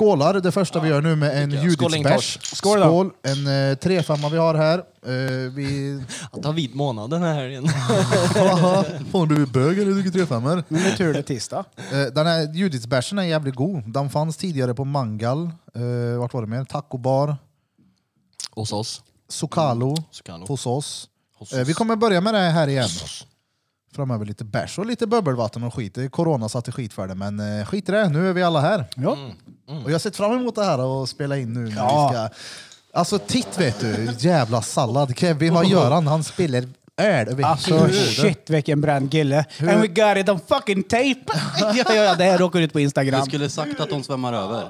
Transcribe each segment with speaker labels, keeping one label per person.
Speaker 1: Skålar, det första vi gör nu med en
Speaker 2: Skål,
Speaker 1: Judithsbärs.
Speaker 2: Ingtors.
Speaker 3: Skål då.
Speaker 1: En eh, trefemma vi har här. Eh, vi...
Speaker 2: Att ta vid månaden här helgen.
Speaker 1: Haha, Fan du är bög eller dricker trefemmor?
Speaker 3: Men det är tur det är tisdag.
Speaker 1: Eh, Den här Judithsbärsen är jävligt god. Den fanns tidigare på Mangal, eh, vart var det mer? Tacobar,
Speaker 2: Hos oss.
Speaker 1: Socalo,
Speaker 3: Mm.
Speaker 2: Socalo.
Speaker 1: hos oss.
Speaker 2: Hos
Speaker 1: Eh, Vi
Speaker 2: oss.
Speaker 1: kommer börja med det här igen. Framöver lite bärs och lite bubbelvatten och skit. Det- Corona satte skit för det, men eh, skit i det. Nu är vi alla här.
Speaker 3: Ja.
Speaker 1: Och jag har sett fram emot det här och spela in nu. När
Speaker 3: Ja.
Speaker 1: vi ska... Alltså titt vet du, jävla sallad. Kan Vi har
Speaker 3: Mm.
Speaker 1: Göran, han spiller öl över hela
Speaker 3: Alltså
Speaker 1: bordet.
Speaker 3: shit vilken bränd kille. And we got it on fucking tape! ja, ja, ja, det här råkar ut på
Speaker 4: Du
Speaker 3: Instagram.
Speaker 4: skulle sagt att de svämmar över.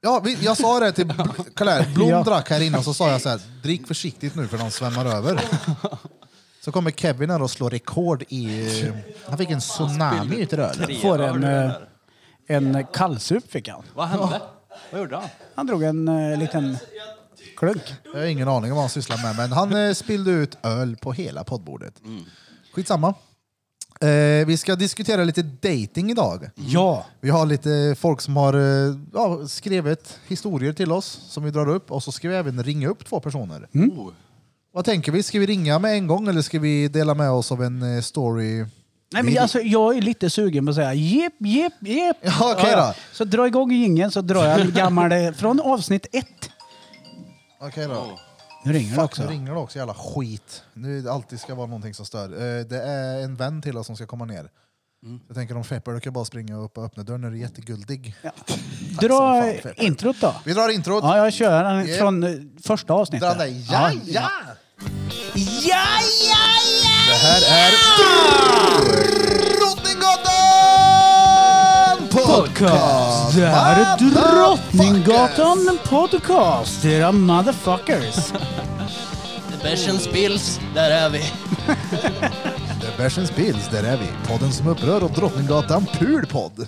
Speaker 1: Ja, vi, jag sa det till Bl- kolla här, Blom
Speaker 3: Ja.
Speaker 1: drack här innan så sa jag så här, drick försiktigt nu för de svämmar över. Så kommer Kevin här och slår rekord i... Han fick en tsunami ut i ölen.
Speaker 3: Får en, eh, en kallsup fick han.
Speaker 4: Vad hände? Vad gjorde han?
Speaker 3: Han drog en eh, liten klunk.
Speaker 1: Jag har ingen aning om vad han sysslar med, men han eh, spillde ut öl på hela poddbordet. Skitsamma. Eh, vi ska diskutera lite dating idag.
Speaker 3: Ja.
Speaker 1: Vi har lite folk som har eh, ja, skrivit historier till oss som vi drar upp och så ska vi även ringa upp två personer.
Speaker 4: Oh.
Speaker 1: Vad tänker vi? Ska vi ringa med en gång eller ska vi dela med oss av en eh, story?
Speaker 3: Nej, men alltså, jag är lite sugen på att säga jep, jep, jep.
Speaker 1: Ja, okej då.
Speaker 3: Så dra igång jingeln så drar jag en gammal eh, från avsnitt ett.
Speaker 1: Okej då.
Speaker 3: Nu ringer det
Speaker 1: Fuck,
Speaker 3: också.
Speaker 1: nu ringer det också. Jävla skit. Nu är det alltid ska vara någonting som stör. Eh, Det är en vän till oss som ska komma ner. Jag tänker om Fepper, du kan bara springa upp och öppna dörren. Är du jätteguldig?
Speaker 3: Dra
Speaker 1: Tack som fan, Peter.
Speaker 3: introt då.
Speaker 1: Vi drar introt.
Speaker 3: Ja, jag kör den
Speaker 1: Jep.
Speaker 3: från eh, första avsnittet.
Speaker 1: Dra dig. Ja, ja!
Speaker 3: Ja, ja, ja!
Speaker 1: Det här är... Drottninggatan!
Speaker 3: Podcast! Det här är Drottninggatan Podcast! Era motherfuckers!
Speaker 2: Bärsen spills, där är vi.
Speaker 1: Det är Bärsens Bills, där är vi. Podden som upprör och Drottninggatan Pulpodd.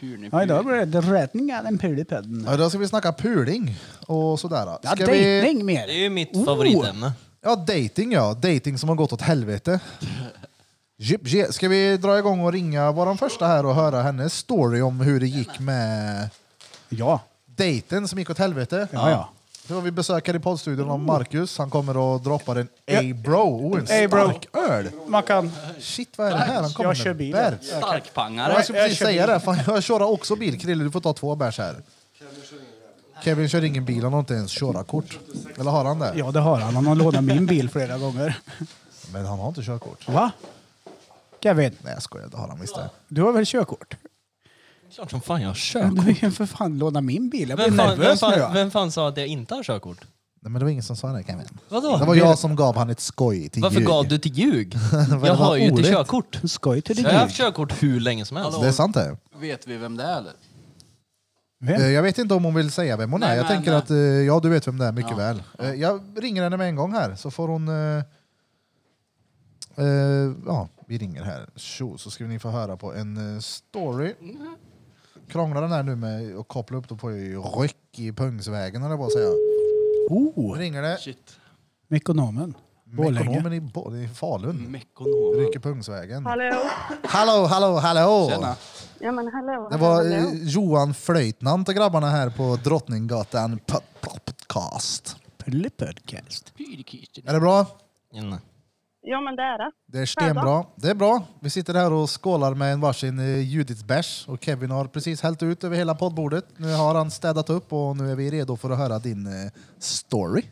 Speaker 4: Purni,
Speaker 3: Ja,
Speaker 4: purni.
Speaker 3: idag blir det Drottninggatan en pul i pudden.
Speaker 1: Ja, idag ska vi snacka puling och sådär.
Speaker 3: Ja,
Speaker 1: Ska vi-
Speaker 3: dejtning
Speaker 2: Det är
Speaker 3: mer.
Speaker 2: ju mitt
Speaker 1: Oh.
Speaker 2: favoritämne.
Speaker 1: Ja, dating ja. Dating som har gått åt helvete. Jip, je. Ska vi dra igång och ringa vår första här och höra hennes story om hur det gick med
Speaker 3: Oh, Ja.
Speaker 1: dejten som gick åt helvete?
Speaker 3: Ja, ja.
Speaker 1: Nu har vi besökare i poddstudion av Marcus. Han kommer och droppar en A-bro. Oh, en
Speaker 3: Ey, bro.
Speaker 1: stark öl!
Speaker 3: Man kan...
Speaker 1: Shit, vad är det här? Han kommer
Speaker 3: Jag kör
Speaker 1: med
Speaker 3: bil.
Speaker 1: bär.
Speaker 4: Starkpangare.
Speaker 1: Jag skulle precis
Speaker 3: Jag kör
Speaker 1: säga
Speaker 3: bil.
Speaker 1: det. Fan, jag kör också bil. Krille, du får ta två bärs här. Kevin kör ingen bil. Han har inte ens körkort. Eller har han det?
Speaker 3: Ja, det har han. Han har lånat min bil flera gånger.
Speaker 1: Men han har inte körkort.
Speaker 3: Va? Kevin,
Speaker 1: Nej, jag skojar. Det har han visst det.
Speaker 3: du har väl körkort?
Speaker 2: Klart som fan jag har
Speaker 3: Men
Speaker 2: körkort.
Speaker 3: Du har ju för fan lånat min bil. Jag blir
Speaker 2: Vem fan, vem,
Speaker 3: nervös nu.
Speaker 2: fan,
Speaker 3: ja.
Speaker 2: vem fan sa att jag inte har körkort?
Speaker 1: Nej, men det var ingen som sa det Kevin.
Speaker 2: Vadå?
Speaker 1: Det var jag som gav han ett skoj till
Speaker 2: Varför
Speaker 1: ljug.
Speaker 2: gav du till ljug?
Speaker 1: det
Speaker 2: jag
Speaker 1: var
Speaker 2: har ju inte
Speaker 1: ordet.
Speaker 2: körkort.
Speaker 3: Skoj till
Speaker 2: Jag har
Speaker 3: dig.
Speaker 2: haft körkort hur länge som helst.
Speaker 1: Det är sant det.
Speaker 4: Vet vi vem det är eller?
Speaker 1: Eh,
Speaker 3: Vem?
Speaker 1: Jag vet inte om hon vill säga vem hon är.
Speaker 4: Nej,
Speaker 1: Jag
Speaker 4: men,
Speaker 1: tänker
Speaker 4: eh,
Speaker 1: att, eh, ja du vet vem det är mycket väl. Eh, Jag ringer henne med en gång här så får hon... eh, eh, Ja, vi ringer här. Tjo, så ska ni få höra på en eh, story.
Speaker 4: Mm-hmm.
Speaker 1: Krånglar den här nu med att koppla upp, då får jag ju ryck i pungsvägen eller vad säger jag. Nu
Speaker 3: Oh,
Speaker 1: ringer det.
Speaker 4: Shit.
Speaker 3: Mekonomen. Borlänge.
Speaker 1: Ekonomen i, Bo- i Falun.
Speaker 4: Mekonom.
Speaker 1: Rycker pungsvägen.
Speaker 5: Hallå?
Speaker 1: Hallå, hallå, hallå!
Speaker 4: Tjena.
Speaker 5: Ja men hallå.
Speaker 1: Det
Speaker 5: hallå,
Speaker 1: var eh,
Speaker 5: hallå.
Speaker 1: Johan Flöjtnant och grabbarna här på Drottninggatan po- Podcast.
Speaker 3: Pelle Podcast.
Speaker 1: Är det bra?
Speaker 2: Inne.
Speaker 5: Ja men det är det.
Speaker 1: Det är stenbra. Det är bra. Vi sitter här och skålar med en varsin eh, Judithsbärs och Kevin har precis hällt ut över hela poddbordet. Nu har han städat upp och nu är vi redo för att höra din eh, story.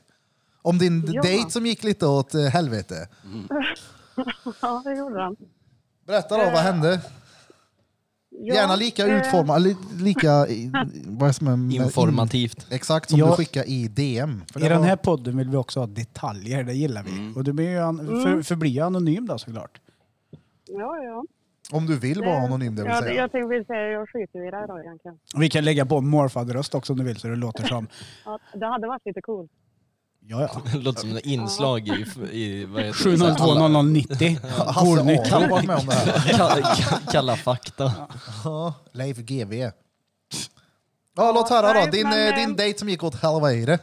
Speaker 1: Om din
Speaker 5: Ja.
Speaker 1: dejt som gick lite åt eh, helvete.
Speaker 5: Ja det gjorde han.
Speaker 1: Berätta då, vad hände?
Speaker 5: Eh, Ja,
Speaker 1: Gärna lika
Speaker 5: eh,
Speaker 1: utformad, li, lika... i- Vad som är med-
Speaker 2: Informativt.
Speaker 1: Exakt, som
Speaker 3: Ja.
Speaker 1: du skickade i DM. För
Speaker 3: I
Speaker 1: det
Speaker 3: den
Speaker 1: var- Mm.
Speaker 3: här podden vill vi också ha detaljer, det gillar vi. Och du blir ju an-
Speaker 5: Mm.
Speaker 3: för, förblir ju anonym då såklart.
Speaker 5: Ja ja.
Speaker 1: Om du vill vara anonym, det vill
Speaker 5: ja,
Speaker 1: säga.
Speaker 5: Jag tänkte väl säga jag skiter i det här då egentligen.
Speaker 3: Vi kan lägga på morfadröst också om du vill så det låter som...
Speaker 5: Ja, det hade varit lite coolt.
Speaker 3: Ja, ja.
Speaker 2: Det låter som ett inslag i... i vad heter det?
Speaker 3: 702 0090.
Speaker 1: Hasse Mm.
Speaker 3: Golnytt.
Speaker 1: Aro har varit med om det här.
Speaker 2: Kalla, kalla, kalla fakta.
Speaker 1: Ja, Leif GV. Ja, låt höra då.
Speaker 5: nej,
Speaker 1: Din,
Speaker 5: men,
Speaker 1: eh, din
Speaker 5: eh,
Speaker 1: dejt som gick åt helvete.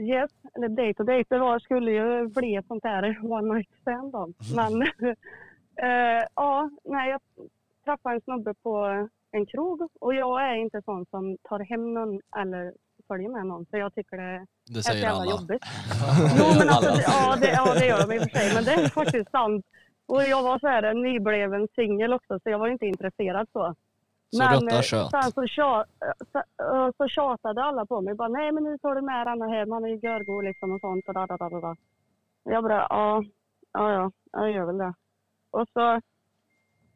Speaker 5: Yes, eller dejt och dejt. Det var, skulle ju bli ett sånt där one night
Speaker 1: Mhm.
Speaker 5: stand då. Men eh, ja, nej jag träffade en snubbe på eh, en krog och jag är inte sån som tar hem någon eller följer med någon för jag tycker det
Speaker 2: Det
Speaker 5: är så
Speaker 2: säger
Speaker 5: jävla
Speaker 2: alla.
Speaker 5: jobbigt. Jo men alltså, det- ja, det, ja det gör de i och för sig men det är faktiskt sant. Och jag var så här en nybleven singel också så jag var ju inte intresserad så.
Speaker 2: Så
Speaker 5: Men,
Speaker 2: Rötta
Speaker 5: eh,
Speaker 2: tjöt.
Speaker 5: Sen så, tja, så, eh, så tjatade alla på mig. Bara, Nej men nu tar du med Anna hem, han är ju görgod liksom och sånt. Och da, da, da, da, da. Jag bara ja, ja, ja, jag gör väl det. Och så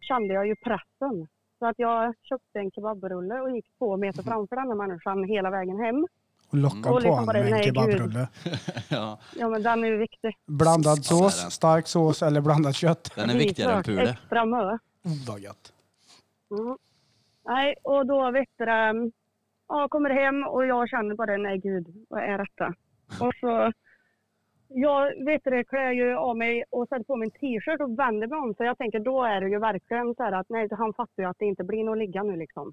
Speaker 5: kände jag ju pressen. Så att jag köpte en kebabrulle och gick två meter
Speaker 4: Mhm.
Speaker 5: framför den här människan hela vägen hem.
Speaker 3: Och locka
Speaker 5: Och
Speaker 3: på
Speaker 5: liksom
Speaker 3: honom
Speaker 5: bara,
Speaker 3: med en
Speaker 5: nej, gud.
Speaker 3: kebabrulle.
Speaker 4: Ja,
Speaker 5: Ja men den är ju viktig.
Speaker 3: Blandad
Speaker 4: Alltså,
Speaker 3: sås,
Speaker 4: är den-
Speaker 3: stark sås eller blandat kött.
Speaker 4: den är viktigare än
Speaker 5: Risört,
Speaker 4: Pule.
Speaker 5: Extra mö.
Speaker 3: Oh, vad gött.
Speaker 5: Mm. Nej, och då vet du det, ja, jag kommer hem och jag känner bara nej gud, vad är detta? Och så, jag vet du det, klär ju av mig och sätter på mig en t-shirt och vänder mig om. Så jag tänker då är det ju verkligen så här att nej, han fattar ju att det inte blir någon ligga nu liksom.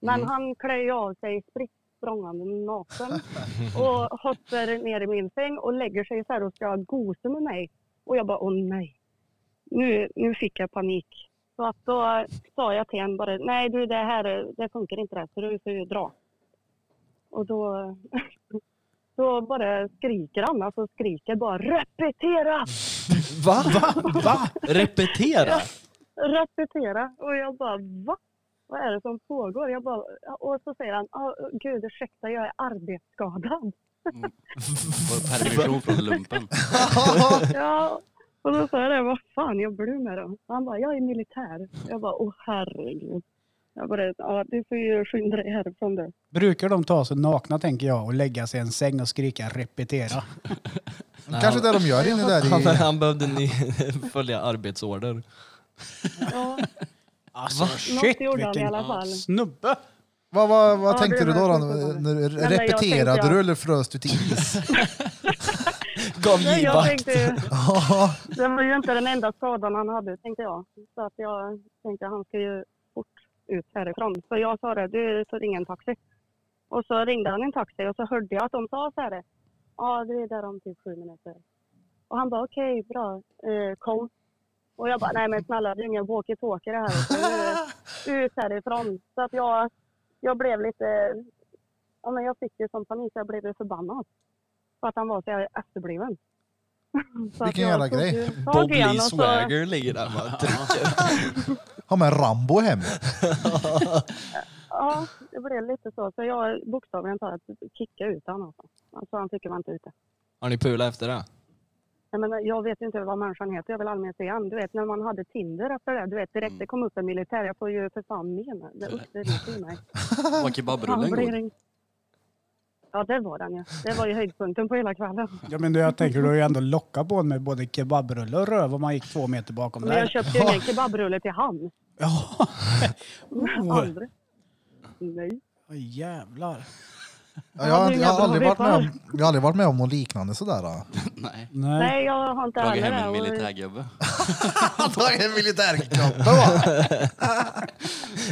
Speaker 5: Men han klär ju av sig spritt språngande naken och hoppar ner i min säng och lägger sig så här och ska gosa med mig. Och jag bara, åh nej. Nu, nu fick jag panik. Så att då sa jag till honom bara, nej du det här det funkar inte det här, så du får ju dra. Och då, då bara skriker han, alltså skriker bara repetera,
Speaker 2: Va? Va? Repetera?
Speaker 5: repetera. Och jag bara va? Vad är det som pågår? Jag bara, och så säger han, "Ah, gud ursäkta jag är arbetsskadad.
Speaker 4: Får permission från lumpen.
Speaker 5: Ja, och då sa jag det, vad fan jobbar du med då? Han bara, jag är militär. Jag bara, åh herregud. Jag bara, ja, du får ju skynda dig härifrån du.
Speaker 3: Brukar de ta sig nakna tänker jag och lägga sig i en säng och skrika repetera?
Speaker 1: Kanske det de gör inne där
Speaker 2: Han,
Speaker 1: i...
Speaker 2: han behövde ni följa arbetsorder.
Speaker 5: Ja.
Speaker 3: Alltså
Speaker 5: Något gjorde han i alla fall.
Speaker 3: snubbe!
Speaker 1: Vad, vad, vad
Speaker 5: Ja,
Speaker 1: tänkte
Speaker 5: det
Speaker 1: du då? då?
Speaker 5: var verkligen
Speaker 1: När-
Speaker 5: jag
Speaker 1: Repeterade
Speaker 5: tänkte-
Speaker 1: du eller frös du till is?
Speaker 2: Gav
Speaker 5: Nej, jag
Speaker 2: givakt.
Speaker 5: tänkte, ju- det var ju inte den enda skadan han hade, tänkte jag. Så att jag tänkte han ska ju fort ut härifrån. Så jag sa det, du får ringa en taxi. Och så ringde han en taxi och så hörde jag att de sa så här. Ja, du är där om typ sju minuter. Och han bara okej, bra, eh, kom. Och jag bara nej men snälla det är ingen walkie-talkie det här. utan nu är det Ut härifrån. Så att jag, jag blev lite, ja men jag fick ju som panik, jag blev ju förbannad. För att han var så efterbliven. Så att
Speaker 1: Vilken
Speaker 5: jag
Speaker 1: jävla
Speaker 5: tog
Speaker 1: grej.
Speaker 5: ju tag
Speaker 2: Bob
Speaker 5: i han
Speaker 2: Lee
Speaker 5: och så-
Speaker 2: Swagger ligger där bara och trycker.
Speaker 1: Har med Rambo hem?
Speaker 5: Ja, det blev lite så. Så jag bokstavligen talat kickade ut honom. Alltså. alltså han tycker man inte ute.
Speaker 2: Har ni pulat efter det?
Speaker 5: Jag, menar, jag vet ju inte vad människan heter. Jag vill allmänt säga han. Du vet när man hade Tinder efter det. Du vet direkt
Speaker 4: Mm.
Speaker 5: det kom upp en militär. Jag får ju för fan mena. Det usch, det ryser i mig.
Speaker 4: Var
Speaker 5: Han
Speaker 4: kebabrullen
Speaker 5: blir
Speaker 4: god?
Speaker 5: en- Ja det var den ju. Det var ju höjdpunkten på hela kvällen.
Speaker 3: Ja men jag tänker du har ju ändå lockat på honom med både kebabrulle och röv om man gick två meter bakom
Speaker 5: Men jag
Speaker 3: där.
Speaker 5: köpte ju ingen kebabrulle till han.
Speaker 3: Ja. Oh,
Speaker 5: Aldrig. Nej.
Speaker 3: jävlar.
Speaker 1: Ja, Jag, har-
Speaker 5: det är
Speaker 1: jag, har
Speaker 5: jävla
Speaker 1: aldrig varit med om,
Speaker 5: horribelt.
Speaker 1: jag har aldrig varit med om något liknande sådär. då.
Speaker 4: Nej.
Speaker 3: Nej.
Speaker 5: Nej jag har inte
Speaker 4: Dragit
Speaker 5: heller
Speaker 4: hem
Speaker 5: det.
Speaker 4: en
Speaker 5: Och-
Speaker 4: militärgubbe.
Speaker 1: Han tar en militärkroppe va?
Speaker 5: Ja,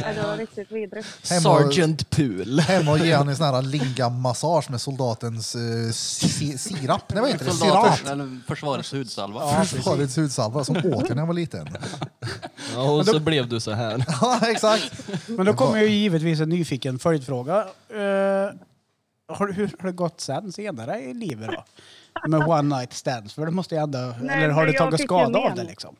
Speaker 5: eh, det var riktigt vidrigt.
Speaker 1: Hemma och-
Speaker 2: Sergeant Pul.
Speaker 1: Hemma och ger han en sån här lingam-massage med soldatens eh, si, sirap. Nej vad heter det? Sirat.
Speaker 4: Soldaters, eller försvarets hudsalva.
Speaker 1: Farligt hudsalva som åt jag när jag var liten.
Speaker 2: Ja, och så blev du så här.
Speaker 1: Ja exakt.
Speaker 3: Men då kommer ju givetvis en nyfiken följdfråga. Eh, har, du- hur har det gått sen senare i livet då? Med one night stands? För det måste ju ändå... eller har
Speaker 5: men
Speaker 3: du
Speaker 5: jag
Speaker 3: tagit
Speaker 5: fick ju
Speaker 3: skada
Speaker 5: men.
Speaker 3: av det liksom?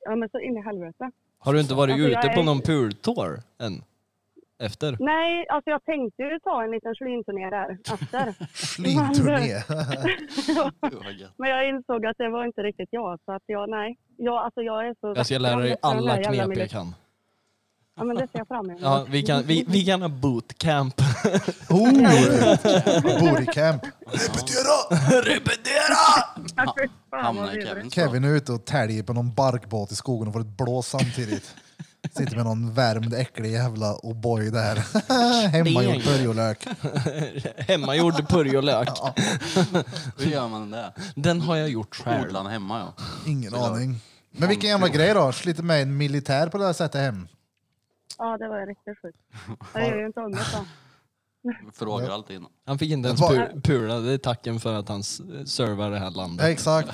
Speaker 5: Ja men så in i helvete.
Speaker 2: Har du inte varit
Speaker 5: Alltså, jag
Speaker 2: ute på
Speaker 5: är-
Speaker 2: någon pultour än? Efter?
Speaker 5: Nej, alltså jag tänkte ju ta en liten slynturné där efter.
Speaker 1: Flygturné.
Speaker 4: Gud, vad gött.
Speaker 5: Men jag insåg att det var inte riktigt jag, så att jag, nej. Jag, alltså jag är så...
Speaker 2: Jag ska lära dig
Speaker 5: efter den
Speaker 2: alla
Speaker 5: där jävla
Speaker 2: knep jag
Speaker 5: miljön.
Speaker 2: kan.
Speaker 5: Ja, men det ser jag fram emot.
Speaker 2: Ja, vi, kan vi, vi kan ha bootcamp.
Speaker 1: Oh! Bodycamp.
Speaker 5: Ja, fy fan, vad
Speaker 4: Hamnar i
Speaker 5: vidrigt.
Speaker 4: Kevins Kevin.
Speaker 1: Kevin är ute och täljer på någon barkbåt i skogen och får ett blås samtidigt. Sitter med någon värmd äcklig jävla O'boy där. Hemmagjord purjolök.
Speaker 2: Hemmagjord purjolök.
Speaker 4: Hur gör man det?
Speaker 2: Den har jag gjort själv.
Speaker 4: Odlarna hemma ja.
Speaker 1: Ingen aning. Men vilken jävla grej då. Sliter med en militär på det här sättet hem.
Speaker 5: Ja, det var ju riktigt sjukt. Jag gör ju inte om det så.
Speaker 4: Frågar alltid innan.
Speaker 2: Han fick inte ens
Speaker 1: Vad-
Speaker 2: pu- pula. Det är tacken för att han s- servar det här
Speaker 1: Ja,
Speaker 2: landet.
Speaker 1: exakt.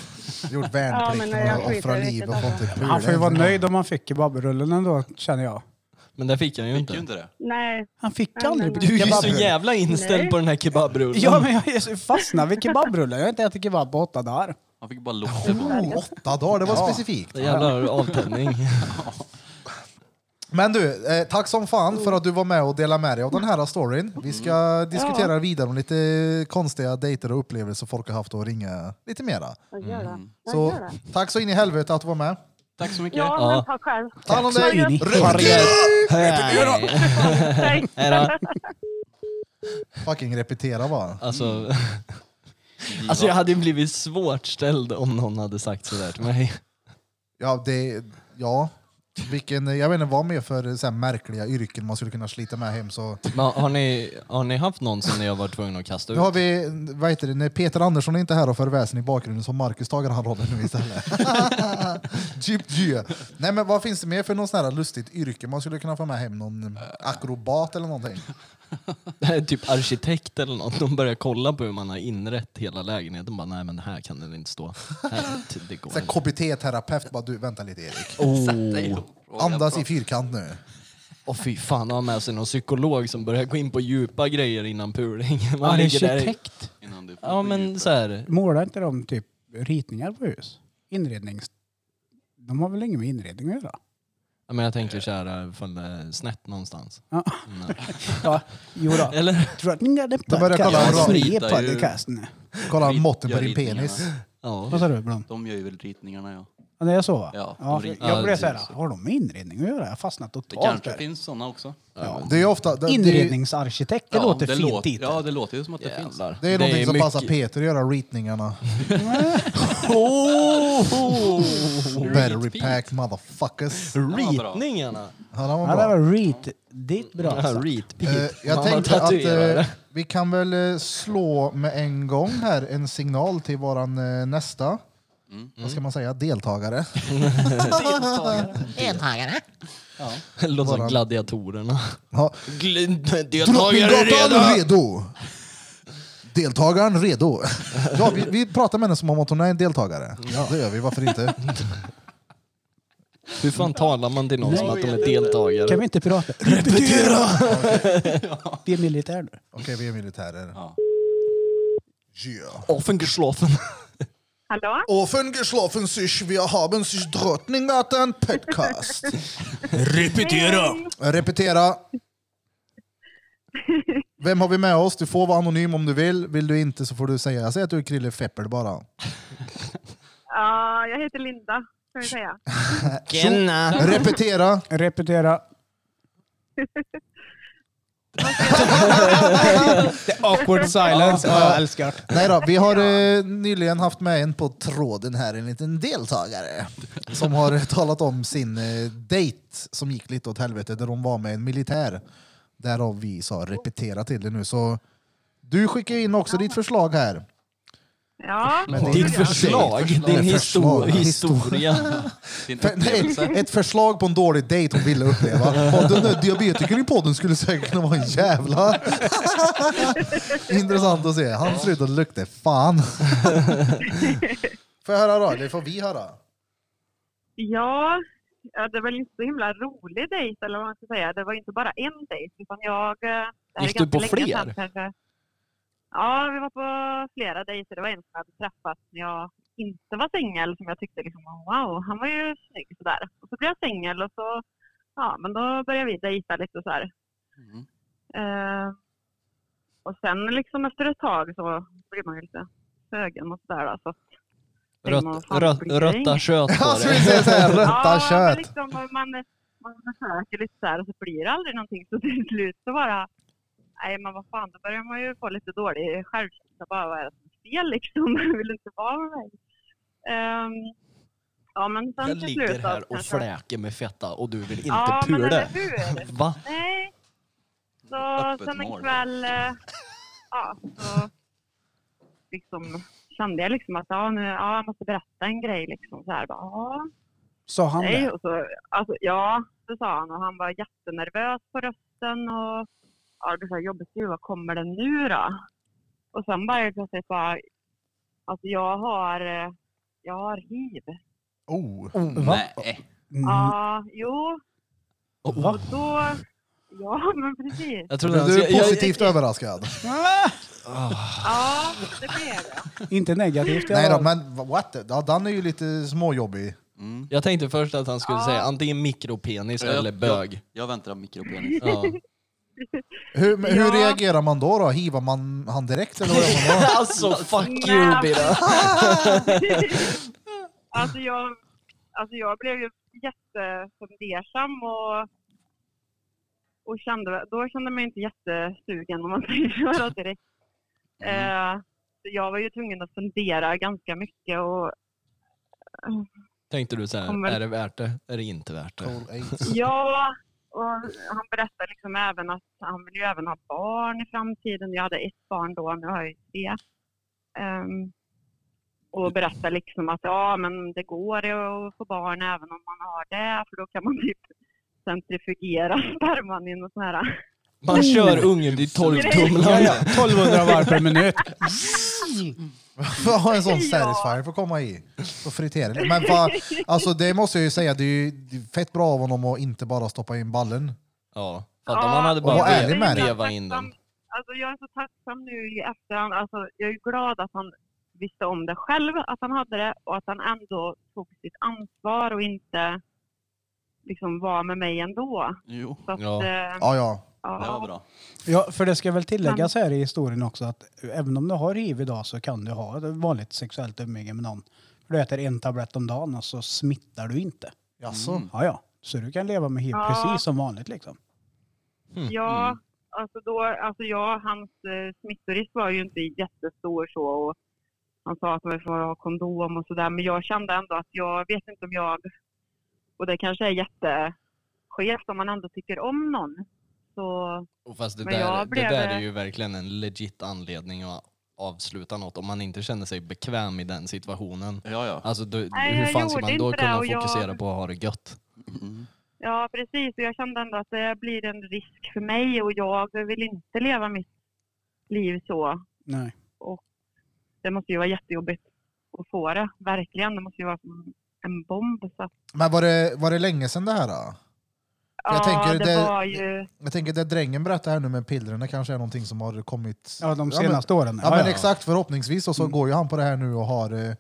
Speaker 1: Gjort
Speaker 5: Ja,
Speaker 1: värnplikten
Speaker 5: men nej, jag
Speaker 1: och
Speaker 5: skiter
Speaker 1: offrat
Speaker 5: i
Speaker 1: liv
Speaker 5: det
Speaker 1: och fått
Speaker 5: där.
Speaker 1: ett pul.
Speaker 3: Han får ju vara nöjd om han fick kebabrullen ändå, känner jag.
Speaker 6: Men det fick han ju
Speaker 4: Fick
Speaker 6: inte.
Speaker 4: ju inte det.
Speaker 5: Nej,
Speaker 3: Han fick
Speaker 5: Nej,
Speaker 3: aldrig
Speaker 5: men-
Speaker 6: Du är ju så
Speaker 3: kebabrullen.
Speaker 6: jävla inställd
Speaker 5: Nej.
Speaker 6: på den här kebabrullen.
Speaker 3: Ja, men jag är så fastnad vid kebabrullen. Jag har inte ätit kebab på åtta dagar.
Speaker 4: Han fick bara lukta på
Speaker 1: Oh, åtta dagar, det var specifikt.
Speaker 6: Det jävla avtändning.
Speaker 1: Men du, eh, tack som fan
Speaker 5: Mm.
Speaker 1: för att du var med och delade med dig av den här storyn. Vi ska diskutera vidare om lite konstiga dejter och upplevelser folk har haft och ringa lite mera.
Speaker 5: jag gör det. Jag
Speaker 1: Så
Speaker 5: gör det.
Speaker 1: tack så in i helvete att du var med.
Speaker 4: Tack så mycket.
Speaker 5: Ja,
Speaker 6: Ja.
Speaker 5: men tack själv.
Speaker 1: Ta hand om dig!
Speaker 5: in i
Speaker 6: Hej.
Speaker 5: Hej.
Speaker 1: Fucking repetera bara.
Speaker 6: Alltså, alltså jag hade ju blivit svårt ställd om någon hade sagt sådär till mig.
Speaker 1: Ja, det, ja. Vilken, jag vet inte vad mer för så här märkliga yrken man skulle kunna slita med hem. Så.
Speaker 6: Men har, ni, har ni haft någon som ni har varit tvungna att kasta ut?
Speaker 1: Nu har vi, vad heter det, när Peter Andersson är inte här och för väsen i bakgrunden så har Marcus tagit han rollen nu istället. Jeep G. Nej men vad finns det mer för någon sån här lustigt yrke man skulle kunna få med hem? Någon akrobat eller någonting?
Speaker 6: Det här är typ arkitekt eller något. De börjar kolla på hur man har inrett hela lägenheten. Bara, nej men här kan den inte stå. Här, det går
Speaker 1: Så här
Speaker 6: inte.
Speaker 1: KBT-terapeut bara du vänta lite Erik.
Speaker 6: Oh.
Speaker 1: Andas i fyrkant nu.
Speaker 6: Och fy fan, ha med sig någon psykolog som börjar gå in på djupa grejer innan puling. Man ligger där i-
Speaker 3: Arkitekt.
Speaker 4: Innan du får
Speaker 6: Ja men så här.
Speaker 3: Målar inte de typ ritningar på hus? Inrednings... De har väl inget med inredning att göra?
Speaker 6: Ja, men jag tänker så här, ifall det är snett någonstans.
Speaker 3: Ja.
Speaker 6: Nej.
Speaker 3: Ja, jo då.
Speaker 6: Eller?
Speaker 3: Drottningen är
Speaker 1: börjar kolla
Speaker 3: podcast.
Speaker 1: bra.
Speaker 3: Tre
Speaker 4: Ritar ju-
Speaker 3: podcasten.
Speaker 1: Kolla
Speaker 4: Rit-
Speaker 1: måtten på
Speaker 4: gör
Speaker 1: din
Speaker 4: ritningarna.
Speaker 1: penis.
Speaker 6: Ja.
Speaker 3: Vad sa du Blom?
Speaker 4: De gör ju väl ritningarna ja.
Speaker 3: Ja, det är så va?
Speaker 4: Ja,
Speaker 3: ja
Speaker 4: de ritar.
Speaker 3: jag blev
Speaker 6: Ja,
Speaker 3: såhär,
Speaker 4: det är så.
Speaker 3: har de med inredning att göra? Jag har fastnat
Speaker 4: Det
Speaker 3: totalt
Speaker 4: kanske
Speaker 3: där.
Speaker 4: finns sådana också.
Speaker 1: Ja, det är ofta... Det, det,
Speaker 3: Inredningsarkitekt, det
Speaker 4: ja,
Speaker 3: låter
Speaker 4: det
Speaker 3: fint
Speaker 4: låter-
Speaker 3: titel.
Speaker 4: Ja, det låter ju som att det finns.
Speaker 6: Jävlar.
Speaker 1: det är någonting som
Speaker 6: mycket-
Speaker 1: passar Peter att göra ritningarna. Battery pack motherfuckers.
Speaker 4: bra.
Speaker 6: Ritningarna!
Speaker 1: Ja, den var
Speaker 3: Ja,
Speaker 1: bra.
Speaker 3: det var reet. Ditt bra
Speaker 6: Ja,
Speaker 3: sagt.
Speaker 6: reet
Speaker 1: Eh,
Speaker 6: Pete.
Speaker 1: jag
Speaker 6: Man har
Speaker 1: tänkte att
Speaker 6: tatuerare.
Speaker 1: eh, vi kan väl eh, slå med en gång här en signal till våran eh, nästa, vad ska man säga, deltagare.
Speaker 6: Det låter som
Speaker 1: eh, Våran-
Speaker 6: gladiatorerna.
Speaker 1: Ja.
Speaker 6: Deltagare
Speaker 1: Drottninggatan redo! Deltagaren redo. Ja, vi, vi pratar med henne som om att hon är en deltagare. Ja. Det gör vi, varför inte?
Speaker 6: Hur fan talar man till någon som att de är deltagare?
Speaker 3: Kan vi inte prata? Repetera! Vi är militär nu.
Speaker 1: Okej, vi är militärer.
Speaker 4: Ja.
Speaker 1: Ja.
Speaker 6: Offengeschlafen.
Speaker 5: Hallå?
Speaker 1: Offengeschlafen sich, wir haben sich Drottninggatan podcast.
Speaker 6: Repetera!
Speaker 1: Repetera. Vem har vi med oss? Du får vara anonym om du vill. Vill du inte så får du säga. Jag säger att du är Krille Feppel bara.
Speaker 5: Ja, jag heter Linda, kan vi säga.
Speaker 6: Kenna!
Speaker 1: Repetera.
Speaker 3: Repetera. The awkward silence. Ja, jag älskar det.
Speaker 1: Nej då, vi har eh, nyligen haft med en på tråden här, en liten deltagare. Som har talat om sin eh, dejt som gick lite åt helvete där hon var med en militär. Därav vi sa repetera till det nu. Så du skickar in också ditt förslag här.
Speaker 5: Ja,
Speaker 1: Men det är
Speaker 6: Ditt
Speaker 1: inte-
Speaker 6: förslag, din
Speaker 1: Förslag.
Speaker 6: histo- historia.
Speaker 4: Sin
Speaker 1: För, nej, ett förslag på en dålig dejt hon ville uppleva. Och den där diabetikern i podden skulle säkert kunna vara en jävla... Intressant att se. Han ser ut att lukta fan. får jag höra då? Eller får vi höra?
Speaker 5: ja, ja, det var inte så himla rolig dejt eller vad man ska säga. Det var inte bara en dejt utan jag... eh, det här är
Speaker 6: Gick du
Speaker 5: ganska
Speaker 6: på
Speaker 5: länge
Speaker 6: fler?
Speaker 5: sedan, kanske. Ja, vi var på flera dejter. Det var en som jag hade träffat när jag inte var singel som jag tyckte liksom wow, han var ju snygg sådär. Och så blev jag singel och så, ja men då började vi dejta lite sådär.
Speaker 4: Mm.
Speaker 5: Eh, och sen liksom efter ett tag så blir man ju lite sögen och sådär. då, Så
Speaker 6: Rött,
Speaker 5: att-
Speaker 6: rött, rötta kött
Speaker 1: Ja,
Speaker 6: var
Speaker 1: så vi
Speaker 6: det.
Speaker 1: säger såhär,
Speaker 5: ja,
Speaker 1: rötta
Speaker 5: Men
Speaker 1: kött.
Speaker 5: liksom, man, man försöker lite så här och så blir det aldrig någonting. Så till slut så bara, nej men vad fan, då börjar man ju få lite dålig självkänsla. Bara vad är det som är fel liksom? Jag vill inte vara med mig. Ehm, ja men sen
Speaker 6: Jag
Speaker 5: till slut
Speaker 6: ligger
Speaker 5: då,
Speaker 6: här och
Speaker 5: kanske-
Speaker 6: fläker med fetta och du vill inte
Speaker 5: Ja men
Speaker 6: pula.
Speaker 5: eller hur?
Speaker 6: Va?
Speaker 5: Nej. Så
Speaker 4: Öppet
Speaker 5: sen en
Speaker 4: mål.
Speaker 5: kväll, eh, ja, så liksom kände jag liksom att ja, nu, ja, jag måste berätta en grej liksom så här. Bara, ja,
Speaker 3: Sa han
Speaker 5: nej.
Speaker 3: det?
Speaker 5: Och så, alltså, ja, det sa han och han var jättenervös på rösten och ja, det blev så här jobbigt. Gud, vad kommer det nu då? Och sen bara helt plötsligt bara, alltså jag har, eh, jag har hiv.
Speaker 1: Oh.
Speaker 3: Va?
Speaker 4: Eh. Nej.
Speaker 3: Mm.
Speaker 5: Ja, jo.
Speaker 3: Va?
Speaker 5: Då, ja men precis.
Speaker 6: Jag
Speaker 1: Du
Speaker 6: trodde han
Speaker 1: är
Speaker 6: skulle... Jag,
Speaker 1: positivt överraskad.
Speaker 3: Ah,
Speaker 5: Ja, det blev det.
Speaker 3: inte negativt. jag
Speaker 1: Nej då,
Speaker 3: var-
Speaker 1: men what? the- Ja, den är ju lite småjobbig.
Speaker 6: jag tänkte först att han skulle säga antingen mikropenis
Speaker 4: Mm. Jag-
Speaker 6: eller bög.
Speaker 4: Jag, jag väntar på mikropenis.
Speaker 6: Ja.
Speaker 1: Hur, men hur
Speaker 5: Ja.
Speaker 1: reagerar man då? då? Hivar man han direkt eller vad gör man då?
Speaker 6: alltså fuck you Bira!
Speaker 5: alltså, jag, alltså jag blev ju jättefundersam och, och kände, då kände man ju inte jättesugen om man säger så då direkt.
Speaker 4: Mm.
Speaker 5: Eh, så jag var ju tvungen att fundera ganska mycket och
Speaker 6: Tänkte du så här,
Speaker 5: Kommer-
Speaker 6: är det värt det? Är det inte värt det?
Speaker 1: Cold AIDS.
Speaker 5: ja, och han berättade liksom även att han vill ju även ha barn i framtiden. Jag hade ett barn då, nu har jag ju tre. Ehm, och berättade liksom att ja, men det går att få barn även om man har det, för då kan man typ centrifugera sperman i något sånt här.
Speaker 6: Man kör ungen i
Speaker 3: Ja, ja,
Speaker 6: torktumlaren.
Speaker 3: 1200 varv per minut.
Speaker 1: För att ha en sån
Speaker 5: Ja.
Speaker 1: satisfier för att komma i. Och fritera det. Men va, alltså det måste jag ju säga, det är ju det är fett bra av honom att inte bara stoppa in ballen.
Speaker 6: Ja, fattar
Speaker 5: Ja.
Speaker 6: man hade
Speaker 1: Och var
Speaker 6: bara
Speaker 1: ärlig med
Speaker 6: vevat
Speaker 1: det.
Speaker 6: veva in den.
Speaker 5: Alltså jag är så tacksam nu i efterhand. Alltså jag är glad att han visste om det själv, att han hade det och att han ändå tog sitt ansvar och inte liksom var med mig ändå.
Speaker 4: Jo,
Speaker 5: Så att,
Speaker 6: Ja.
Speaker 5: eh,
Speaker 1: Ja, ja.
Speaker 5: ja.
Speaker 4: det var bra.
Speaker 3: Ja, för det ska väl tilläggas här i historien också att även om du har hiv idag så kan du ha ett vanligt sexuellt umgänge med någon. För du äter en tablett om dagen och så smittar du inte.
Speaker 1: Mm. Jaså?
Speaker 4: Mm.
Speaker 3: Ja, ja. Så du kan leva med hiv
Speaker 5: Ja.
Speaker 3: precis som vanligt liksom.
Speaker 1: Mm.
Speaker 5: Ja, alltså då, alltså ja, hans eh, smittorisk var ju inte jättestor så och han sa att man får ha kondom och sådär men jag kände ändå att jag vet inte om jag, och det kanske är jätteskevt om man ändå tycker om någon. Så
Speaker 6: Och fast det
Speaker 5: Men
Speaker 6: där,
Speaker 5: jag
Speaker 6: det
Speaker 5: blev-
Speaker 6: där är ju verkligen en legit anledning att avsluta något om man inte känner sig bekväm i den situationen.
Speaker 4: Ja, ja.
Speaker 6: Alltså du,
Speaker 5: Nej,
Speaker 6: hur
Speaker 5: jag
Speaker 6: fan ska
Speaker 5: gjorde
Speaker 6: man då
Speaker 5: inte det
Speaker 6: kunna
Speaker 5: och jag-
Speaker 6: fokusera på att ha det gött?
Speaker 4: Mm.
Speaker 5: ja precis, och jag kände ändå att det blir en risk för mig och jag vill inte leva mitt liv så.
Speaker 3: Nej.
Speaker 5: Det måste ju vara jättejobbigt att få det, verkligen. Det måste ju vara som en bomb. Så att,
Speaker 1: Men var det, var det länge sedan det här då? Jag
Speaker 5: ja,
Speaker 1: tänker
Speaker 5: det,
Speaker 1: det-
Speaker 5: var ju...
Speaker 1: Jag tänker det drängen berättar här nu med pillren, det kanske är någonting som har kommit...
Speaker 3: Ja, Mm. de senaste åren.
Speaker 1: Ja men, ja, men exakt, förhoppningsvis. Och så går ju han på det här nu och har eh,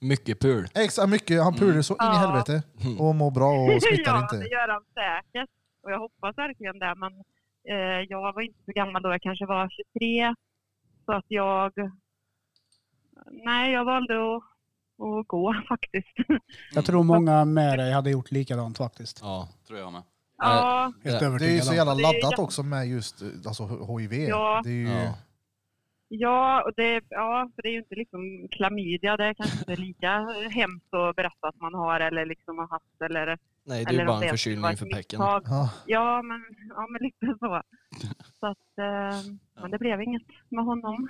Speaker 6: Mycket pul.
Speaker 1: extra mycket, han
Speaker 3: Mm.
Speaker 1: pular så in i
Speaker 5: Ja.
Speaker 1: helvete. Och mår bra och smittar
Speaker 5: ja,
Speaker 1: inte.
Speaker 5: det gör han säkert. Och jag hoppas verkligen det. Men eh, jag var inte så gammal då. Jag kanske var 23. Så att jag... Nej, jag valde att, att gå faktiskt.
Speaker 3: Jag tror många med dig hade gjort likadant faktiskt.
Speaker 6: Ja.
Speaker 4: Tror jag med.
Speaker 5: ja,
Speaker 6: Det
Speaker 3: Helt
Speaker 1: Det är ju
Speaker 3: övertygad
Speaker 1: så
Speaker 3: om.
Speaker 1: jävla
Speaker 5: Det är
Speaker 1: laddat
Speaker 5: jätte-
Speaker 1: också med just eh, alltså, HIV.
Speaker 5: Ja.
Speaker 1: Det är ju,
Speaker 6: ja.
Speaker 5: ja, och det, ja, för det är ju inte liksom klamydia. Det är kanske inte lika hemskt att berätta att man har eller liksom har haft. Eller,
Speaker 6: Nej, det är
Speaker 5: eller
Speaker 6: ju bara
Speaker 5: om det
Speaker 6: en
Speaker 5: var ett
Speaker 6: förkylning för pecken.
Speaker 5: misstag.
Speaker 1: ja.
Speaker 5: Ja, men, ja, men lite så. Så att, eh, men det blev inget med honom.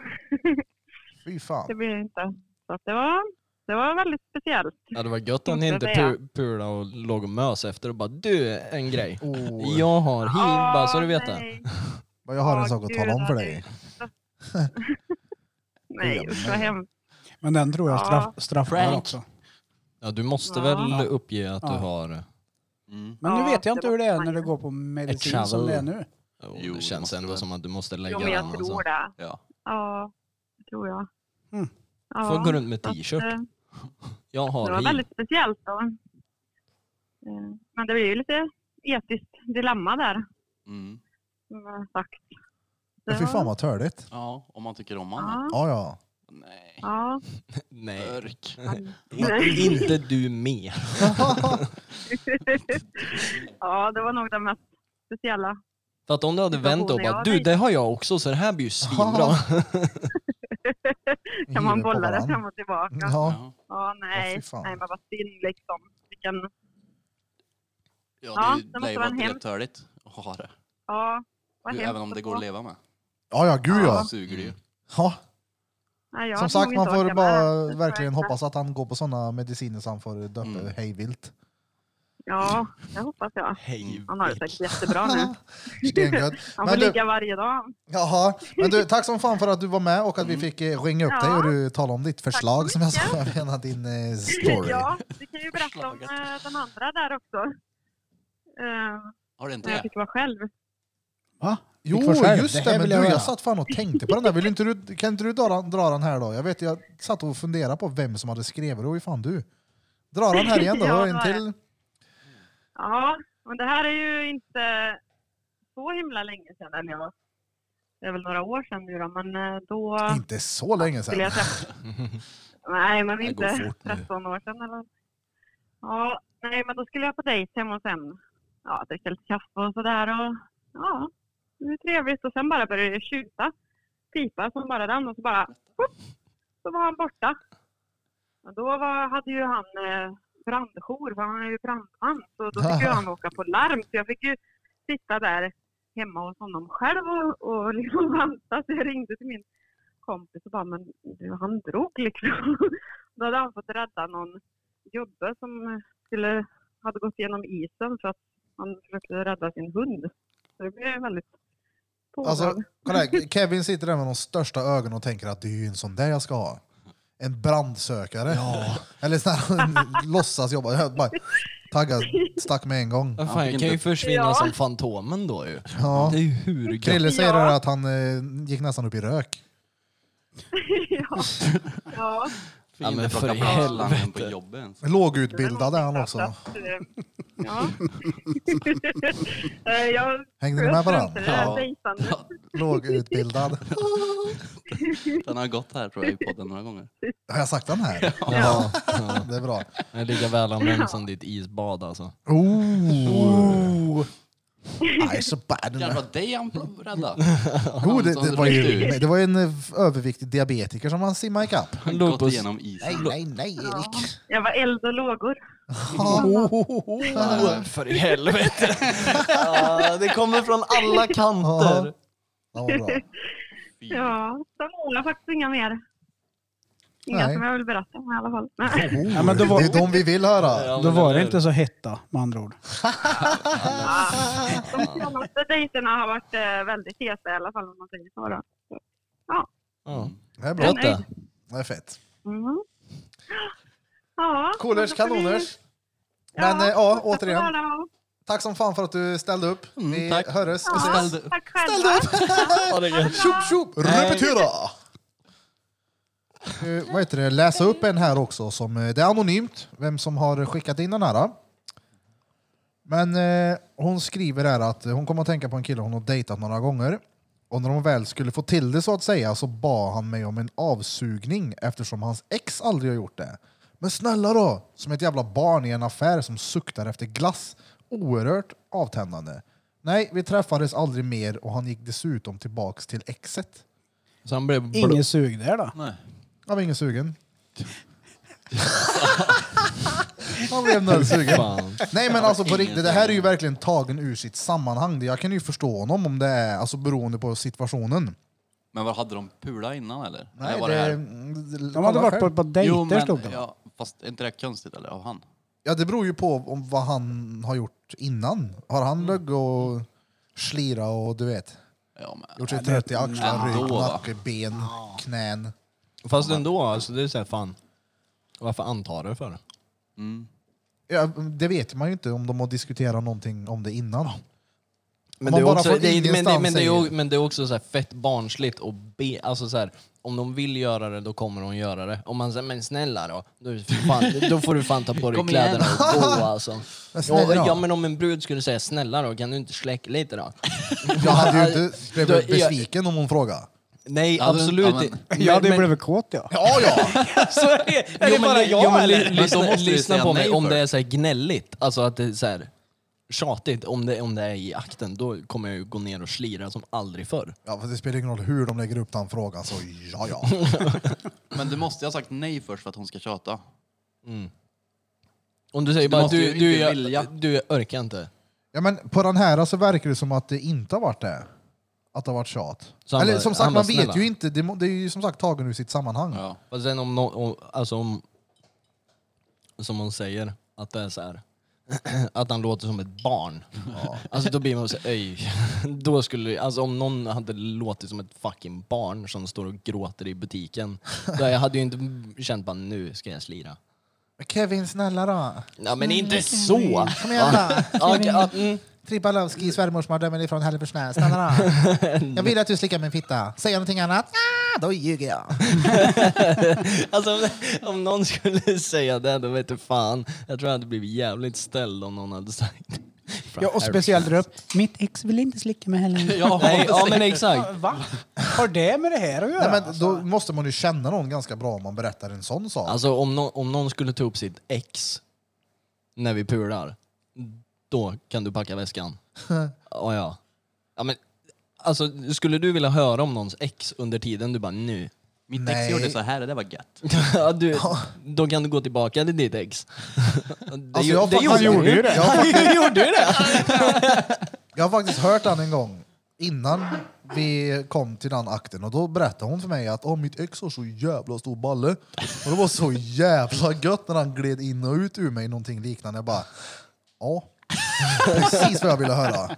Speaker 1: Fy
Speaker 5: det
Speaker 1: fan.
Speaker 5: blir det inte. Så att det, var, det var väldigt speciellt.
Speaker 6: Ja, det var gött att ni
Speaker 5: Måste
Speaker 6: inte
Speaker 5: jag säga.
Speaker 6: pu- pulade och låg och mös efter och bara du, en grej.
Speaker 1: Oh,
Speaker 6: Jag har hiv, bara så du vet det.
Speaker 5: nej.
Speaker 1: Jag har en
Speaker 5: Åh,
Speaker 1: sak att
Speaker 5: Gud,
Speaker 1: tala om för
Speaker 5: vad
Speaker 1: dig.
Speaker 5: Nej, usch vad hemskt.
Speaker 3: Men den tror jag straff, straffar
Speaker 6: Prank.
Speaker 3: också.
Speaker 6: Ja, du måste
Speaker 5: Ja.
Speaker 6: väl uppge att du
Speaker 3: Ja.
Speaker 6: har...
Speaker 4: Mm.
Speaker 3: Men nu
Speaker 5: Ja,
Speaker 3: vet jag
Speaker 5: det
Speaker 3: inte hur det
Speaker 5: måste
Speaker 3: är
Speaker 5: man
Speaker 3: när det
Speaker 5: ju.
Speaker 3: går på medicin
Speaker 6: Ett
Speaker 3: som det är
Speaker 6: travel.
Speaker 3: nu.
Speaker 6: Jo,
Speaker 4: Jo,
Speaker 6: det
Speaker 4: det
Speaker 6: känns
Speaker 4: måste
Speaker 6: ändå
Speaker 4: väl.
Speaker 6: som att du måste lägga
Speaker 5: Jo, men jag
Speaker 6: den. Alltså.
Speaker 5: tror det.
Speaker 4: Ja.
Speaker 5: Ja, det tror jag.
Speaker 3: Mm.
Speaker 5: Ja,
Speaker 6: Får gå runt med
Speaker 5: så att,
Speaker 6: t-shirt.
Speaker 5: eh,
Speaker 6: Jag
Speaker 5: Det
Speaker 6: har
Speaker 5: var
Speaker 6: hiv.
Speaker 5: väldigt speciellt. Då. Eh, Men det blir ju lite etiskt dilemma där.
Speaker 4: Mm.
Speaker 5: som jag har Sagt.
Speaker 1: Ja, Fy fan vad törligt.
Speaker 4: ja, om man tycker om honom.
Speaker 5: Ja,
Speaker 1: Ja, ja.
Speaker 4: Nej.
Speaker 5: ja.
Speaker 6: Nej,
Speaker 4: Örk.
Speaker 6: inte- inte du med.
Speaker 5: ja, det var nog det mest speciella.
Speaker 6: För att om du hade vänt och bara
Speaker 5: Situationen,
Speaker 6: du,
Speaker 5: ja,
Speaker 6: det har jag också så det här blir ju svinbra.
Speaker 5: Kan
Speaker 1: Hiver
Speaker 5: man
Speaker 1: på
Speaker 5: bolla det
Speaker 1: varann.
Speaker 5: fram och tillbaka?
Speaker 1: Ja.
Speaker 4: Ja.
Speaker 5: Ja,
Speaker 1: Ja,
Speaker 5: nej.
Speaker 1: fy fan.
Speaker 5: nej, men vad synd liksom. Vilken,
Speaker 4: Ja,
Speaker 5: Ja,
Speaker 4: det
Speaker 5: det
Speaker 4: lär
Speaker 5: måste
Speaker 4: ju
Speaker 5: vara
Speaker 4: vara
Speaker 5: en
Speaker 4: rätt
Speaker 5: hemsk-
Speaker 4: törligt att ha det.
Speaker 5: ja, vad
Speaker 4: Du,
Speaker 5: hemskt
Speaker 4: även om det
Speaker 5: att Mm.
Speaker 4: går
Speaker 5: få.
Speaker 4: att leva med.
Speaker 1: ja, ja gud ja.
Speaker 4: Så suger det ju.
Speaker 1: ja.
Speaker 5: Nej, jag
Speaker 1: Som
Speaker 5: har
Speaker 1: sagt,
Speaker 5: nog
Speaker 1: man
Speaker 5: inte
Speaker 1: får
Speaker 5: orkat
Speaker 1: bara
Speaker 5: med det.
Speaker 1: verkligen hoppas att han går på sådana mediciner så han får döpa
Speaker 4: Mm.
Speaker 1: hejvilt.
Speaker 5: Ja, det hoppas jag.
Speaker 6: Hej,
Speaker 5: Han har det säkert jättebra nu.
Speaker 1: Stengött.
Speaker 5: Han får
Speaker 1: Men du,
Speaker 5: ligga varje dag.
Speaker 1: jaha. Men du, tack som fan för att du var med och att vi fick eh, ringa upp
Speaker 5: Ja.
Speaker 1: dig och du talade om ditt förslag
Speaker 5: så
Speaker 1: som jag
Speaker 5: mycket.
Speaker 1: sa, jag menar din eh, story.
Speaker 5: Ja, du kan ju berätta om
Speaker 4: Förslaget.
Speaker 5: eh, den andra där också. Eh,
Speaker 4: Har det inte
Speaker 5: när jag
Speaker 4: det?
Speaker 5: fick vara själv.
Speaker 3: Va?
Speaker 1: Jo,
Speaker 3: Fick vara själv.
Speaker 1: just det.
Speaker 3: här
Speaker 1: men
Speaker 3: vill
Speaker 1: du,
Speaker 3: göra.
Speaker 1: jag satt fan och tänkte på den där. Vill inte du, kan inte du dra, dra den här då? Jag vet, jag satt och funderade på vem som hade skrivit det. Och fan du. Dra den här igen då.
Speaker 5: Ja,
Speaker 1: en
Speaker 5: dra den.
Speaker 1: till.
Speaker 5: Ja, men det här är ju inte så himla länge sedan. Eller ja, det är väl några år sedan nu då. Men eh, då
Speaker 1: Inte så länge
Speaker 5: skulle
Speaker 1: sedan.
Speaker 5: jag träffa... Nej, men
Speaker 4: Det går
Speaker 5: inte
Speaker 4: fort nu.
Speaker 5: 13 år sedan eller Ja, nej men då skulle jag på dejt hemma hos en. Ja, dricka lite kaffe och sådär och ja, det är trevligt. Och sen bara började det tjuta. Pipa som bara den och så bara pop, så var han borta. Och då var, hade ju han eh, brandjour, för han är ju brandman. Så då fick ju han åka på larm. Så jag fick ju sitta där hemma hos honom själv och, och liksom vänta. Så jag ringde till min kompis och bara, men du, han drog liksom. Då hade han fått rädda någon gubbe som eh, skulle, hade gått igenom isen för att han försökte rädda sin hund. Så det blev väldigt pådrag.
Speaker 1: Alltså, kolla här. Kevin sitter där med de största ögonen och tänker att det är ju en sån där jag ska ha. En brandsökare. Eller sån här en låtsasjobbare. Jag bara Taggad. Stack med en gång.
Speaker 6: Vad
Speaker 4: Han
Speaker 6: fan,
Speaker 4: fick
Speaker 6: jag kan ju
Speaker 4: inte-
Speaker 6: försvinna
Speaker 5: Ja.
Speaker 6: som Fantomen då ju.
Speaker 1: Ja.
Speaker 6: Det är ju hur gött.
Speaker 1: Krille säger
Speaker 5: Ja.
Speaker 1: att han eh, gick nästan upp i rök.
Speaker 5: ja.
Speaker 1: Alltså,
Speaker 5: ja.
Speaker 4: Fick
Speaker 6: Ja, men
Speaker 4: inte
Speaker 6: för
Speaker 4: plocka
Speaker 6: i
Speaker 4: brandlarmen på
Speaker 6: helvete.
Speaker 4: jobbet ens.
Speaker 1: Lågutbildad är han också.
Speaker 5: Ja. Eh, jag
Speaker 1: Hängde ni med varandra?
Speaker 5: struntar i det här
Speaker 4: Ja.
Speaker 5: dejtandet.
Speaker 1: Lågutbildad.
Speaker 4: Den har gått här tror jag i podden några gånger.
Speaker 1: Har jag sagt den här?
Speaker 6: Ja.
Speaker 1: Ja, det är bra.
Speaker 6: Den är lika välanvänd som ditt isbad alltså.
Speaker 1: Oh. Nej, så bad. den
Speaker 4: Jävlar
Speaker 1: där.
Speaker 4: dig han pl- rädda.
Speaker 1: Jo,
Speaker 4: Han
Speaker 1: det,
Speaker 4: som
Speaker 1: det, var ju,
Speaker 4: ryckte
Speaker 1: nej,
Speaker 4: ut.
Speaker 1: det var ju en eh, överviktig diabetiker som han simmade ikapp.
Speaker 4: Han
Speaker 6: Låg
Speaker 4: gått
Speaker 6: på s-
Speaker 4: igenom isen.
Speaker 1: nej, nej
Speaker 5: Ja. Jag var eld och lågor.
Speaker 6: Oh, för i helvete! Ja, det kommer från alla
Speaker 1: Ja,
Speaker 6: kanter.
Speaker 1: vad bra.
Speaker 4: Fy.
Speaker 5: Ja, sen har jag faktiskt inga mer. Inga
Speaker 1: Nej.
Speaker 5: som jag vill berätta om i alla fall. Nej.
Speaker 3: Ja, men då var-
Speaker 1: Det är de vi vill höra.
Speaker 6: Ja,
Speaker 3: Då
Speaker 6: men
Speaker 3: var det
Speaker 6: eller-
Speaker 3: inte så hetta med andra ord.
Speaker 5: De senaste dejterna har varit eh, väldigt heta i alla fall om man säger så. Då.
Speaker 6: Ja.
Speaker 1: Det är bra.
Speaker 6: Gött det.
Speaker 1: Det är fett.
Speaker 5: Mhm. Ja,
Speaker 1: Coolers,
Speaker 5: men då får vi-
Speaker 1: kanoners.
Speaker 5: Ja,
Speaker 1: Men eh, ja,
Speaker 5: tack för
Speaker 1: återigen,
Speaker 5: idag.
Speaker 1: tack som fan för att du ställde upp.
Speaker 4: Mm,
Speaker 1: Vi
Speaker 4: tack.
Speaker 1: hörs.
Speaker 5: Ja,
Speaker 4: Ställ dig.
Speaker 5: Tack själva.
Speaker 6: Ja, det är gött.
Speaker 1: Tjopp tjopp!
Speaker 6: Nej.
Speaker 1: Repetera! Nu, Eh, vad heter det? Läsa upp en här också. Som, eh, det är anonymt vem som har skickat in den här. Men eh, hon skriver här att eh, hon kommer att tänka på en kille hon har dejtat några gånger. Och när hon väl skulle få till det så att säga så bad han mig om en avsugning eftersom hans ex aldrig har gjort det. Men snälla då! Som ett jävla barn i en affär som suktar efter glass. Oerhört avtändande. Nej, vi träffades aldrig mer och han gick dessutom tillbaks till exet.
Speaker 6: Så han blev blå.
Speaker 3: Ingen sug där då.
Speaker 4: Nej.
Speaker 1: Jag var ingen sugen. Han blev nödsugen.
Speaker 6: Fan.
Speaker 1: Nej men alltså på riktigt, det här är ju verkligen tagen ur sitt sammanhang. Jag kan ju förstå honom om det är alltså beroende på situationen.
Speaker 4: Men vad hade de pula innan eller?
Speaker 1: Nej,
Speaker 4: var
Speaker 1: det,
Speaker 4: här?
Speaker 1: det,
Speaker 3: De hade varit på, på
Speaker 4: Jo,
Speaker 3: dejter stod
Speaker 4: men,
Speaker 3: det.
Speaker 4: ja, fast är inte det konstigt eller? Av han?
Speaker 1: Ja det beror ju på om vad han har gjort innan. Har han lögg och slira och du vet.
Speaker 4: Ja, men.
Speaker 1: Gjort sig trött i axlar,
Speaker 4: nej.
Speaker 1: rygg,
Speaker 4: Då, va?
Speaker 1: nacke, ben, knän.
Speaker 6: Fast ändå, alltså, det är så här, fan. Varför antar du för?
Speaker 4: Mm.
Speaker 1: Ja, det vet man ju inte om de har diskuterat någonting om det innan.
Speaker 6: Men
Speaker 1: Man
Speaker 6: det, är
Speaker 1: bara
Speaker 6: också,
Speaker 1: från
Speaker 6: det, är- men, det,
Speaker 1: ingenstans
Speaker 6: men, det är,
Speaker 1: säger-
Speaker 6: o- men det är också så här fett barnsligt och be, alltså så här, om de vill göra det då kommer de göra det. Om man säger men snälla då, då, fan, då får du fan ta på dig
Speaker 4: Kom igen.
Speaker 6: kläderna och gå alltså.
Speaker 1: Men snälla
Speaker 6: Ja,
Speaker 1: då.
Speaker 6: ja men om en brud skulle säga snälla då, kan du inte släcka lite då?
Speaker 1: Jag hade ju inte
Speaker 6: Då-
Speaker 1: blivit
Speaker 6: jag-
Speaker 1: besviken om hon frågade.
Speaker 6: Nej
Speaker 4: Ja, men-
Speaker 6: absolut
Speaker 4: ja, men-
Speaker 6: inte.
Speaker 3: Jag hade ju
Speaker 6: Men-
Speaker 3: blivit kåt ja.
Speaker 1: Ja, ja!
Speaker 3: Så är det, är det
Speaker 6: men-
Speaker 3: bara jag
Speaker 6: jo, men,
Speaker 3: eller?
Speaker 6: ly- lyssna,
Speaker 4: Men då måste du
Speaker 6: lyssna
Speaker 4: säga
Speaker 6: på mig,
Speaker 4: nej
Speaker 6: om
Speaker 4: först.
Speaker 6: det är så här gnälligt, alltså att det är så här tjatigt, om det, om det är i akten, då kommer jag ju gå ner och slira som aldrig förr.
Speaker 1: Ja, för det spelar ingen roll hur de lägger upp den frågan, så ja, ja.
Speaker 4: men du måste ju ha sagt nej först för att hon ska tjata.
Speaker 6: Om du säger
Speaker 4: Du
Speaker 6: bara
Speaker 4: måste ju
Speaker 6: du,
Speaker 4: inte
Speaker 6: du,
Speaker 4: vilja."
Speaker 6: jag, du, jag orkar inte.
Speaker 1: ja men på den här så verkar det som att det inte har varit det. Att det har varit tjat.
Speaker 6: Så han
Speaker 1: Eller
Speaker 6: bara-
Speaker 1: som sagt,
Speaker 6: han
Speaker 1: man
Speaker 6: bara,
Speaker 1: vet
Speaker 6: "Snälla."
Speaker 1: ju inte. Det, må- det är ju som sagt tagen ur sitt sammanhang. Ja,
Speaker 4: Ja.
Speaker 6: Fast sen om, nå- om, alltså om som hon säger, att det är så här att han låter som ett barn. Alltså då blir man så här, "Oj." då skulle, alltså om någon hade låtit som ett fucking barn som står och gråter i butiken, då jag hade ju inte känt bara nu ska jag slira.
Speaker 1: Kevin, snälla då.
Speaker 6: Ja men inte så!
Speaker 1: Kom igen då.
Speaker 6: Ja, okej, ja, mm.
Speaker 1: Tripalowski, svärmorsmördaren ifrån Hälleforsnäs. Na, na, na. Jag vill att du slickar min fitta. Säger jag någonting annat? Ah, då ljuger jag.
Speaker 6: Alltså om, om någon skulle säga det, då vet du fan. Jag tror jag hade blivit jävligt ställd om någon hade sagt det.
Speaker 3: Ja, och speciellt där upp. Mitt ex vill inte slicka mig heller.
Speaker 4: Ja,
Speaker 6: Nej, ja men exakt.
Speaker 3: Va? Har det med det här att göra?
Speaker 1: Nej, men då måste man ju känna någon ganska bra om man berättar en sån sak.
Speaker 6: Alltså om, nå- om någon skulle ta upp sitt ex när vi pular, då kan du packa väskan. Ja, ja. ja men, alltså, skulle du vilja höra om någons ex under tiden du bara nu?
Speaker 4: Mitt
Speaker 1: Nej.
Speaker 4: ex gjorde så här, det där var gött.
Speaker 6: Ja, du, då kan du gå tillbaka till ditt ex. Det,
Speaker 1: Alltså,
Speaker 6: gjo-
Speaker 1: jag
Speaker 6: det
Speaker 1: fa- han gjorde ju det. Jag har,
Speaker 6: Han gjorde ju det!
Speaker 1: jag har faktiskt hört han en gång innan vi kom till den akten och då berättade hon för mig att oh, mitt ex har så jävla stor balle. Och det var så jävla gött när han gled in och ut ur mig någonting liknande. Jag bara, ja. Precis vad jag ville höra.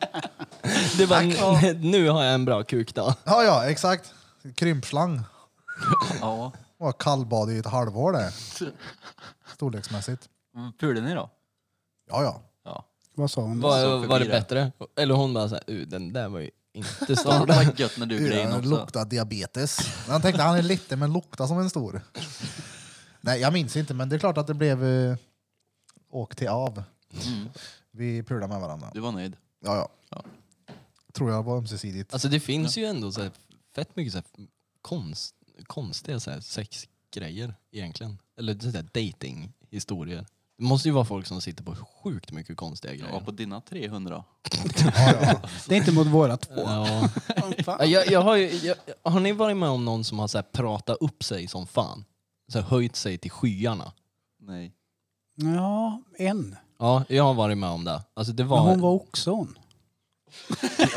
Speaker 6: Det var, n- nu har jag en bra kuk då.
Speaker 1: Ja, ja, exakt. Krympslang.
Speaker 4: Ja.
Speaker 1: var kallbad i ett halvår det. Storleksmässigt.
Speaker 4: Pulade ni Mm, då?
Speaker 1: Ja, ja.
Speaker 4: Ja.
Speaker 3: Vad sa hon?
Speaker 4: Så
Speaker 6: Var,
Speaker 4: förbi
Speaker 6: var det
Speaker 4: det.
Speaker 6: bättre? Eller hon bara såhär, "Uh, den där var ju inte
Speaker 4: Det
Speaker 6: stor.
Speaker 4: var gött när du gled in
Speaker 1: Uran
Speaker 4: också.
Speaker 1: luktar diabetes. Men Han tänkte han är liten men luktar som en stor. Nej, jag minns inte men det är klart att det blev eh, åk till av.
Speaker 6: Mm.
Speaker 1: Vi pulade med varandra.
Speaker 4: Du var nöjd.
Speaker 1: Ja, ja.
Speaker 4: Ja.
Speaker 1: Tror jag var ömsesidigt.
Speaker 6: Alltså det finns ju ändå så här, fett mycket så här, konst, konstiga så här, sexgrejer egentligen. Eller så här, datinghistorier. Det måste ju vara folk som sitter på sjukt mycket konstiga
Speaker 4: Jag var
Speaker 6: grejer.
Speaker 4: på dina 300.
Speaker 3: Det är inte mot våra två.
Speaker 6: Ja. Ja, jag, jag har, ju, jag, har ni varit med om någon som har så här, pratat upp sig som fan? Så här, höjt sig till skyarna?
Speaker 4: Nej.
Speaker 3: Ja, en.
Speaker 6: Ja, jag har varit med om det. Alltså det
Speaker 3: Men
Speaker 6: var...
Speaker 3: hon var också hon.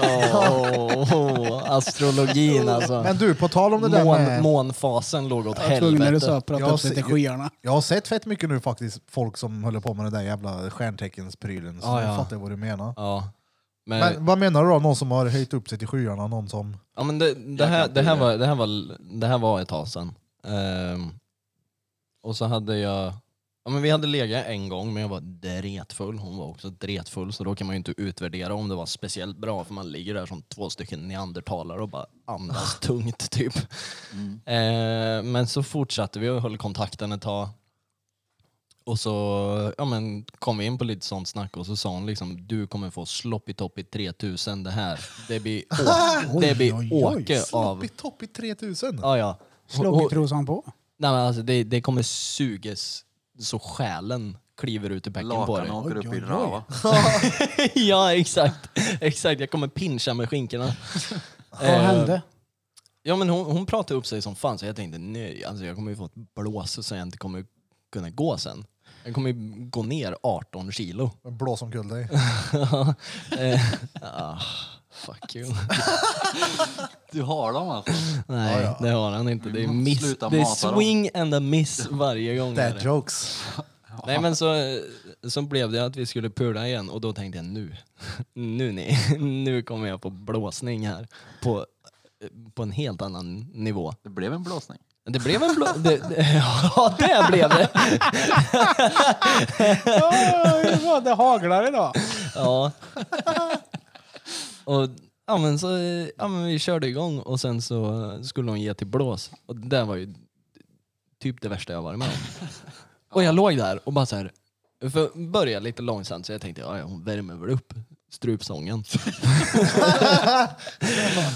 Speaker 6: Åh, astrologin alltså.
Speaker 1: Men du, på tal om det där
Speaker 6: Mån,
Speaker 1: med...
Speaker 6: månfasen låg åt
Speaker 3: Jag var tvungen när du sa
Speaker 6: helvete.
Speaker 3: att prata
Speaker 1: Jag
Speaker 3: upp sig
Speaker 1: ser-
Speaker 3: till skyarna.
Speaker 1: Jag har sett fett mycket nu faktiskt, folk som håller på med den där jävla stjärnteckensprylen. Så
Speaker 6: Ja, Eh.
Speaker 1: nu
Speaker 6: ja.
Speaker 1: fattar jag vad du menar.
Speaker 6: Ja. Men,
Speaker 1: Men vad menar du då? Någon som har höjt upp sig till skyarna? Någon som...
Speaker 6: Ja, men det, det, här, det, här var, det, här var, det här var ett tag sedan. Ehm, och så hade jag... Ja, men vi hade legat en gång, men jag var dretfull. Hon var också dretfull, så då kan man ju inte utvärdera om det var speciellt bra, för man ligger där som två stycken neandertalare och bara andas tungt, typ.
Speaker 4: Mm.
Speaker 6: Ehm, men så fortsatte vi och höll kontakten ett tag. Och så ja, men, kom vi in på lite sånt snack och så sa hon liksom du kommer få sloppy toppy 3000 det här. Det blir, å- det blir åke av...
Speaker 1: Sloppy toppy 3000!
Speaker 6: Ja, ja. Hon- hon-
Speaker 3: Sloggytrosan på.
Speaker 6: Nej, men alltså, det, det kommer suges så själen kliver ut ur bäcken på dig.
Speaker 4: Lakan åker upp i rava.
Speaker 6: ja exakt. exakt, jag kommer pincha med skinkorna. Eh,
Speaker 3: Vad hände?
Speaker 6: Ja, men hon, hon pratade upp sig som fan så jag tänkte nej, alltså, jag kommer ju få ett blås så jag inte kommer kunna gå sen. Jag kommer ju gå ner 18 kilo.
Speaker 1: Blås omkull dig.
Speaker 6: Eh, ah, fuck you.
Speaker 4: Du har dem alltså.
Speaker 6: Nej,
Speaker 1: Ja,
Speaker 6: det har han inte. Det är,
Speaker 4: måste
Speaker 6: miss,
Speaker 4: sluta
Speaker 6: det är
Speaker 4: mata dem.
Speaker 6: swing and a miss varje gång. är
Speaker 1: Dad
Speaker 6: det.
Speaker 1: jokes.
Speaker 6: Nej, men så, eh, så blev det att vi skulle pula igen och då tänkte jag nu, nu, ni, nu kommer jag på blåsning här på, eh, på en helt annan nivå.
Speaker 4: Det blev en blåsning.
Speaker 6: Det blev en blå... Det, det, ja, det blev det!
Speaker 3: Oj, vad det haglar idag.
Speaker 6: Ja. Och ja, men så, eh, ja, men vi körde igång och sen så eh, skulle hon ge till blås. Och det där var ju typ det värsta jag varit med om. Och jag låg där och bara så här, för börja lite långsamt så jag tänkte ja, ja hon värmer väl upp strupsången.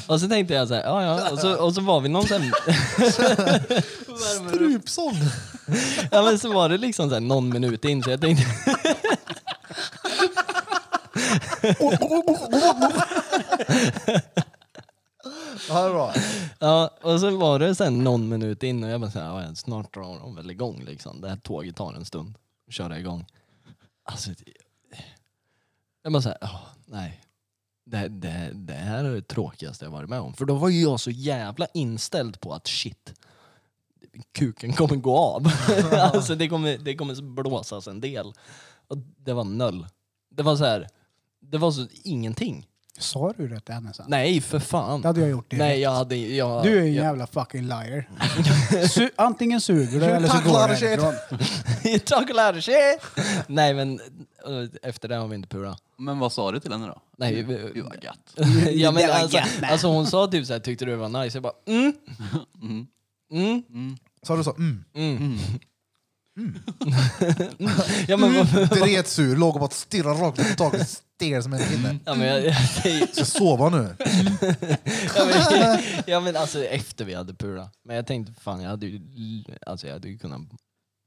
Speaker 6: och så tänkte jag så här, ja ja, och så, och så var vi någon sån
Speaker 1: Strupsång!
Speaker 6: Ja men så var det liksom så här någon minut in så jag tänkte...
Speaker 1: Ja, det är bra.
Speaker 6: Ja, och så var det sen någon minut in och jag bara såhär, ja, snart drar de väl igång liksom. Det här tåget tar en stund att köra igång. Alltså, det- jag bara såhär, åh, nej. Det, det, det här är det tråkigaste jag varit med om. För då var ju jag så jävla inställd på att shit, kuken kommer gå av. alltså det kommer, det kommer blåsas en del. Och det var noll. Det var så här, det var så ingenting.
Speaker 3: Sa du det till henne sen?
Speaker 6: Nej för fan.
Speaker 3: Det hade jag gjort direkt.
Speaker 6: Nej jag hade, jag,
Speaker 3: Du är en
Speaker 6: jag,
Speaker 3: jävla fucking liar. Su antingen suger du eller så
Speaker 1: tacklar
Speaker 3: går du
Speaker 1: du shit?
Speaker 3: härifrån.
Speaker 6: You talk a lot of shit. Nej men, eh, efter det har vi inte purat.
Speaker 4: Men vad sa du till henne då?
Speaker 6: Nej, vi-
Speaker 4: Gud vad gött.
Speaker 6: ja, men
Speaker 3: Det var
Speaker 6: alltså,
Speaker 3: gött, va?
Speaker 6: alltså hon sa typ såhär, tyckte du det var nice? Jag bara mm,
Speaker 4: Mm.
Speaker 6: mm,
Speaker 1: Sa du så? Mm.
Speaker 6: mm. ja, men, vad-
Speaker 1: Dret sur, låg och bara stirrade rakt på taket, stel som en pinne.
Speaker 6: ja, men, jag, jag, säger-
Speaker 1: Ska jag sova nu?
Speaker 6: ja, men, ja men alltså efter vi hade purat. Men jag tänkte fan jag hade ju, alltså, jag hade ju kunnat,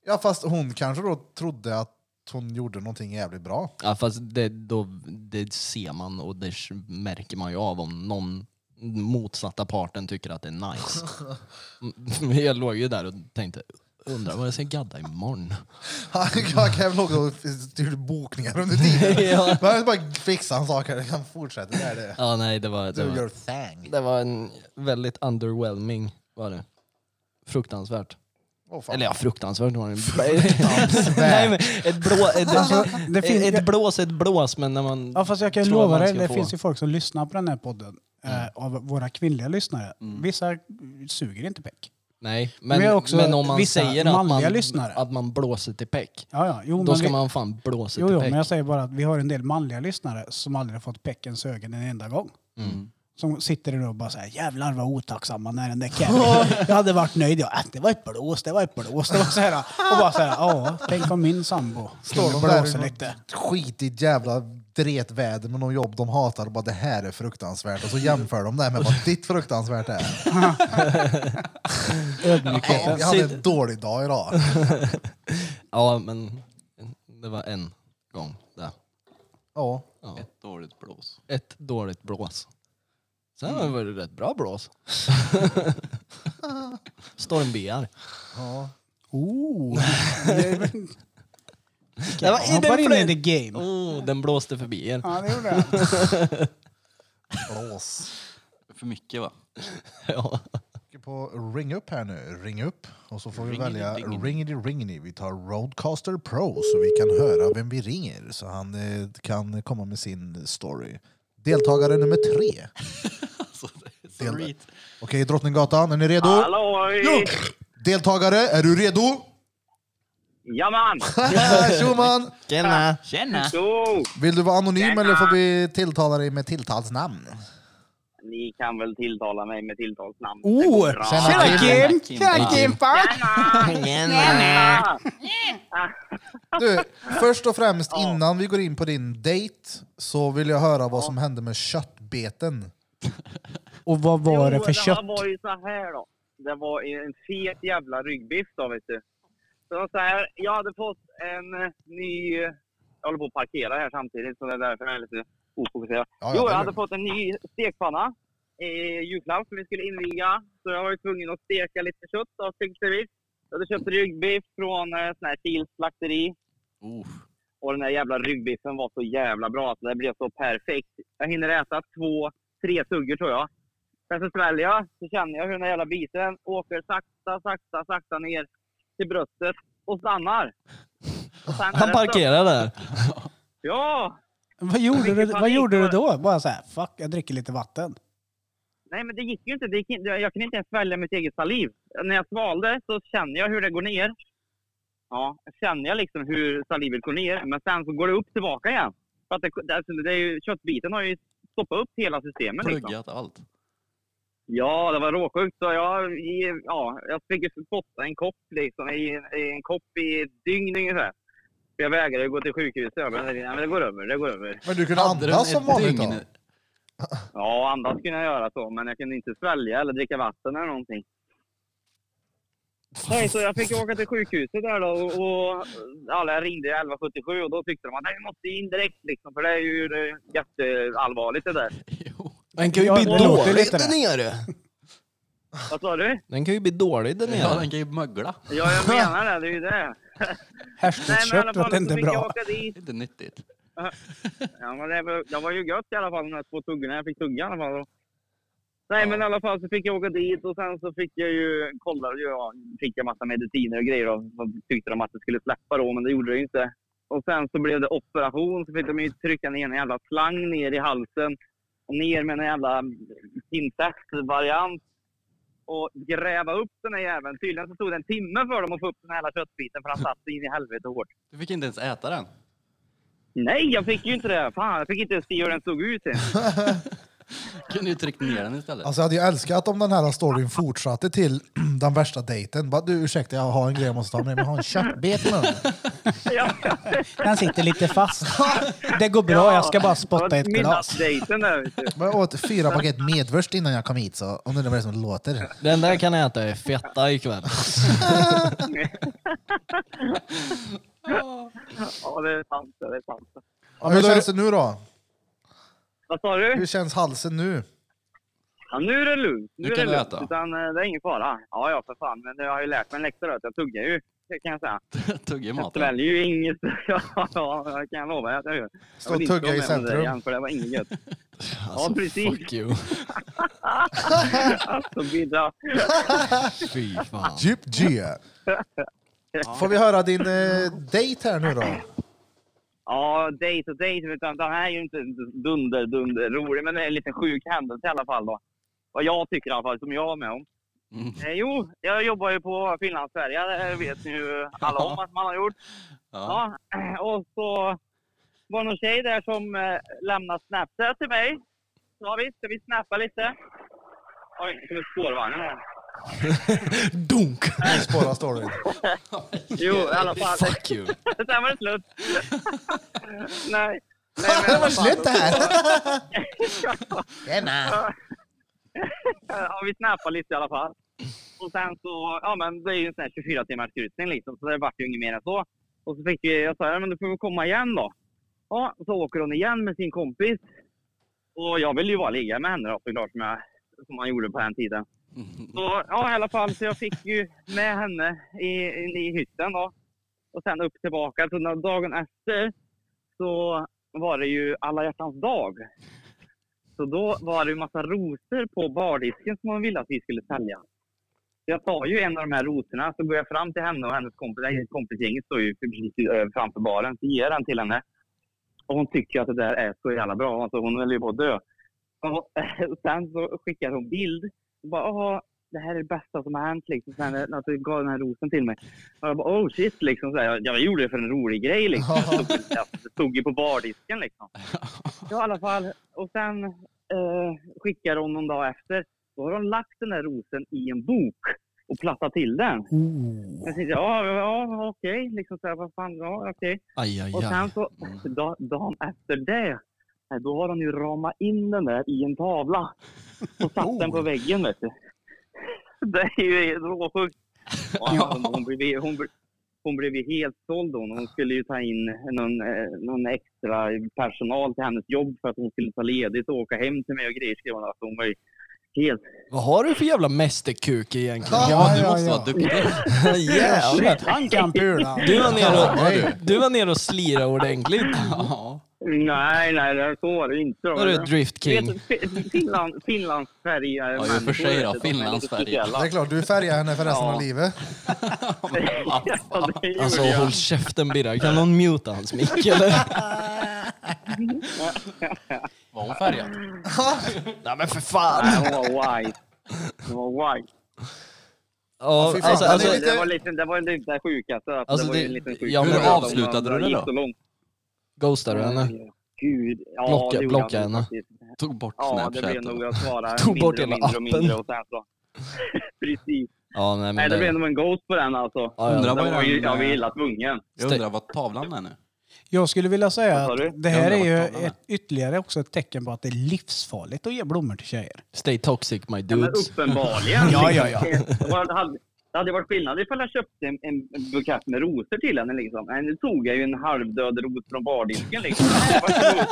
Speaker 1: Ja, fast hon kanske då trodde att hon gjorde någonting jävligt bra.
Speaker 6: ja, fast det, då, det ser man och det märker man ju av om någon motsatta parten tycker att det är nice. Mm, Jag låg ju där och tänkte, undrar vad jag ska gadda imorgon.
Speaker 1: Han kan låg och styrde bokningar under tiden.
Speaker 6: ja.
Speaker 1: Men han bara fixade saker, det kan fortsätta. Det är det.
Speaker 6: ja nej det var, det
Speaker 1: Do
Speaker 6: var
Speaker 1: your thing.
Speaker 6: Det var en väldigt underwhelming, var det. Fruktansvärt.
Speaker 1: Åh, fan.
Speaker 6: Eller ja, fruktansvärt var det. Nej, men ett, blå, ett,
Speaker 3: Alltså, det finns-
Speaker 6: ett blås är ett blås, men när man...
Speaker 3: Ja, fast jag kan
Speaker 6: tror
Speaker 3: lova
Speaker 6: man
Speaker 3: dig,
Speaker 6: ska
Speaker 3: det
Speaker 6: få. Mm.
Speaker 3: finns ju folk som lyssnar på den här podden. Eh, av våra kvinnliga lyssnare. Vissa suger inte peck.
Speaker 6: Nej, men,
Speaker 3: vi har
Speaker 6: men,
Speaker 3: också
Speaker 6: om man
Speaker 3: vissa
Speaker 6: säger att
Speaker 3: manliga
Speaker 6: man,
Speaker 3: lyssnare.
Speaker 6: att man blåser till peck,
Speaker 3: Ja, ja. Jo,
Speaker 6: då
Speaker 3: men
Speaker 6: ska
Speaker 3: vi,
Speaker 6: man fan blåsa
Speaker 3: jo,
Speaker 6: till
Speaker 3: jo,
Speaker 6: peck.
Speaker 3: men jag säger bara att vi har en del manliga lyssnare som aldrig har fått pecken sugen en enda gång.
Speaker 6: Mm.
Speaker 3: Som sitter där och bara säger jävlar vad otacksamma när den där Kevin. jag hade varit nöjd. Jag, äh, det var ett blås, det var ett blås. Det var så här, och bara så här, ja, tänk om min sambo
Speaker 1: Står
Speaker 3: skulle
Speaker 1: de där
Speaker 3: blåsa
Speaker 1: i
Speaker 3: lite.
Speaker 1: något skitigt jävla dretväder med något jobb de hatar och bara det här är fruktansvärt och så jämför de det med vad ditt fruktansvärt är. Ja,
Speaker 3: Ödmjukheten.
Speaker 1: jag hade en dålig dag idag.
Speaker 6: Ja, men det var en gång där.
Speaker 1: Ja.
Speaker 6: Ja.
Speaker 4: Ett dåligt blås.
Speaker 6: Ett dåligt blås. Sen
Speaker 3: Mm.
Speaker 6: var det rätt bra blås. Storm-BR.
Speaker 1: Ja.
Speaker 3: Oh.
Speaker 6: Det var-
Speaker 3: Han var inne i the game.
Speaker 6: Oh, den blåste förbi er.
Speaker 3: Ja, det gjorde han.
Speaker 1: Blås.
Speaker 4: För mycket va?
Speaker 6: Ja.
Speaker 1: Trycker på ring upp här nu. Ring upp. Och så får vi
Speaker 4: Ringity
Speaker 1: välja
Speaker 4: dingity.
Speaker 1: ringity ringity. Vi tar Roadcaster Pro så vi kan höra vem vi ringer så han eh, kan komma med sin story. Deltagare nummer tre. Del- Okej, Drottninggatan, är ni redo?
Speaker 5: Halloj!
Speaker 1: Deltagare, är du redo?
Speaker 5: Jamen!
Speaker 1: Schumann!
Speaker 6: Tjena!
Speaker 4: Tjena!
Speaker 5: Jo!
Speaker 1: Vill du vara anonym eller får vi tilltala dig med tilltalsnamn?
Speaker 5: Ni kan väl tilltala mig med tilltalsnamn?
Speaker 3: Oh,
Speaker 1: Tjena,
Speaker 3: tjena Kim!
Speaker 4: Kim.
Speaker 3: Tjena Kimpa!
Speaker 5: Tjena!
Speaker 1: Du, först och främst innan vi går in på din dejt så vill jag höra vad som hände med köttbeten.
Speaker 3: Och vad var det
Speaker 5: Jo,
Speaker 3: för kött?
Speaker 5: här var ju så här då. Det var en fet jävla ryggbiff då, vet du. Så det var så här, jag hade fått en eh, ny... Jag håller på att parkera här samtidigt, så det är därför jag är lite ofokuserad.
Speaker 1: Ja, ja,
Speaker 5: jo,
Speaker 1: det är
Speaker 5: jag hade
Speaker 1: lugnt.
Speaker 5: fått en ny stekpanna i julklapp som vi skulle inviga. Så jag var ju tvungen att steka lite kött då, styckvis. Jag hade köpt ryggbiff från eh, sån här Kils slakteri.
Speaker 4: Oh,
Speaker 5: Och den där jävla ryggbiffen var så jävla bra. Alltså, det blev så perfekt. Jag hinner äta två, tre suggor tror jag. Sen så sväljer jag, så känner jag hur den där jävla biten åker sakta, sakta, sakta ner till bröstet och stannar. Och sen är
Speaker 6: Han
Speaker 5: det
Speaker 6: parkerar där.
Speaker 5: stopp. Ja!
Speaker 3: Vad gjorde, du,
Speaker 5: Vilken
Speaker 3: vad
Speaker 5: panik
Speaker 3: gjorde du
Speaker 5: var det?
Speaker 3: då? Bara så här, fuck, jag dricker lite vatten.
Speaker 5: Nej, men det gick ju inte. Det gick inte. Jag kunde inte ens svälja mitt eget saliv. När jag svalde så känner jag hur det går ner. Ja, känner jag liksom hur salivet går ner. Men sen så går det upp tillbaka igen. För att det, det, alltså, det är ju, köttbiten har ju stoppat upp hela systemet. Liksom.
Speaker 4: pluggat allt.
Speaker 5: Ja, det var råsjukt. Så jag, i- ja, jag fick ju spotta en kopp liksom, i, i en kopp i ett dygn ungefär. För jag vägrade gå till sjukhuset. Jag bara, Nej, men det går över, det går över.
Speaker 1: Men du kunde
Speaker 4: Hade
Speaker 1: andas
Speaker 4: den
Speaker 1: som
Speaker 4: ett
Speaker 1: vanligt
Speaker 4: dygn?
Speaker 1: då?
Speaker 5: Ja, andas kunde jag göra så, men jag kunde inte svälja eller dricka vatten eller någonting. Nej, så jag fick åka till sjukhuset där då och, och alla ringde 1177 och då tyckte de att "Nej, vi måste in direkt liksom, för det är ju eh, jätteallvarligt det där.
Speaker 4: Jo.
Speaker 6: Den kan ju
Speaker 3: Ja,
Speaker 6: bli
Speaker 3: det låter
Speaker 6: dålig
Speaker 3: lite
Speaker 6: där nere.
Speaker 5: Vad sa du?
Speaker 6: Den kan ju bli dålig där
Speaker 4: Ja,
Speaker 6: nere.
Speaker 4: den kan ju mögla.
Speaker 5: Ja, jag menar det. Det är ju det.
Speaker 3: Härsket
Speaker 5: i alla
Speaker 3: kött låter
Speaker 5: fall
Speaker 3: inte
Speaker 5: så fick jag
Speaker 3: bra.
Speaker 5: åka dit.
Speaker 4: Det är inte nyttigt.
Speaker 5: Ja, men det, var, det var ju gött i alla fall, de här två tuggorna jag fick tugga i alla fall. Nej, men i alla fall så fick jag åka dit och sen så fick jag ju kolla. Ja, fick jag massa mediciner och grejer då. Så tyckte de att det skulle släppa då, men det gjorde det ju inte. Och sen så blev det operation, så fick de ju trycka ner en jävla slang ner i halsen. Och ner med en jävla pincett-variant. Och gräva upp den här jäveln. Tydligen så tog det en timme för dem att få upp den här jävla köttbiten för han satt så in i helvete hårt.
Speaker 4: Du fick inte ens äta den.
Speaker 5: Nej, jag fick ju inte det. Fan, jag fick inte ens se hur den såg ut än.
Speaker 4: Kunde ju tryckt ner den istället.
Speaker 1: Alltså jag hade ju älskat om den här storyn fortsatte till den värsta dejten. Bara, du ursäkta jag har en grej jag måste ta med mig. Men Jag har en köttbet i munnen.
Speaker 5: Ja.
Speaker 3: Den sitter lite fast. Det går bra, jag ska bara spotta i ett
Speaker 5: Det var
Speaker 3: glas.
Speaker 5: midnattsdejten där, vet du.
Speaker 1: Men Jag åt fyra paket medvurst innan jag kom hit så undrar vad det är som låter.
Speaker 6: Det enda jag kan äta är feta ikväll.
Speaker 5: Ja, det är sant. Det är sant.
Speaker 1: Hur känns det nu då?
Speaker 5: Vad sa du?
Speaker 1: Hur känns halsen nu?
Speaker 5: Ja, nu är det lugnt. Nu,
Speaker 4: Nu
Speaker 5: är
Speaker 4: kan
Speaker 5: det
Speaker 4: du
Speaker 5: lugnt.
Speaker 4: äta.
Speaker 5: Utan, eh, det är ingen fara. Ja, ja, för fan. Men jag har ju lärt mig en läxa då, att jag tuggar ju. Det kan jag säga.
Speaker 4: Tugga i
Speaker 5: Jag
Speaker 4: maten.
Speaker 5: sväljer ju inget. ja, jag kan lova er att jag gör.
Speaker 1: Stå
Speaker 5: Jag vill
Speaker 1: och tugga
Speaker 5: inte vara
Speaker 1: i
Speaker 5: med om det
Speaker 1: centrum.
Speaker 5: Igen, för det var inget gött.
Speaker 6: Alltså,
Speaker 5: precis.
Speaker 6: Fuck you.
Speaker 5: alltså, bidra.
Speaker 6: Fy fan.
Speaker 1: Djup G. Får vi höra din eh, dejt här nu då?
Speaker 5: Ja, dejt och dejt. Utan den här är ju inte dunder, dunder rolig, men det är en liten sjuk händelse i alla fall. Då. Vad jag tycker i alla fall, som jag var med om.
Speaker 4: Mm.
Speaker 5: Eh, jo, jag jobbar ju på Finlandsfärjan, det vet ni ju alla om att man har gjort.
Speaker 4: Ja.
Speaker 5: Ja. Och så var det någon tjej där som eh, lämnade Snapchat till mig. Ja visst, ska vi snappa lite? Oj, nu kommer spårvagnen här.
Speaker 6: Dunk!
Speaker 1: Nu spårar storyn.
Speaker 5: Jo, i alla fall.
Speaker 6: Fuck you.
Speaker 5: Sen var det slut. Nej. Nej, men i
Speaker 1: Det
Speaker 5: alla
Speaker 1: var
Speaker 5: fall.
Speaker 1: slut det här! Tjena!
Speaker 5: Ja, Eh, vi snappade lite i alla fall. Och sen så, ja men det är ju en sån här 24 timmars kryssning liksom, så det vart ju inget mer än så. Och så fick vi, jag sa, ja men då får vi komma igen då. Ja, så åker hon igen med sin kompis. Och jag ville ju vara ligga med henne då såklart, som, jag, som man gjorde på den tiden. Så ja, i alla fall, så jag fick ju med henne i, in i hytten då. Och sen upp tillbaka. Så när- dagen efter så var det ju alla hjärtans dag. Så då var det ju massa rosor på bardisken som hon ville att vi skulle sälja. Så jag tar ju en av de här rosorna, så går jag fram till henne och hennes kompis, nej, kompisgänget står ju precis över framför baren, så ger jag den till henne. Och hon tycker att det där är så jävla bra, alltså hon höll ju på att dö. Och sen så skickar hon bild. Och bara, Åh, det här är det bästa som har hänt liksom, sen att du gav den här rosen till mig. Och jag bara, oh shit liksom, så här, jag, jag gjorde det för en rolig grej liksom. Jag stod, jag stod ju på bardisken liksom. Ja, i alla fall. Och sen eh, skickar hon någon dag efter. Då har hon lagt den där rosen i en bok och plattat till den. Jag tänkte, ja, ja okej, liksom så här, vad fan, ja okej.
Speaker 6: Aj, aj,
Speaker 5: Och sen
Speaker 6: aj.
Speaker 5: så, da, dagen efter det, nej, då har han ju ramat in den där i en tavla och satt den på väggen. Vet du. Det är ju råsjukt. Ja, hon, hon, blev, hon, blev- hon blev ju helt såld hon. Hon skulle ju ta in någon, eh, någon extra personal till hennes jobb för att hon skulle ta ledigt och åka hem till mig och grejer skrev hon. Alltså, hon var ju helt...
Speaker 6: Vad har du för jävla mästerkuk egentligen?
Speaker 4: Ja, du
Speaker 3: Ja,
Speaker 4: måste
Speaker 3: ja,
Speaker 4: vara duktig.
Speaker 3: Jävlar, han kan pula.
Speaker 6: Du var nere och, du var nere och slira ordentligt.
Speaker 4: Ja.
Speaker 5: Nej, nej, det- så var det inte.
Speaker 6: Var du Drift King?
Speaker 5: Finland, Finlandsfärja.
Speaker 4: Ja, i och för sig då, Finlandsfärja.
Speaker 1: Det är klart, du färgar henne för resten av livet.
Speaker 5: Ja, det gjorde
Speaker 6: Alltså
Speaker 5: jag.
Speaker 6: håll käften Birra, kan någon muta hans mick eller?
Speaker 4: Var hon färgad?
Speaker 6: Nej men för fan!
Speaker 5: Nej, hon var white. Hon var white.
Speaker 6: Ja,
Speaker 1: fy fan.
Speaker 6: alltså, alltså,
Speaker 1: lite-
Speaker 5: det var lite, det var lite det sjukaste. Alltså,
Speaker 6: Alltså,
Speaker 5: det var ju
Speaker 6: det-
Speaker 5: en liten sjukhet.
Speaker 6: ja, men
Speaker 5: Det var att
Speaker 4: avslutade
Speaker 5: de-
Speaker 4: du det
Speaker 5: gick
Speaker 4: då?
Speaker 5: så långt.
Speaker 6: ghostar du henne?
Speaker 5: Gud, ja,
Speaker 6: Blocka-
Speaker 5: det gjorde
Speaker 6: blocka
Speaker 5: jag
Speaker 6: henne.
Speaker 5: faktiskt.
Speaker 4: Tog bort
Speaker 5: Ja, det blev
Speaker 4: Snapchat.
Speaker 5: nog att svara
Speaker 6: Tog bort
Speaker 5: mindre och
Speaker 6: hela
Speaker 5: mindre och mindre och sen så. Precis.
Speaker 6: Ja, nej
Speaker 5: Nej,
Speaker 6: men
Speaker 5: det blev
Speaker 6: det,
Speaker 5: nog en ghost på den alltså.
Speaker 6: Ja, ja.
Speaker 5: Det
Speaker 4: Undrar vad
Speaker 5: var ju,
Speaker 4: den,
Speaker 5: jag var
Speaker 4: eh,
Speaker 5: illa tvungen.
Speaker 4: Jag undrar vad tavlan är nu.
Speaker 3: Jag skulle vilja säga
Speaker 5: Vad sa du?
Speaker 3: att det
Speaker 4: Jag
Speaker 3: här
Speaker 4: undrar
Speaker 3: är
Speaker 4: vart
Speaker 3: ju
Speaker 4: tavlan är.
Speaker 3: ett, ytterligare också ett tecken på att det är livsfarligt att ge blommor till tjejer.
Speaker 6: stay toxic my
Speaker 5: Ja, men
Speaker 6: dudes.
Speaker 5: uppenbarligen.
Speaker 3: Ja, ja, ja.
Speaker 5: Det, var, hade, det hade varit skillnad ifall jag köpte en, en bukett med rosor till henne. Liksom. Nej, nu tog jag ju en halvdöd ros från bardisken. Liksom. Nej, varsågod.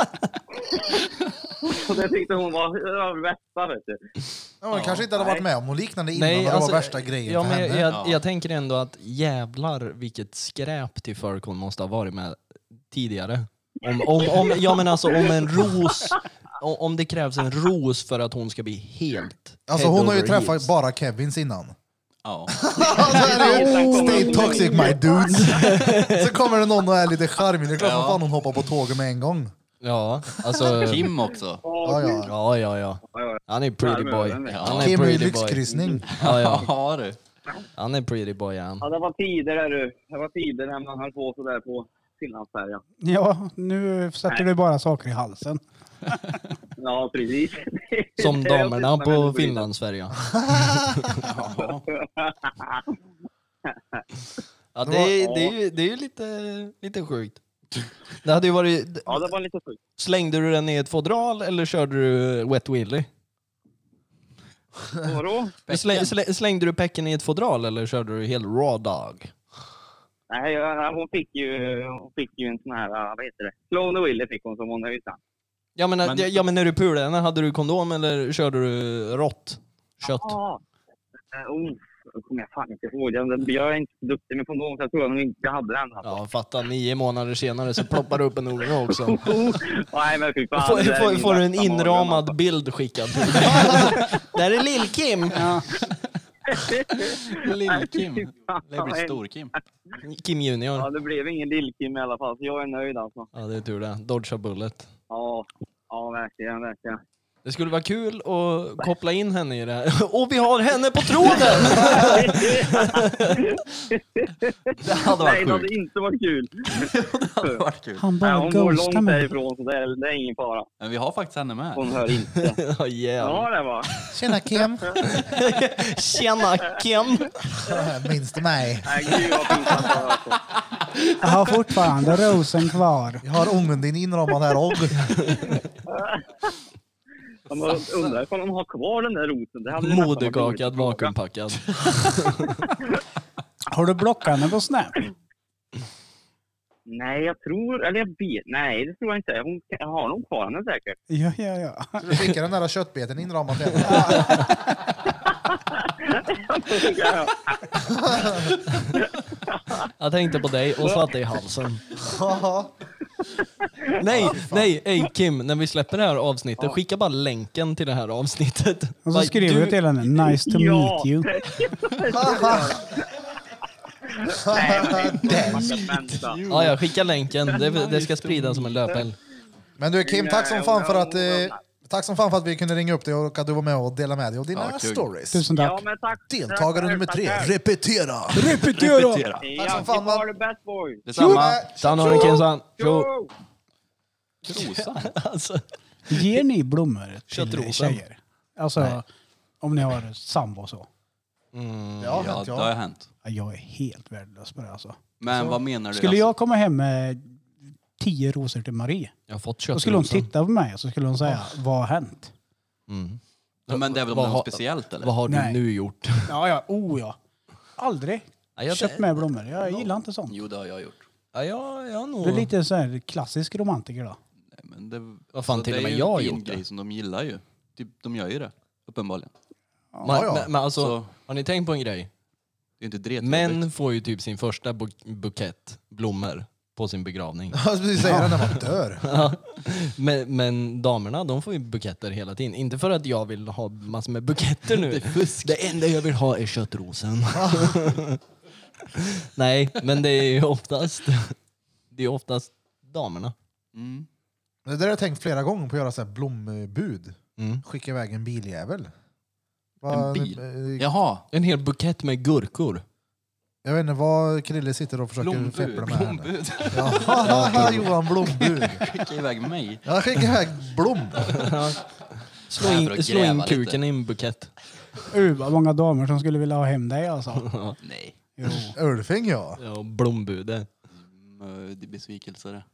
Speaker 5: Och det tyckte hon var det var det bästa. Vet du.
Speaker 1: Ja, men kanske inte hade varit med om något liknande innan
Speaker 6: Nej,
Speaker 1: när det
Speaker 6: alltså,
Speaker 1: var värsta grejen
Speaker 6: ja,
Speaker 1: för
Speaker 6: men
Speaker 1: henne.
Speaker 6: jag, jag,
Speaker 4: Ja.
Speaker 6: jag tänker ändå att jävlar vilket skräp till folk hon måste ha varit med tidigare. Om, om, om, ja, men alltså, om en ros, o- om det krävs en ros för att hon ska bli helt
Speaker 1: Alltså
Speaker 6: head
Speaker 1: hon har ju
Speaker 6: over
Speaker 1: träffat
Speaker 6: heels.
Speaker 1: bara Kevins innan.
Speaker 4: Ja.
Speaker 1: Alltså, är det ju,
Speaker 5: Oh.
Speaker 1: Stay toxic my dudes. Så kommer det någon och är lite charmig, det är klart som
Speaker 4: Ja.
Speaker 1: fan hon hoppar på tåget med en gång.
Speaker 6: Ja, alltså...
Speaker 4: Kim också.
Speaker 1: Ja, ja.
Speaker 6: Ja, ja, ja.
Speaker 5: ja.
Speaker 6: Han är pretty boy.
Speaker 4: Ja.
Speaker 6: Han är
Speaker 1: Kim är ju
Speaker 6: pretty boy.
Speaker 1: lyxkryssning.
Speaker 6: Ja, ja.
Speaker 4: Ja du.
Speaker 6: Han är pretty boy, han.
Speaker 5: Ja, det var tider där du. Det var tider när man höll på sådär på Finlandsfärjan.
Speaker 3: Ja, nu sätter du bara saker i halsen.
Speaker 5: Ja, precis.
Speaker 6: Som
Speaker 5: Det är
Speaker 6: damerna
Speaker 5: precis som
Speaker 6: på
Speaker 5: en
Speaker 6: Finlandsfärjan. Ja, det, är- det, är ju, det är ju lite, lite sjukt. Det hade ju varit,
Speaker 5: Ja, det var lite sjukt.
Speaker 6: slängde du den i ett fodral eller körde du Wet Willy?
Speaker 5: Vadå?
Speaker 6: Slä, slä, slängde du pecken i ett fodral eller körde du helt raw dog?
Speaker 5: Nej, jag- hon fick ju, hon fick ju en sån här, vad heter det? Clone Willy fick hon som hon höjde.
Speaker 6: Ja men,
Speaker 4: Men-
Speaker 6: ja, men när du pulade henne, hade du kondom eller körde du rått kött?
Speaker 5: Ja. Eh, Oh, nu kommer jag fan inte ihåg. Jag jag är inte så duktig med kondom så jag tror jag nog inte hade den. Alltså.
Speaker 6: Ja, fatta. Nio månader senare så ploppar du upp en unge också.
Speaker 5: Oh, Nej men fy fan.
Speaker 6: Får,
Speaker 5: det där är
Speaker 6: får,
Speaker 5: min
Speaker 6: får du en
Speaker 5: värsta mardröm, alltså.
Speaker 6: inramad bild skickad till dig? Där är Lill-Kim!
Speaker 4: Lill-Kim.
Speaker 5: alltså. fan,
Speaker 4: Det blir
Speaker 5: vad
Speaker 4: Stor-Kim.
Speaker 6: Kim
Speaker 5: Ja
Speaker 6: Junior.
Speaker 5: det blev ingen lillkim i alla fall så jag är nöjd alltså.
Speaker 6: Ja, det är tur det. Dodga bullet.
Speaker 5: Ja, ja verkligen, verkligen.
Speaker 6: Det skulle vara kul att koppla in henne i det här. Och vi har henne på tråden!
Speaker 4: Det hade
Speaker 5: Nej det
Speaker 4: varit sjukt.
Speaker 5: hade inte varit kul.
Speaker 4: Det hade varit kul.
Speaker 3: Han
Speaker 5: Nej,
Speaker 3: bara
Speaker 5: hon bor
Speaker 3: ghostar
Speaker 5: långt
Speaker 3: mig.
Speaker 5: därifrån så det är, det är ingen fara.
Speaker 4: Men vi har faktiskt henne
Speaker 5: Hon
Speaker 4: med.
Speaker 5: hör inte.
Speaker 6: Ja, jävlar.
Speaker 5: Ja det var.
Speaker 1: Tjena Kim!
Speaker 6: Tjena Kim!
Speaker 1: Minns du mig?
Speaker 5: Nej gud vad pinsamt det var. alltså.
Speaker 3: Jag har fortfarande rosen kvar.
Speaker 1: Jag har ungen din inramad här också.
Speaker 5: Jag bara undrar ifall hon har kvar den där roten. Det hade ju nästan varit roligt
Speaker 6: Moderkakad,
Speaker 5: att fråga.
Speaker 6: vakuumpackad.
Speaker 3: Har du blockat henne på Snap?
Speaker 5: Mm. Nej jag tror, eller jag vet, nej det tror jag inte. Hon jag har nog kvar den säkert.
Speaker 3: Ja, ja, ja.
Speaker 1: Du skickar den där köttbeten inramad till henne.
Speaker 6: Jag tänkte på dig och satte i halsen. Nej, nej, ey Kim, när vi släpper det här avsnittet, skicka bara länken till det här avsnittet.
Speaker 3: Och så
Speaker 6: Bara,
Speaker 3: skriver du till henne, nice to
Speaker 5: Ja.
Speaker 3: meet you.
Speaker 5: Nej, men det är vänta.
Speaker 6: Ja, jag skickar länken. Det, det ska spridas som en löpeld.
Speaker 1: Men du Kim, tack som fan för att, eh, tack som fan för att vi kunde ringa upp dig och att du var med och delade med dig av dina
Speaker 4: Ja, kul.
Speaker 1: stories.
Speaker 3: Tusen
Speaker 5: Ja,
Speaker 3: tack.
Speaker 5: men tack.
Speaker 1: Deltagare
Speaker 5: Tack,
Speaker 1: nummer
Speaker 5: tack,
Speaker 1: tre,
Speaker 5: tack.
Speaker 1: repetera!
Speaker 3: Repetera!
Speaker 5: Ja,
Speaker 1: som
Speaker 5: ni
Speaker 1: fan,
Speaker 5: var
Speaker 1: man.
Speaker 5: the best boys.
Speaker 4: Detsamma.
Speaker 6: Sanna Kinsan. Tjo!
Speaker 5: Tjo!
Speaker 4: Trosa.
Speaker 6: Alltså,
Speaker 3: Ger ni blommor till
Speaker 6: Köttrosen.
Speaker 3: tjejer? Alltså, om ni har sambo och så.
Speaker 1: Det har
Speaker 4: Ja,
Speaker 1: hänt
Speaker 4: det har
Speaker 1: ja.
Speaker 4: hänt.
Speaker 3: Ja, Jag är helt värdelös på det alltså.
Speaker 4: Men vad menar du? Alltså,
Speaker 3: Skulle jag komma hem med tio rosor till Marie,
Speaker 6: jag har fått
Speaker 3: då skulle hon
Speaker 6: köttrosen.
Speaker 3: titta på mig och så skulle hon säga, vad har hänt?
Speaker 4: Ja, Men det är väl om
Speaker 6: Vad
Speaker 4: det är
Speaker 6: har-
Speaker 4: något speciellt eller?
Speaker 6: Vad har du
Speaker 3: Nej.
Speaker 6: nu gjort?
Speaker 3: Ja, ja, oh ja. Aldrig
Speaker 6: Ja, jag-
Speaker 3: köpt med blommor. Jag gillar inte sånt.
Speaker 4: Jo, det har jag gjort.
Speaker 6: Ja, jag, jag har nog...
Speaker 3: Du är lite så här klassisk romantiker då.
Speaker 4: Nej, Eh, men det,
Speaker 6: Vad fan,
Speaker 4: alltså,
Speaker 6: till
Speaker 4: det
Speaker 6: och
Speaker 4: är
Speaker 6: med
Speaker 4: ju
Speaker 6: jag har
Speaker 4: en
Speaker 6: gjort
Speaker 4: fin
Speaker 6: det.
Speaker 4: grej som de gillar ju. Typ, de gör ju det, uppenbarligen.
Speaker 6: Man,
Speaker 1: ja.
Speaker 6: Men, men alltså,
Speaker 4: Så-
Speaker 6: har ni tänkt på en grej?
Speaker 4: Det är inte dretjobbigt.
Speaker 6: Män får ju typ sin första bu- bukett blommor på sin begravning.
Speaker 1: Precis säger den när man dör.
Speaker 6: Men, men damerna, de får ju buketter hela tiden. Inte för att jag vill ha massor med buketter nu. det, enda jag vill ha är köttrosen. Nej, men det är ju oftast, det är oftast damerna.
Speaker 4: Mm.
Speaker 1: Det där har jag tänkt flera gånger på att göra så här blombud. Skicka iväg en biljävel. Vad-
Speaker 4: Mm. En bil?
Speaker 1: eh,
Speaker 4: Jaha,
Speaker 6: En hel bukett med gurkor.
Speaker 1: Jag vet inte vad Krille sitter och försöker
Speaker 4: blombud.
Speaker 1: feppla med. här nu.
Speaker 4: Blombud.
Speaker 1: Ja, Johan Blombud.
Speaker 4: Skicka iväg mig.
Speaker 1: Jag skickar iväg Blom.
Speaker 6: Slå
Speaker 4: Nej, för
Speaker 6: in,
Speaker 4: att
Speaker 6: slå in
Speaker 4: gräva
Speaker 6: kuken
Speaker 4: lite.
Speaker 6: i en bukett.
Speaker 3: Uh, vad många damer som skulle vilja ha hem dig alltså.
Speaker 4: Nej.
Speaker 3: Jo.
Speaker 1: Ulfing ja.
Speaker 6: Ja, och blombude.
Speaker 4: Mm, Det är besvikelse det.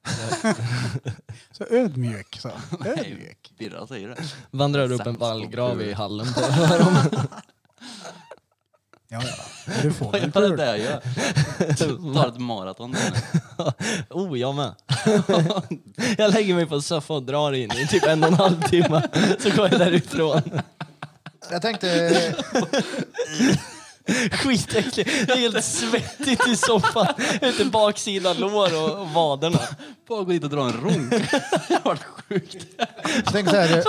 Speaker 3: Så ödmjuk. Så.
Speaker 4: Nej,
Speaker 3: Ödmjuk.
Speaker 4: Birra säger det.
Speaker 6: Vandrar upp en
Speaker 4: Sax och
Speaker 6: vallgrav i
Speaker 4: pul.
Speaker 6: hallen. På.
Speaker 3: Ja, ja. Du får väl
Speaker 4: Vad är det
Speaker 3: pul.
Speaker 4: där jag gör? Tar ett maraton där nu.
Speaker 6: oh, jag med. jag lägger mig på soffan och drar in i typ en och en halv timme. Så går jag därifrån.
Speaker 1: Jag tänkte,
Speaker 6: Skitäckligt. Det är helt svettigt i soffan. Ute baksida lår och, och vaderna.
Speaker 4: Bara gå dit och dra en ronk. Det har varit sjukt.
Speaker 1: jag tänkte så här,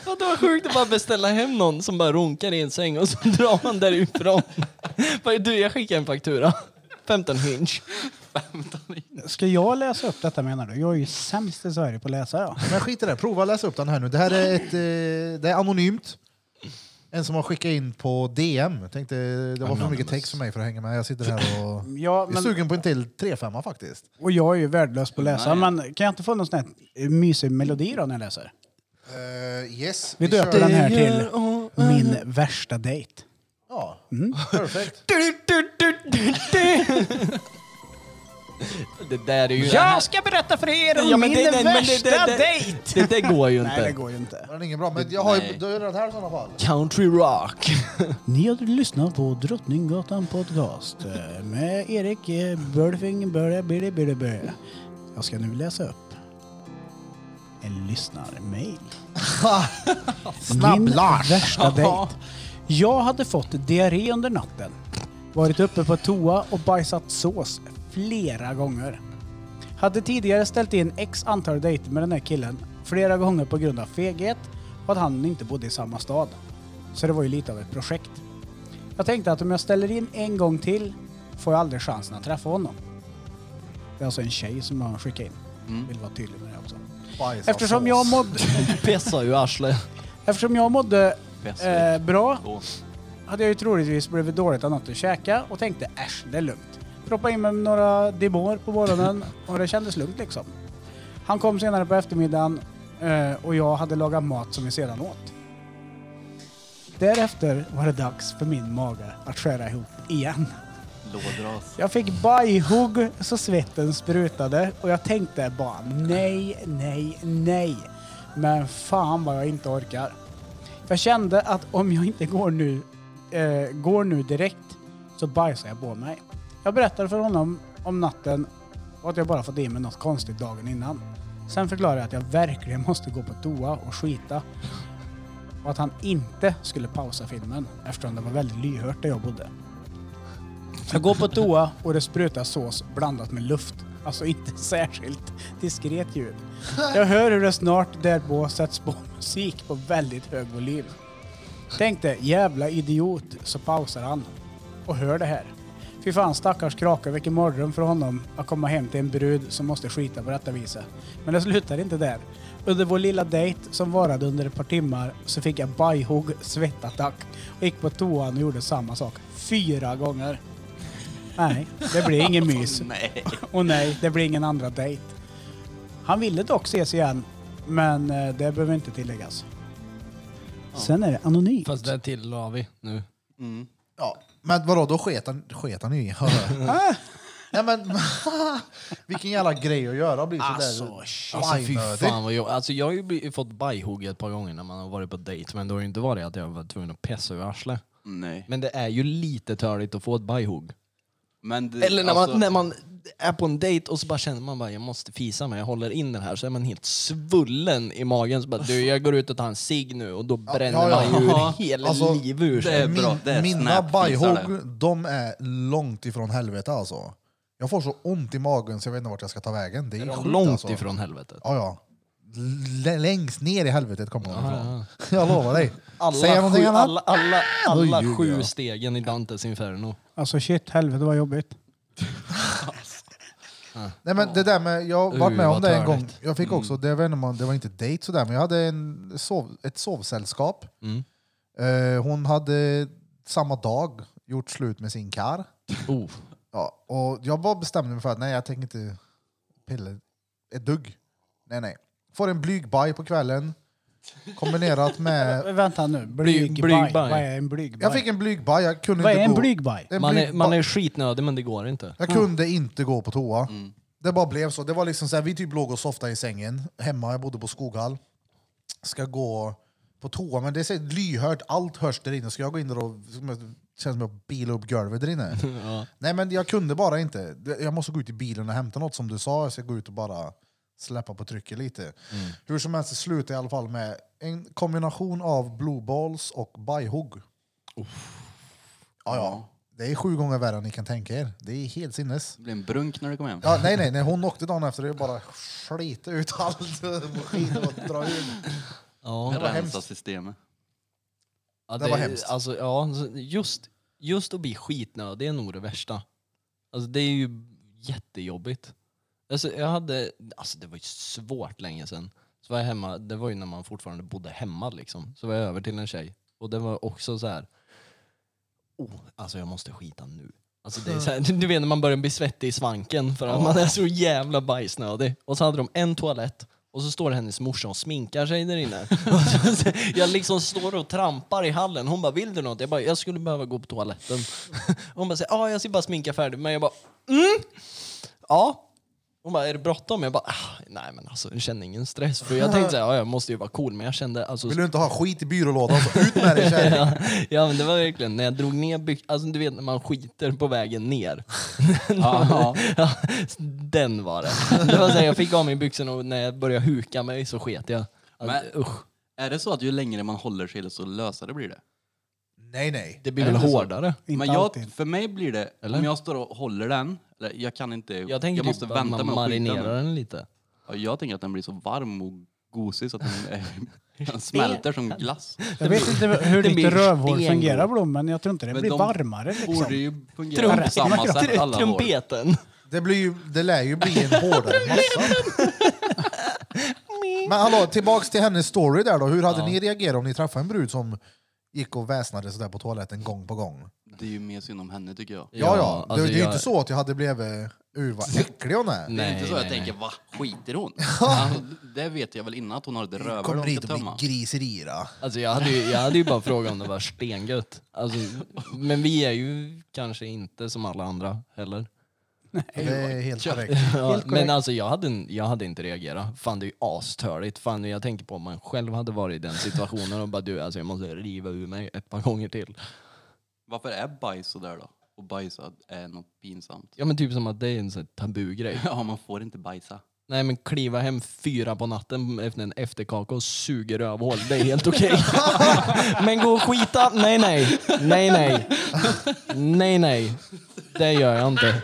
Speaker 6: Fattar Det var sjukt att bara beställa hem någon som bara runkar i en säng och så drar man därifrån. Bara, Du, jag skickar en faktura. 15 hinch.
Speaker 3: Ska jag läsa upp detta menar du? Jag är ju sämst i Sverige på att läsa. Ja.
Speaker 1: men skit i det, prova att läsa upp den här nu. Det här är, ett, eh, det är anonymt. En som har skickat in på DM. Jag tänkte, det var för mycket
Speaker 4: Anonymous.
Speaker 1: text för mig för att hänga med. Jag sitter här och
Speaker 3: Ja,
Speaker 1: är
Speaker 3: men,
Speaker 1: sugen på en till 3-5 faktiskt.
Speaker 3: och jag är ju värdelös på att läsa,
Speaker 4: Nej.
Speaker 3: men kan jag inte få någon sån här mysig melodi då när jag läser?
Speaker 1: Eh, yes,
Speaker 3: Vi döpte
Speaker 1: kör.
Speaker 3: den här till Min värsta dejt.
Speaker 1: Ja, perfekt.
Speaker 6: Det där är ju...
Speaker 3: Jag ska berätta för er om
Speaker 6: Ja, men
Speaker 3: min
Speaker 6: det- det- men det-
Speaker 3: värsta
Speaker 6: det- det-
Speaker 3: dejt!
Speaker 6: Det, det går ju
Speaker 3: Nej, det
Speaker 6: inte.
Speaker 3: går ju inte.
Speaker 1: Var den ingen bra? Men jag har ju,
Speaker 4: Nej.
Speaker 1: då är det den här i sådana fall.
Speaker 6: Country rock.
Speaker 3: Ni har lyssnat på Drottninggatan podcast eh, med Erik eh, Bölfing Börje Birre Birre Birre. Jag ska nu läsa upp en lyssnarmail. Min värsta dejt. Jag hade fått diarré under natten. Varit uppe på toa och bajsat sås flera gånger. Hade tidigare ställt in x antal dejter med den här killen flera gånger på grund av feghet och att han inte bodde i samma stad. Så det var ju lite av ett projekt. Jag tänkte att om jag ställer in en gång till får jag aldrig chansen att träffa honom. Det är alltså en tjej som har skickat in. Vill vara tydlig med det också.
Speaker 1: Bajs alltså. av
Speaker 3: Eftersom
Speaker 1: sås.
Speaker 3: jag mådde,
Speaker 6: Pessar ju arslet.
Speaker 3: eftersom jag mådde
Speaker 4: Pessar.
Speaker 3: eh, bra
Speaker 4: Då.
Speaker 3: hade jag ju troligtvis blivit dåligt av något att käka och tänkte äsch, det är lugnt. Proppade in mig med några Dibor på morgonen och det kändes lugnt liksom. Han kom senare på eftermiddagen eh, och jag hade lagat mat som vi sedan åt. Därefter var det dags för min mage att skära ihop igen.
Speaker 4: Lådras.
Speaker 3: Jag fick bajhugg så svetten sprutade och jag tänkte bara nej, nej, nej. Men fan vad jag inte orkar. Jag kände att om jag inte går nu, eh, går nu direkt så bajsar jag på mig. Jag berättade för honom om natten och att jag bara fått i mig något konstigt dagen innan. Sen förklarade jag att jag verkligen måste gå på toa och skita och att han inte skulle pausa filmen eftersom det var väldigt lyhört där jag bodde. Jag går på toa och det sprutar sås blandat med luft. Alltså inte särskilt diskret ljud. Jag hör hur det snart därpå sätts på musik på väldigt hög volym. Tänkte jävla idiot, så pausar han och hör det här. Fy fan stackars krake, vilken mardröm för honom att komma hem till en brud som måste skita på detta viset. Men det slutar inte där. Under vår lilla dejt som varade under ett par timmar så fick jag bajhugg, svettattack och gick på toan och gjorde samma sak fyra gånger. Nej, det blir ingen mys.
Speaker 4: Nej.
Speaker 3: Och nej, det blir ingen andra dejt. Han ville dock ses igen, men eh, det behöver inte tilläggas. Sen är det anonymt.
Speaker 6: Fast det tillade vi nu.
Speaker 4: Mm.
Speaker 1: Ja, men vadå, då sket han, sket han ju i.
Speaker 3: Äh?
Speaker 1: Nej men, vilken jävla grej att göra att bli sådär
Speaker 3: Alltså, shit.
Speaker 6: Alltså fy
Speaker 1: bajnödig.
Speaker 6: fan vad jobbigt. Alltså jag har ju bli- fått bajhugg ett par gånger när man har varit på dejt men det har ju inte varit att jag var tvungen att pessa ur arslet.
Speaker 4: Nej.
Speaker 6: Men det är ju lite törligt att få ett bajhugg.
Speaker 4: Men det,
Speaker 6: Eller när man,
Speaker 4: alltså,
Speaker 6: när man är på en dejt och så bara känner man bara jag måste fisa men jag håller in den här så är man helt svullen i magen. Så bara, du jag går ut och tar en cig nu och då bränner
Speaker 1: ja, ja.
Speaker 6: man ju
Speaker 1: Ja.
Speaker 6: ur hela
Speaker 1: Alltså,
Speaker 6: liv ur sig.
Speaker 4: det är bra. Det är
Speaker 1: Mina
Speaker 4: snap, visar
Speaker 1: bajhugg, de är långt ifrån helvete alltså. Jag får så ont i magen så jag vet inte vart jag ska ta vägen. Det är,
Speaker 6: Det är
Speaker 1: sjukt
Speaker 6: Långt
Speaker 1: alltså.
Speaker 6: ifrån helvetet.
Speaker 1: Ja, ja. L- längst ner i helvetet kommer de ifrån. Jag lovar dig. Säger jag någonting
Speaker 6: sju,
Speaker 1: annat?
Speaker 6: Alltså, alla, alla, alla
Speaker 1: Då ljuger
Speaker 6: sju
Speaker 1: jag.
Speaker 6: stegen i Dantes Inferno.
Speaker 3: Alltså shit, helvete vad jobbigt.
Speaker 1: Nej men det där med, jag har varit
Speaker 6: Uh,
Speaker 1: med om
Speaker 6: vad Mm.
Speaker 1: det en gång.
Speaker 6: törligt.
Speaker 1: Jag fick också, det var, man, det var inte dejt sådär, men jag hade en sov, ett sovsällskap.
Speaker 6: Mm.
Speaker 1: Eh, hon hade samma dag gjort slut med sin kar.
Speaker 6: Oh.
Speaker 1: Ja, och jag bara bestämde mig för att nej, jag tänker inte pilla ett dugg. Nej, nej. Får en blyg baj på kvällen kombinerat med...
Speaker 3: Vänta nu, blygbaj.
Speaker 6: blygbaj.
Speaker 3: Vad är en blygbaj?
Speaker 1: Jag fick en blyg baj, jag kunde
Speaker 3: vad
Speaker 1: inte
Speaker 3: är en
Speaker 1: gå...
Speaker 3: blygbaj?
Speaker 1: en
Speaker 6: Man,
Speaker 1: blyg
Speaker 6: är, man
Speaker 1: baj.
Speaker 6: är skitnödig men det går inte.
Speaker 1: Jag kunde inte gå på toa.
Speaker 4: Mm.
Speaker 1: Det bara blev så. Det var liksom så här, vi typ låg och softade i sängen hemma, jag bodde på Skoghall. Ska gå på toa, men det är så här lyhört, allt hörs där inne. Ska jag gå in där och som jag- känns som att bila upp golvet där inne? Nej men jag kunde bara inte. Jag måste gå ut i bilen och hämta något som du sa. Jag ska gå ut och bara släppa på trycket lite. Hur som helst, det slutade i alla fall med en kombination av blue balls och bajhugg. Ja, ja. Det är sju gånger värre än ni kan tänka er. Det är helt sinnes.
Speaker 4: Det blir en brunk när du kommer hem.
Speaker 1: Ja, nej, nej, nej, hon åkte dagen efter det bara slita ut allt och skit och dra ur.
Speaker 6: Ja.
Speaker 1: var
Speaker 4: Rensa
Speaker 1: hemskt.
Speaker 4: systemet.
Speaker 6: Ja,
Speaker 1: Det var hemskt.
Speaker 6: Alltså, ja, alltså, just, just att bli skitnödig är nog det värsta. Alltså, det är ju jättejobbigt. Alltså, jag hade, alltså, det var ju svårt länge sedan. Så var jag hemma, det var ju när man fortfarande bodde hemma. Liksom. Så var jag över till en tjej Och den var också så här. Oh, alltså jag måste skita nu. Alltså det är så här, du vet när man börjar bli svettig i svanken för att man är så jävla bajsnödig. Och så hade de en toalett och så står hennes morsa och sminkar sig där inne. Och så- så- jag liksom står och trampar i hallen. Hon bara, vill du något? Jag bara, jag skulle behöva gå på toaletten. Hon bara, säger, ja jag ska bara sminka färdigt. Men jag bara, mm! Ja. Hon bara, är det bråttom? Jag bara, ah, nej men alltså jag känner ingen stress. För jag tänkte så här, ja jag måste ju vara cool. Men jag kände alltså...
Speaker 1: Vill du inte ha skit i byrålådan så ut med dig kärring.
Speaker 6: Ja, ja men det var verkligen när jag drog ner byxan, alltså du vet när man skiter på vägen ner.
Speaker 4: Ja.
Speaker 6: Ja, Den var det. det var så här, jag fick av mig byxorna och när jag började huka mig så sket jag. Alltså,
Speaker 4: Men-
Speaker 6: usch,
Speaker 4: Är det så att ju längre man håller sig desto lösare blir det?
Speaker 1: Nej nej.
Speaker 6: det blir
Speaker 4: Är
Speaker 6: väl
Speaker 4: det så?
Speaker 6: hårdare?
Speaker 3: Inte
Speaker 4: men jag,
Speaker 3: alltid.
Speaker 4: för mig blir det, om jag står och håller den, eller jag kan inte,
Speaker 6: Jag tänker
Speaker 4: måste
Speaker 6: typ att
Speaker 4: vänta
Speaker 6: man
Speaker 4: med att skita
Speaker 6: marinerar
Speaker 4: den.
Speaker 6: den lite.
Speaker 4: Ja, jag tänker att den blir så varm och gosig så att den, eh, den smälter som glass.
Speaker 3: Jag vet inte hur
Speaker 6: det blir
Speaker 3: ditt rövhål
Speaker 6: sten
Speaker 3: fungerar
Speaker 6: då.
Speaker 3: Blom, men jag tror inte det
Speaker 4: Men
Speaker 3: blir
Speaker 4: de
Speaker 3: varmare liksom.
Speaker 4: Borde ju fungera
Speaker 6: Trump,
Speaker 4: på samma sätt alla hår.
Speaker 6: trumpeten.
Speaker 1: Det, blir ju, det lär ju bli en hårdare massa. Men hallå, tillbaks till hennes story där då. Hur hade ni reagerat om ni träffade en brud som gick och väsnade sådär på toaletten gång på gång?
Speaker 4: Det är ju mer synd om henne tycker jag.
Speaker 1: Ja, ja. det,
Speaker 6: alltså
Speaker 1: det är ju
Speaker 6: jag-
Speaker 1: inte så att jag hade blivit ur vad äcklig hon är.
Speaker 4: det är inte
Speaker 6: Nej,
Speaker 4: så jag
Speaker 6: nej,
Speaker 4: tänker, va, skiter hon? alltså, det vet jag väl innan att hon har ett rövhål
Speaker 1: Kommer
Speaker 4: hon ska
Speaker 1: hit och blir
Speaker 4: tömma.
Speaker 1: griserira.
Speaker 6: Alltså jag, hade ju, jag hade ju bara frågat om det var stengött. Alltså, men vi är ju kanske inte som alla andra heller.
Speaker 1: Det är helt korrekt.
Speaker 6: Ja, men
Speaker 3: korrekt.
Speaker 6: alltså jag hade, en- jag hade inte reagerat. Fan det är ju astörligt. Fan jag tänker på om man själv hade varit i den situationen och bara du alltså jag måste riva ur mig ett par gånger till.
Speaker 4: Varför är bajs sådär då? Och bajsa är något pinsamt.
Speaker 6: Ja men typ som att det är en sån här tabugrej.
Speaker 4: Ja, man får inte bajsa.
Speaker 6: Nej men kliva hem fyra på natten efter en efterkaka och suga rövhål, det är helt okej. men gå och skita, nej nej. Nej nej. Nej nej. Det gör jag inte.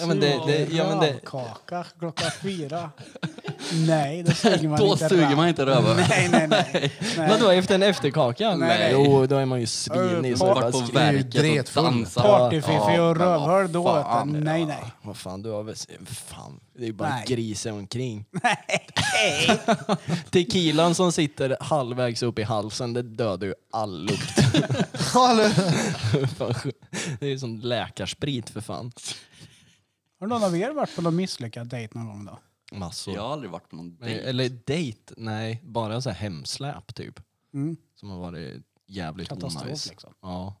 Speaker 6: Ja, men det, det, ja, men det,
Speaker 3: Kaka klockan fyra. Nej, då suger man
Speaker 4: Då
Speaker 3: inte
Speaker 4: suger
Speaker 3: röv.
Speaker 4: man inte röven.
Speaker 3: Nej, nej, nej.
Speaker 6: Vadå, efter en efterkaka?
Speaker 3: Nej.
Speaker 6: Jo, då är man ju svinig.
Speaker 3: Har
Speaker 6: Så
Speaker 3: du
Speaker 6: bara
Speaker 4: Vart på
Speaker 6: skri-
Speaker 4: verket och
Speaker 1: dretfull.
Speaker 4: dansar.
Speaker 3: Partyfiffi
Speaker 4: Ja,
Speaker 3: och
Speaker 4: men vad
Speaker 3: rövhål då. vet du.
Speaker 4: fan.
Speaker 3: Nej, nej.
Speaker 6: Ah, Vad fan, du har väl... Fan, det är ju bara
Speaker 3: Nej.
Speaker 6: grisen omkring. Tequilan som sitter halvvägs upp i halsen, det dödar ju all lukt. Fan, det är ju som läkarsprit för fan.
Speaker 3: Har någon av er varit på någon misslyckad dejt någon gång då?
Speaker 6: Massor.
Speaker 4: Jag har aldrig varit på någon
Speaker 6: Men-
Speaker 4: dejt.
Speaker 6: Eller dejt, nej. Bara så här hemsläp typ.
Speaker 3: Mm.
Speaker 6: Som har varit jävligt
Speaker 3: Katastrof
Speaker 6: onajs.
Speaker 3: liksom.
Speaker 6: Ja.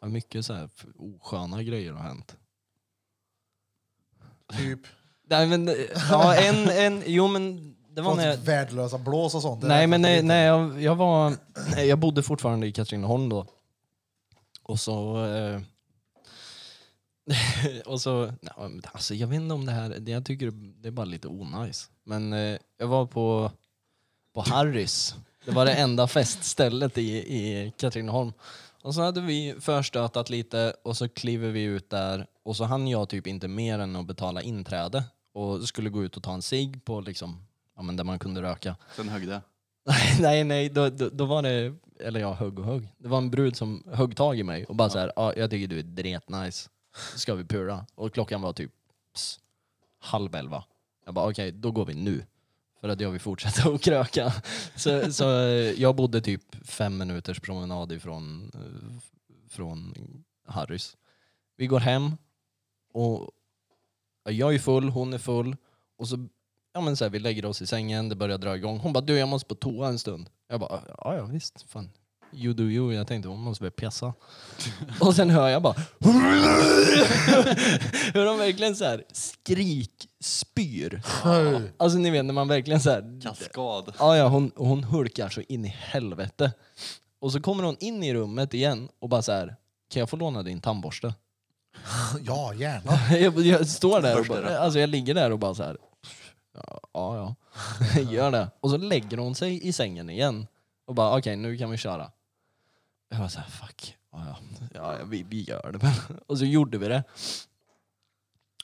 Speaker 6: Ja, Mycket så här osköna grejer har hänt.
Speaker 1: Typ
Speaker 6: Nej men, ja en, en, jo men det var
Speaker 1: Fast
Speaker 6: när jag,
Speaker 1: värdelösa blås och sånt. det
Speaker 6: Nej
Speaker 1: räknas
Speaker 6: men nej,
Speaker 1: inte.
Speaker 6: nej jag, jag var, nej, jag bodde fortfarande i Katrineholm då. Och så, eh, och så, nej, men alltså jag vet inte om det här, det- jag tycker det är bara lite onajs. Men eh, jag var på, på Harrys, det var det enda feststället i, i Katrineholm. Och så hade vi förstötat lite och så kliver vi ut där och så hann jag typ inte mer än att betala inträde och skulle gå ut och ta en cigg på liksom, ja men där man kunde röka.
Speaker 4: Sen högg det.
Speaker 6: Nej, nej, nej då, då, då var det, eller jag högg och högg. Det var en brud som högg tag i mig och bara så här, ah, jag tycker du är dret nice. Ska vi pura? Och klockan var typ pss, halv elva. Jag bara okej, då går vi nu. För att jag vill fortsätta att kröka. Så, så eh, jag bodde typ fem minuters promenad ifrån eh, från Harrys. Vi går hem och jag är full, hon är full och så ja men så här, vi lägger oss i sängen, det börjar dra igång. Hon bara du jag måste på toa en stund. Jag bara ja ja visst, fan. You do you. Jag tänkte hon måste väl pissa. och sen hör jag bara hur de verkligen så här skrik, spyr. alltså ni vet när man verkligen så här
Speaker 4: Kaskad.
Speaker 6: Ja, ja hon, hon hulkar så in i helvete. Och så kommer hon in i rummet igen och bara så här. Kan jag få låna din tandborste?
Speaker 1: Ja, gärna.
Speaker 6: Jag, jag står där och
Speaker 4: Första
Speaker 6: bara,
Speaker 4: rätta.
Speaker 6: alltså jag ligger där och bara så här. Ja, ja. ja. Gör det. Och så lägger hon sig i sängen igen. Och bara okej, nu kan vi köra. Jag var så här, fuck. Ja, ja. ja ja, vi, vi gör det väl. Och så gjorde vi det.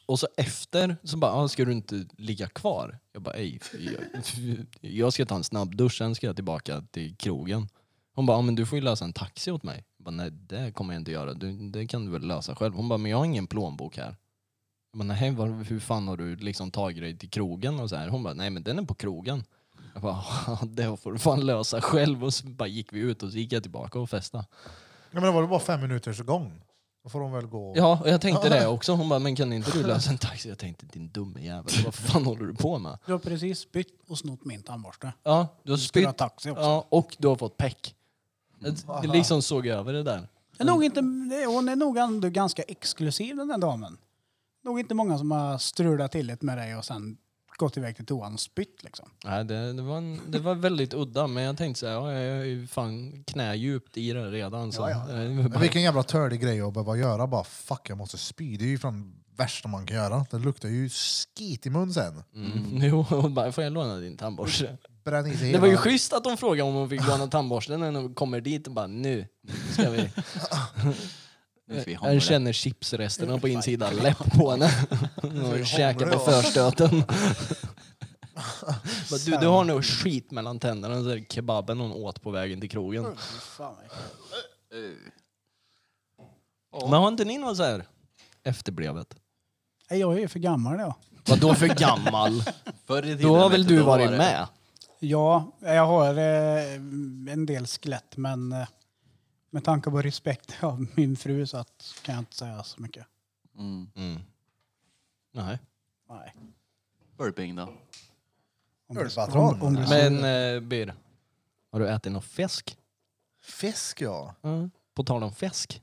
Speaker 6: Och så efter så bara, ah, ska du inte ligga kvar? Jag bara, ej, jag, jag ska ta en snabb dusch, sen ska jag tillbaka till krogen. Hon bara, ah, men du får ju lösa en taxi åt mig. Jag bara, nej det kommer jag inte göra, du, det kan du väl lösa själv. Hon bara, men jag har ingen plånbok här. Jag bara, nej var, hur fan har du liksom tagit dig till krogen och så här? Hon bara, nej men den är på krogen. Jag bara, "Ja, det får du fan lösa själv. Och så bara gick vi ut och så gick jag tillbaka och festade.
Speaker 1: Ja, men det var väl bara fem minuters gång? Då får de väl gå...
Speaker 6: Ja, och jag tänkte det också. Hon bara, men kan inte du lösa en taxi? Jag tänkte, din dumme jävel, vad fan håller du på med?
Speaker 3: Du har precis bytt och snott min tandborste.
Speaker 6: Ja, du har
Speaker 3: Du skulle ha
Speaker 6: spytt
Speaker 3: taxi också. Mm.
Speaker 6: ja, och du har fått peck. Jag liksom såg över det där.
Speaker 3: Det är nog inte, det- hon är nog ändå ganska exklusiv den där damen. Nog inte många som har strulat till det med dig och sen gått iväg till toan och spytt liksom.
Speaker 6: Nej, det, det, var en, det var väldigt udda, men jag tänkte så här, ja, jag är ju fan knädjupt i det redan. Så. eh,
Speaker 1: Men vilken jävla tördig grej att behöva göra. Bara fuck, jag måste spy. Det är ju fan värsta man kan göra. Det luktar ju skit i mun sen.
Speaker 6: Mm. Jo, hon bara, får jag låna din tandborste?
Speaker 1: Bränn i sig
Speaker 6: Det
Speaker 1: hela.
Speaker 6: var ju schysst att hon frågade om hon fick låna tandborsten när hon kommer dit och bara nu ska vi.
Speaker 4: Nu ska vi hångla.
Speaker 6: Jag känner chipsresterna på insidan läpp på henne.
Speaker 1: hångla,
Speaker 6: Och käkar på
Speaker 1: ja.
Speaker 6: förstöten. Bara, du, du har nog skit mellan tänderna, så där kebaben hon åt på vägen till krogen. Men har inte ni något så här efterblevet?
Speaker 3: Nej, Jag är ju för gammal jag.
Speaker 6: Vadå för gammal?
Speaker 4: Förr i tiden,
Speaker 6: Då har
Speaker 4: vet
Speaker 6: väl du
Speaker 4: då
Speaker 6: varit
Speaker 4: var det-
Speaker 6: med?
Speaker 3: Ja, jag har eh, en del skelett men eh, med tanke på respekt av min fru så att, kan jag inte säga så mycket.
Speaker 4: Mm.
Speaker 6: Nej.
Speaker 3: Nej.
Speaker 4: Burping då?
Speaker 3: Om du-
Speaker 1: Ölpatron.
Speaker 3: om- om du-
Speaker 6: Men eh, Bir, har du ätit någon fisk?
Speaker 1: Fisk ja.
Speaker 6: På tal om fisk,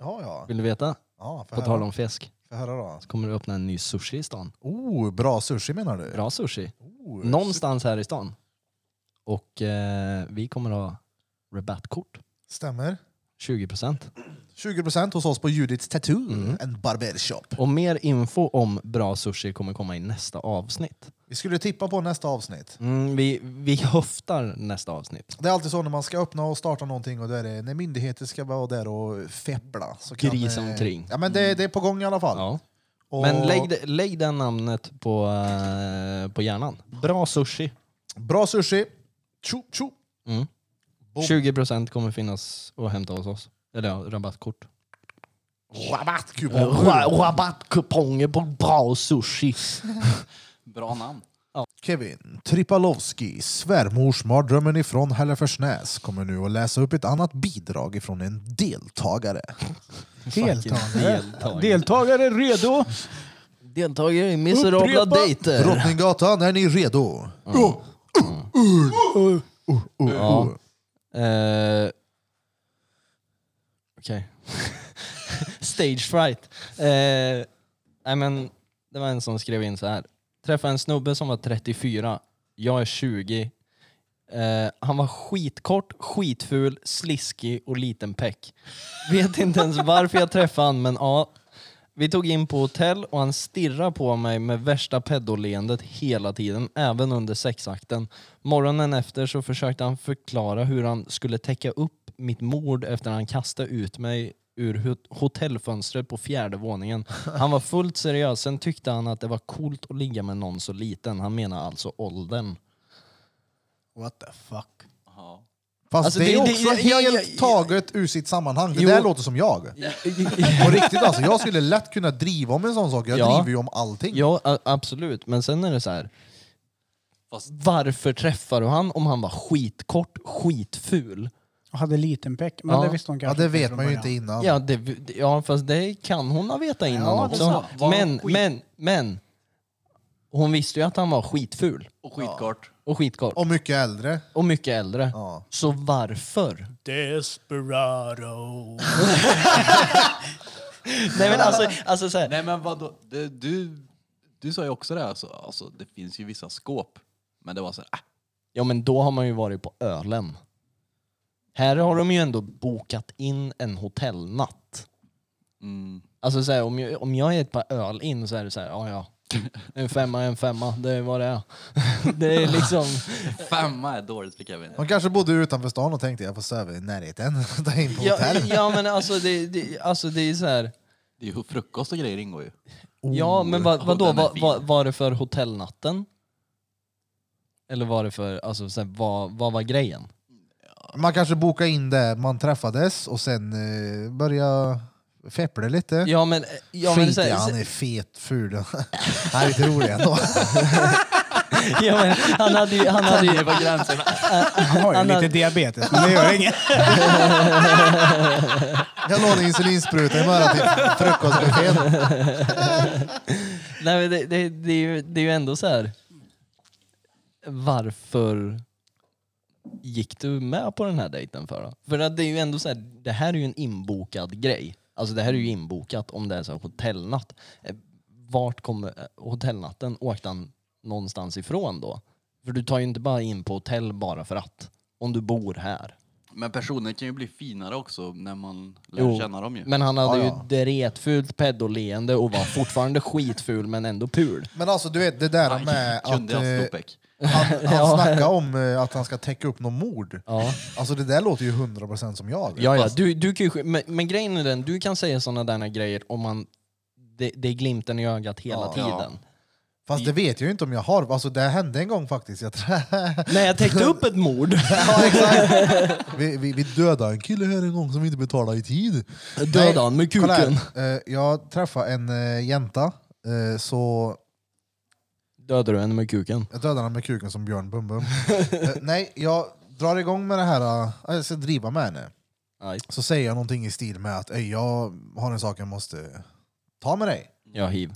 Speaker 1: Ja, ja.
Speaker 6: vill du veta?
Speaker 1: ja får
Speaker 6: På tal
Speaker 1: höra.
Speaker 6: om fisk,
Speaker 1: Får höra då.
Speaker 6: så kommer du öppna en ny sushi i stan.
Speaker 1: Oh, bra sushi menar du?
Speaker 6: Bra sushi.
Speaker 1: Oh,
Speaker 6: Någonstans här i stan. Och eh, vi kommer ha rabattkort.
Speaker 1: Stämmer.
Speaker 6: 20 procent.
Speaker 1: 20% hos oss på Judiths Tattoo,
Speaker 6: Mm.
Speaker 1: en barbershop.
Speaker 6: Och mer info om bra sushi kommer komma i nästa avsnitt.
Speaker 1: Vi skulle tippa på nästa avsnitt.
Speaker 6: Mm, vi, vi höftar nästa avsnitt.
Speaker 1: Det är alltid så när man ska öppna och starta någonting och det är det, när myndigheter ska vara där och feppla. Så kan,
Speaker 6: Gris
Speaker 1: eh,
Speaker 6: omkring. Mm.
Speaker 1: Ja men det, det är på gång i alla fall.
Speaker 6: Ja.
Speaker 1: Och
Speaker 6: Men lägg, det- lägg det namnet på, eh, på hjärnan. Bra sushi.
Speaker 1: Bra sushi. Tjo, tjo.
Speaker 6: Mm.
Speaker 1: Boom.
Speaker 6: 20 procent kommer finnas och hämta hos oss. Eller ja, rabattkort.
Speaker 1: Rabattkuponger.
Speaker 6: Rabattkuponger på bra sushi.
Speaker 4: Bra namn.
Speaker 1: Kevin Tripalowski, svärmorsmardrömmen ifrån Hälleforsnäs, kommer nu att läsa upp ett annat bidrag ifrån en deltagare.
Speaker 3: Deltagare.
Speaker 6: deltagare.
Speaker 3: Deltagare redo.
Speaker 6: Deltagare i miserabla
Speaker 3: Upprepa.
Speaker 6: dejter.
Speaker 1: Drottninggatan, är ni redo? Oh, oh, oh.
Speaker 6: Eh, Okej. Stage fright. Eh, Nej men, det var en som skrev in så här. Träffade en snubbe som var 34. Jag är 20. Eh, han var skitkort, skitful, sliskig och liten peck. Vet inte ens varför jag träffade han, men ja. Vi tog in på hotell och han stirrade på mig med värsta pedoleendet hela tiden, även under sexakten. Morgonen efter så försökte han förklara hur han skulle täcka upp mitt mord efter han kastade ut mig ur hot- hotellfönstret på fjärde våningen. Han var fullt seriös, sen tyckte han att det var coolt att ligga med någon så liten. Han menar alltså åldern.
Speaker 3: What the fuck.
Speaker 4: Ja.
Speaker 1: Fast
Speaker 6: Alltså,
Speaker 1: det,
Speaker 6: det-
Speaker 1: är
Speaker 6: det-
Speaker 1: också
Speaker 6: jag- jag-
Speaker 1: helt
Speaker 6: jag-
Speaker 1: taget ur sitt sammanhang. Det
Speaker 6: Jo.
Speaker 1: där låter som jag. På riktigt alltså, jag skulle lätt kunna driva om en sån sak. Jag
Speaker 6: Ja.
Speaker 1: driver ju om allting.
Speaker 6: Ja, a- absolut. Men sen är det så här.
Speaker 4: Fast-
Speaker 6: Varför träffar du han om han var skitkort, skitful?
Speaker 3: Och hade liten peck. Men
Speaker 6: Ja.
Speaker 3: det visste hon
Speaker 1: Ja,
Speaker 3: kanske
Speaker 1: det
Speaker 3: inte
Speaker 1: vet
Speaker 3: från
Speaker 1: man ju
Speaker 3: början.
Speaker 1: inte innan.
Speaker 6: Ja, det, ja, fast det kan hon ha vetat innan
Speaker 3: Ja, det är
Speaker 6: också.
Speaker 3: sant.
Speaker 4: Var hon
Speaker 6: Men,
Speaker 4: skit-
Speaker 6: men, men. Hon visste ju att han var skitful
Speaker 4: Och skitkort.
Speaker 6: och skitkort
Speaker 1: Och mycket äldre.
Speaker 6: och mycket äldre.
Speaker 1: Ja.
Speaker 6: Så varför?
Speaker 3: Desperado.
Speaker 6: Nej men alltså, alltså så här,
Speaker 4: Nej men vadå? Det, du, du sa ju också det, alltså, alltså, det finns ju vissa skåp. Men det var så här, äh,
Speaker 6: Ja men då har man ju varit på ölen. Här har de ju ändå bokat in en hotellnatt.
Speaker 4: mm,
Speaker 6: Alltså så här, om, jag, om jag är ett par öl in så är det så här, ja ja. En femma är en femma, det är vad det är. Det är liksom...
Speaker 4: femma är dåligt för Kevin.
Speaker 1: De kanske bodde utanför stan och tänkte jag får sova i närheten. Ta in på
Speaker 6: Ja,
Speaker 1: hotell.
Speaker 6: ja men alltså det, det, alltså det är så här...
Speaker 4: Det är ju frukost och grejer ingår ju.
Speaker 6: Ja,
Speaker 1: Mm.
Speaker 6: men vad,
Speaker 4: ja,
Speaker 6: vadå?
Speaker 4: Oh, den är
Speaker 6: Vad,
Speaker 4: fin.
Speaker 6: vad, var det för hotellnatten? Eller var det för, alltså så här, vad, vad var grejen?
Speaker 1: Man kanske bokade in det, man träffades och sen eh, började feppla lite.
Speaker 6: Ja men, ja, men
Speaker 1: Skit
Speaker 6: så
Speaker 1: i
Speaker 6: här,
Speaker 1: han är fet, ful. Han är lite rolig ändå.
Speaker 6: ja, men, han hade ju... Han hade ju
Speaker 4: Det var gränserna.
Speaker 3: Han har ju
Speaker 6: Han
Speaker 3: lite
Speaker 6: har-
Speaker 3: diabetes, men det gör inget.
Speaker 1: Jag lånade insulinspruta i morgon till frukostbuffén.
Speaker 6: nej, men det, det, det, är ju, det är ju ändå så här. Varför gick du med på den här dejten för då? För att det är ju ändå så här, det här är ju en inbokad grej. Alltså det här är ju inbokat om det är så här hotellnatt. Eh, Vart kommer eh, hotellnatten? Åkte han någonstans ifrån då? För du tar ju inte bara in på hotell bara för att. Om du bor här.
Speaker 4: Men personer kan ju bli finare också när man lär
Speaker 6: Jo,
Speaker 4: känna dem ju.
Speaker 6: Men han hade
Speaker 1: Ja,
Speaker 6: ju
Speaker 1: ja.
Speaker 6: dretfult peddoleende och var fortfarande skitful men ändå pul.
Speaker 1: Men alltså du vet det där med
Speaker 4: Aj, kunde jag
Speaker 1: att
Speaker 4: stå bäck.
Speaker 1: eh, han, han snackar om eh, att han ska täcka upp något mord.
Speaker 6: Ja.
Speaker 1: Alltså det där låter ju 100% som jag.
Speaker 6: Ja, ja. Du, du kan ju, sk- men, men grejen är den, du kan säga sådana där grejer om man, det, det är glimten i ögat hela tiden.
Speaker 1: Fast det vet jag ju inte om jag har. Alltså det hände en gång faktiskt. Jag trä-
Speaker 6: Nej, jag täckte upp ett mord.
Speaker 1: ja, exakt. Vi, vi, vi dödade en kille här en gång som inte betalade i tid.
Speaker 6: Dödade
Speaker 1: Nej,
Speaker 6: han med
Speaker 1: kolla här.
Speaker 6: kuken.
Speaker 1: Eh, Jag träffade en eh, jänta, eh, så
Speaker 6: Dödade du henne med kuken?
Speaker 1: jag dödade henne med kuken som Björn Bum Bum. Eh, Nej, jag drar igång med det här, eh, jag ska driva med henne.
Speaker 6: Nej.
Speaker 1: Så säger jag någonting i stil med att "Ey, jag har en sak jag måste ta med dig.
Speaker 6: Ja, hiv.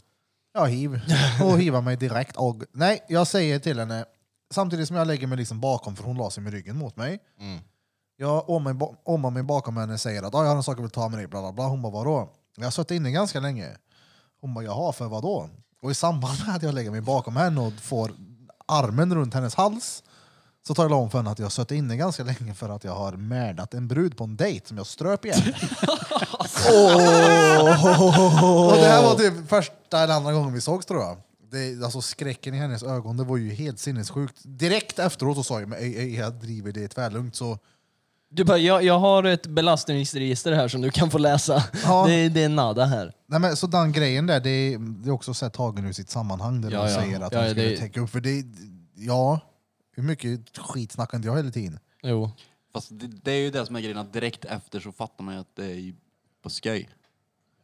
Speaker 1: Ja, hiv. Och hiva mig direkt. Och, nej, jag säger till henne, samtidigt som jag lägger mig liksom bakom, för hon la sig med ryggen mot mig. Jag om mig, ba- om mig bakom henne och säger att "Ja, jag har en sak jag vill ta med dig, bla bla bla. Hon bara vadå? Jag har suttit inne ganska länge. Hon bara jaha, för vadå? Och i samband med att jag lägger mig bakom henne och får armen runt hennes hals så talar jag om för henne att jag har suttit inne ganska länge för att jag har mördat en brud på en dejt som jag ströp igen. Och det här var typ första eller andra gången vi sågs tror jag. Det, alltså skräcken i hennes ögon, det var ju helt sinnessjukt. Direkt efteråt så sa jag, men ej, ej, jag driver det tvärlugnt så...
Speaker 6: Du bara, jag, jag har ett belastningsregister här som du kan få läsa.
Speaker 1: Ja.
Speaker 6: Det, det är nada här.
Speaker 1: Nej men så den grejen där, det, är- det är också sett tagen ur sitt sammanhang där
Speaker 6: Ja,
Speaker 1: de
Speaker 6: ja.
Speaker 1: säger att
Speaker 6: Ja,
Speaker 1: de
Speaker 6: ja,
Speaker 1: skulle
Speaker 6: det-
Speaker 1: täcka upp. För det, ja, hur mycket skit snackar inte jag hela tiden?
Speaker 6: Jo.
Speaker 4: Fast det, det är ju det som är grejen, att direkt efter så fattar man ju att det är ju på skoj.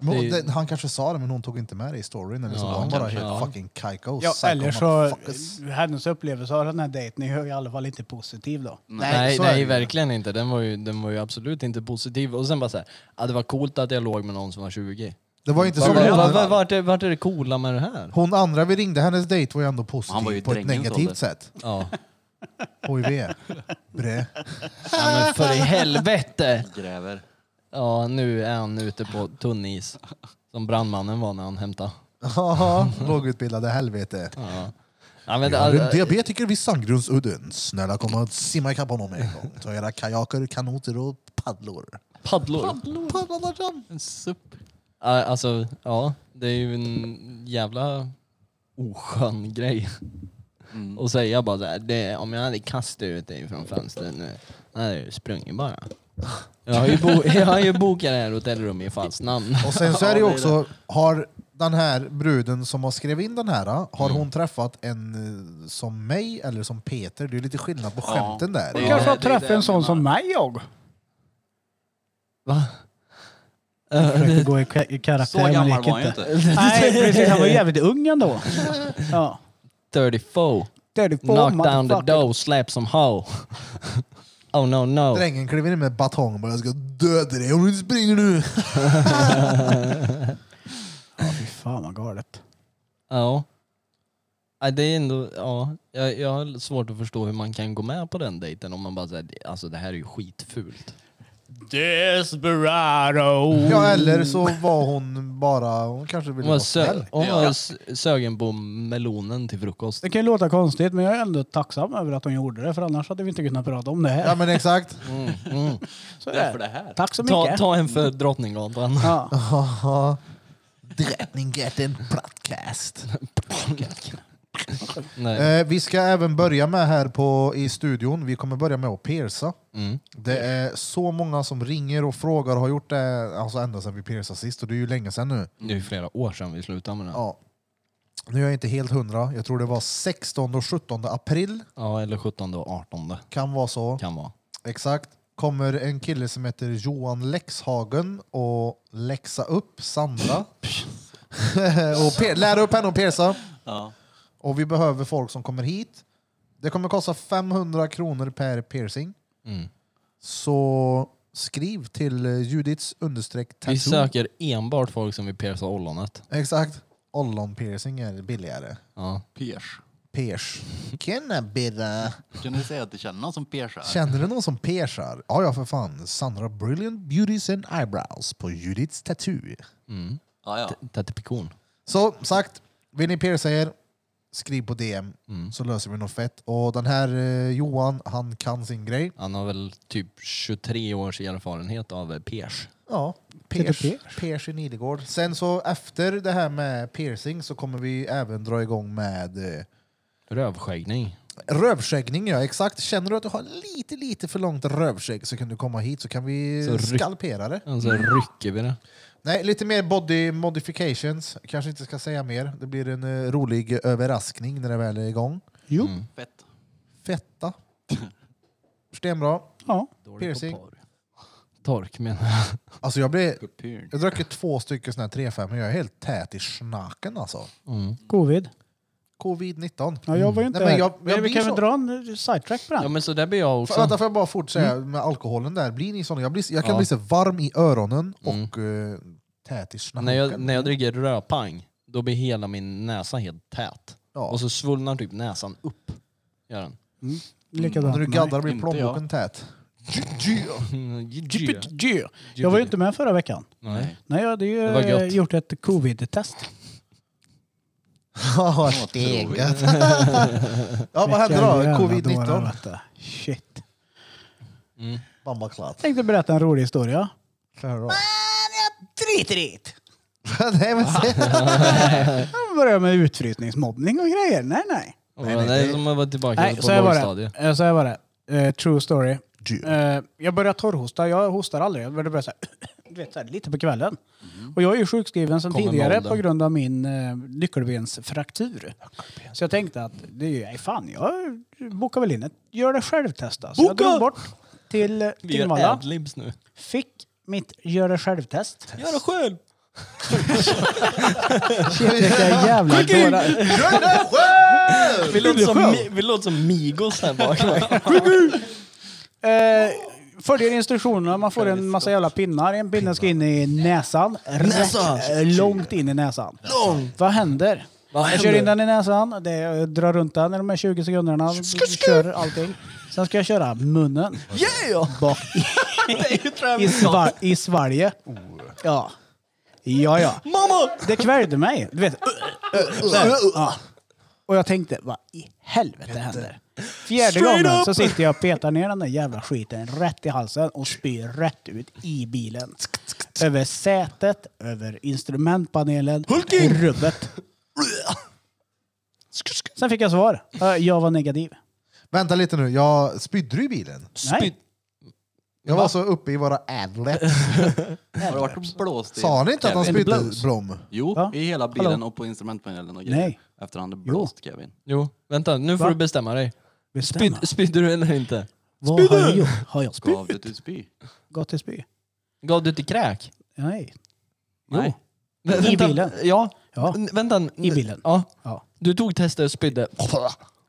Speaker 1: Men
Speaker 6: Det-
Speaker 1: det, han kanske sa det men hon tog inte med det i storyn eller så
Speaker 6: Ja,
Speaker 1: var hon bara
Speaker 6: kanske,
Speaker 1: helt
Speaker 6: ja.
Speaker 1: fucking kaiko.
Speaker 3: Ja,
Speaker 1: psycho
Speaker 3: eller så,
Speaker 1: motherfuckers.
Speaker 3: hennes upplevelse av den här dejten är ju i alla fall inte positiv då.
Speaker 6: Nej, nej,
Speaker 1: så är det ju.
Speaker 6: verkligen inte. Den var, ju, den var ju absolut inte positiv. Och sen bara såhär, ja, det var coolt att jag låg med någon som var 20.
Speaker 1: Det var inte så
Speaker 6: Vart var,
Speaker 1: roligt.
Speaker 6: var, vart är, vart är det coola med det här?
Speaker 1: Hon andra vi ringde, hennes dejt var ju ändå positiv
Speaker 4: Han var ju
Speaker 1: på ett
Speaker 4: drängen, sa
Speaker 1: negativt
Speaker 4: du.
Speaker 1: sätt.
Speaker 6: Ja.
Speaker 1: HIV. Brä.
Speaker 6: ja men för i helvete!
Speaker 4: Gräver.
Speaker 6: Ja, nu är han ute på tunn is. Som brandmannen var när han hämtade.
Speaker 1: Ja, Lågutbildade helvete.
Speaker 6: Ja, men,
Speaker 1: Jag har en
Speaker 6: alltså,
Speaker 1: diabetiker vid Sandgrundsudden. Snälla kom och simma ikapp honom en gång. Ta era kajaker, kanoter och paddlor.
Speaker 6: paddlor.
Speaker 1: Paddlar fram.
Speaker 4: En supp.
Speaker 6: Ja, Alltså, ja. Det är ju en jävla oskön grej. Och säga bara så här, det, om jag hade kastat ut dig från fönstret nu, då hade du sprungit bara. Jag har ju, bo, jag har ju bokat det här hotellrummet i falskt namn.
Speaker 1: Och sen så är det ju också, har den här bruden som har skrivit in den här, har hon träffat en eh, som mig eller som Peter? Det är lite skillnad på skämten där.
Speaker 4: Ja,
Speaker 3: kanske har
Speaker 4: det är det
Speaker 3: träffat en
Speaker 4: jag
Speaker 3: sån
Speaker 4: menar.
Speaker 3: som mig jag.
Speaker 6: Va?
Speaker 3: Försökte gå i, ka- i
Speaker 4: Så
Speaker 3: karaktär men det
Speaker 4: gammal
Speaker 3: gick
Speaker 4: var han ju
Speaker 3: inte.
Speaker 4: inte.
Speaker 3: Nej, precis. Han var jävligt ung ändå. Ja.
Speaker 6: 34. Knock down the door, slap some hoe. oh no no.
Speaker 1: Drängen kliver in med batong och bara “jag ska döda dig om du inte springer nu”.
Speaker 3: Ja, fy fan vad galet.
Speaker 6: Ja. Ja, Det är ändå, ja. Jag, jag har svårt att förstå hur man kan gå med på den dejten om man bara säger alltså det här är ju skitfult.
Speaker 3: Desperado.
Speaker 1: Ja, eller så var hon bara, hon kanske ville
Speaker 6: Hon var,
Speaker 1: vara
Speaker 6: sö-
Speaker 1: snäll.
Speaker 6: hon
Speaker 4: Ja.
Speaker 6: var s- sögen på melonen till frukost.
Speaker 3: Det kan ju låta konstigt men jag är ändå tacksam över att hon gjorde det för annars hade vi inte kunnat prata om det här.
Speaker 1: Ja men exakt.
Speaker 3: så är
Speaker 4: Därför det här.
Speaker 3: Tack så
Speaker 6: Ta,
Speaker 3: mycket.
Speaker 6: ta en för Drottninggatan.
Speaker 3: Ja.
Speaker 1: Mm. Drottninggatan podcast.
Speaker 6: Nej.
Speaker 1: Eh, vi ska även börja med här på, i studion, vi kommer börja med att pierca. Det är så många som ringer och frågar och har gjort det alltså ända sedan vi piercade sist och det är ju länge sedan nu.
Speaker 6: Det är ju flera år sedan vi slutade med den.
Speaker 1: Ja. Nu är jag inte helt hundra, jag tror det var 16 och 17 april,
Speaker 6: Ja, eller 17 och 18
Speaker 1: kan vara så.
Speaker 6: kan vara.
Speaker 1: Exakt. Kommer en kille som heter Johan Lexhagen och läxa upp Sandra. och pe- lära upp henne att pierca.
Speaker 4: Ja.
Speaker 1: Och vi behöver folk som kommer hit. Det kommer kosta 500 kronor per piercing.
Speaker 6: Mm.
Speaker 1: Så skriv till eh, Judiths understreck
Speaker 6: Vi
Speaker 1: tattoo.
Speaker 6: söker enbart folk som vill pierca ollonet.
Speaker 1: Exakt. Ollon-piercing är billigare.
Speaker 6: Ja.
Speaker 7: Pers.
Speaker 1: Pierce. Tjena birra.
Speaker 7: Kan du säga att du känner någon som persar?
Speaker 1: Känner du någon som piercar? Ja, ja för fan. Sandra Brilliant Beauties and Eyebrows på Judiths Tattoo.
Speaker 7: Ja, ja.
Speaker 6: Tattipikon.
Speaker 1: Så sagt, vill ni pierca er, skriv på DM så löser vi något fett. Och den här eh, Johan, han kan sin grej.
Speaker 6: Han har väl typ 23 års erfarenhet av pers.
Speaker 1: Ja, Pierce, Pierce i Nidegård. Sen så efter det här med piercing så kommer vi även dra igång med eh,
Speaker 6: Rövskäggning.
Speaker 1: rövskäggning. Ja, exakt. Känner du att du har lite, lite för långt rövskägg så kan du komma hit så kan vi
Speaker 6: Så ryck-
Speaker 1: skalpera det.
Speaker 6: Alltså rycker vi det.
Speaker 1: Nej, lite mer body modifications. Kanske inte ska säga mer. Det blir en eh, rolig överraskning när det väl är igång.
Speaker 3: Jo,
Speaker 7: Fett.
Speaker 1: Fetta. Stenbra.
Speaker 3: ja.
Speaker 1: Piercing.
Speaker 6: Tork menar jag.
Speaker 1: Alltså jag blev...
Speaker 4: Pupyrn.
Speaker 1: Jag drack ju två stycken såna här 3-5 och jag är helt tät i snaken alltså.
Speaker 3: Mm. Covid.
Speaker 1: Covid-19.
Speaker 3: Ja, jag var ju inte
Speaker 1: Nej, men
Speaker 3: här.
Speaker 1: jag, jag
Speaker 3: men vi
Speaker 1: blir
Speaker 3: kan väl
Speaker 1: så...
Speaker 3: dra en sidetrack på den?
Speaker 6: Ja men så där blir jag
Speaker 1: F-
Speaker 6: också.
Speaker 1: Vänta, får jag bara fort säga med alkoholen där. Blir ni såna? Jag, blir, jag kan
Speaker 6: Ja.
Speaker 1: bli så varm i öronen och eh, tät i snaken.
Speaker 6: När jag, när jag dricker rödpang, då blir hela min näsa helt tät.
Speaker 1: Ja.
Speaker 6: Och så svullnar typ näsan upp. Gör den.
Speaker 1: när
Speaker 3: Likadant.
Speaker 1: du gaddar blir
Speaker 4: inte jag.
Speaker 1: plånboken tät.
Speaker 3: Nej. Yeah. Jag var ju inte med förra veckan.
Speaker 6: Nej.
Speaker 3: Nej, jag hade ju
Speaker 6: Det var gött.
Speaker 3: eh, gjort ett covid-test.
Speaker 1: Ja,
Speaker 7: stegat.
Speaker 1: ja, vad hände
Speaker 3: Vilka
Speaker 1: då?
Speaker 3: jävla dårar,
Speaker 1: Covid-19?
Speaker 3: detta. Shit.
Speaker 1: Bamba klart.
Speaker 3: Tänkte berätta en rolig historia.
Speaker 1: Kör då.
Speaker 3: Drit i det!
Speaker 1: Nej, men se.
Speaker 3: Jag började med utfrytningsmobbning och grejer. Nej, nej.
Speaker 6: Nej, nej, det är som att vara tillbaka
Speaker 3: nej
Speaker 6: på
Speaker 3: så här var
Speaker 6: lågstadiet.
Speaker 3: det. Eh, Så här var det. Eh, true story. Eh, jag började torrhosta. Jag hostar aldrig. Jag började bara så här, du vet, så här, lite på kvällen. Och jag är ju sjukskriven sedan
Speaker 6: Mm. Kommer med
Speaker 3: tidigare
Speaker 6: åldern.
Speaker 3: på grund av min eh, nyckelbensfraktur. Så jag tänkte att det är ju, nej fan, jag bokar väl in ett gör det själv-test. Så jag
Speaker 6: Boka!
Speaker 3: drog bort till eh,
Speaker 6: Vi gör
Speaker 3: Timala.
Speaker 6: adlibs nu.
Speaker 3: Fick mitt gör det själv-test.
Speaker 6: Gör det själv!
Speaker 3: Vilka jävla dårar.
Speaker 6: Vi låter som, Mi- vi låter som Migos här bak.
Speaker 3: Eh, Följer instruktionerna, man får en massa jävla pinnar. En pinne ska in i näsan.
Speaker 2: Näsan.
Speaker 3: Rätt, eh, långt in i näsan. Vad händer? Jag kör in den i näsan, det, jag drar runt den i de här 20 sekunderna, kör allting. Sen ska jag köra munnen.
Speaker 6: yeah!
Speaker 3: Bak i, i, sva, i svalget. Ja. Ja, ja.
Speaker 6: Mamma!
Speaker 3: Det kväljde mig. Du vet. Där. Ja. Och jag tänkte, vad i helvete händer? Fjärde
Speaker 6: Straight
Speaker 3: gången
Speaker 6: up.
Speaker 3: så sitter jag och petar ner den där jävla skiten rätt i halsen och spyr rätt ut i bilen. Över sätet, över instrumentpanelen, i rubbet. Sen fick jag svar. Eh, Jag var negativ.
Speaker 1: Vänta lite nu, jag spydde ju i bilen.
Speaker 3: Nej.
Speaker 1: Jag var så uppe i våra adlets.
Speaker 4: Har det varit blåst i?
Speaker 1: Sa ni inte att han
Speaker 4: Kevin?
Speaker 1: spydde Blom?
Speaker 4: Jo,
Speaker 3: Va?
Speaker 4: i hela bilen
Speaker 3: Hallå?
Speaker 4: och på instrumentpanelen och grejer.
Speaker 3: Nej.
Speaker 4: Efter han hade blåst Kevin.
Speaker 6: Jo, vänta. Nu får
Speaker 3: Va?
Speaker 6: du bestämma dig.
Speaker 3: Bestämma.
Speaker 6: Spydde du eller inte?
Speaker 3: Vad har jag gjort? Har jag
Speaker 4: Gav
Speaker 3: spytt?
Speaker 4: det ett spy?
Speaker 3: Gått till spy?
Speaker 6: Gav du till kräk?
Speaker 3: Nej.
Speaker 4: Nej.
Speaker 6: Vä-
Speaker 3: I
Speaker 6: vänta.
Speaker 3: bilen.
Speaker 6: Ja.
Speaker 3: Ja.
Speaker 6: N- Vänta. n-
Speaker 3: I bilen.
Speaker 6: Ja.
Speaker 3: Ja.
Speaker 6: Du tog testet och spydde.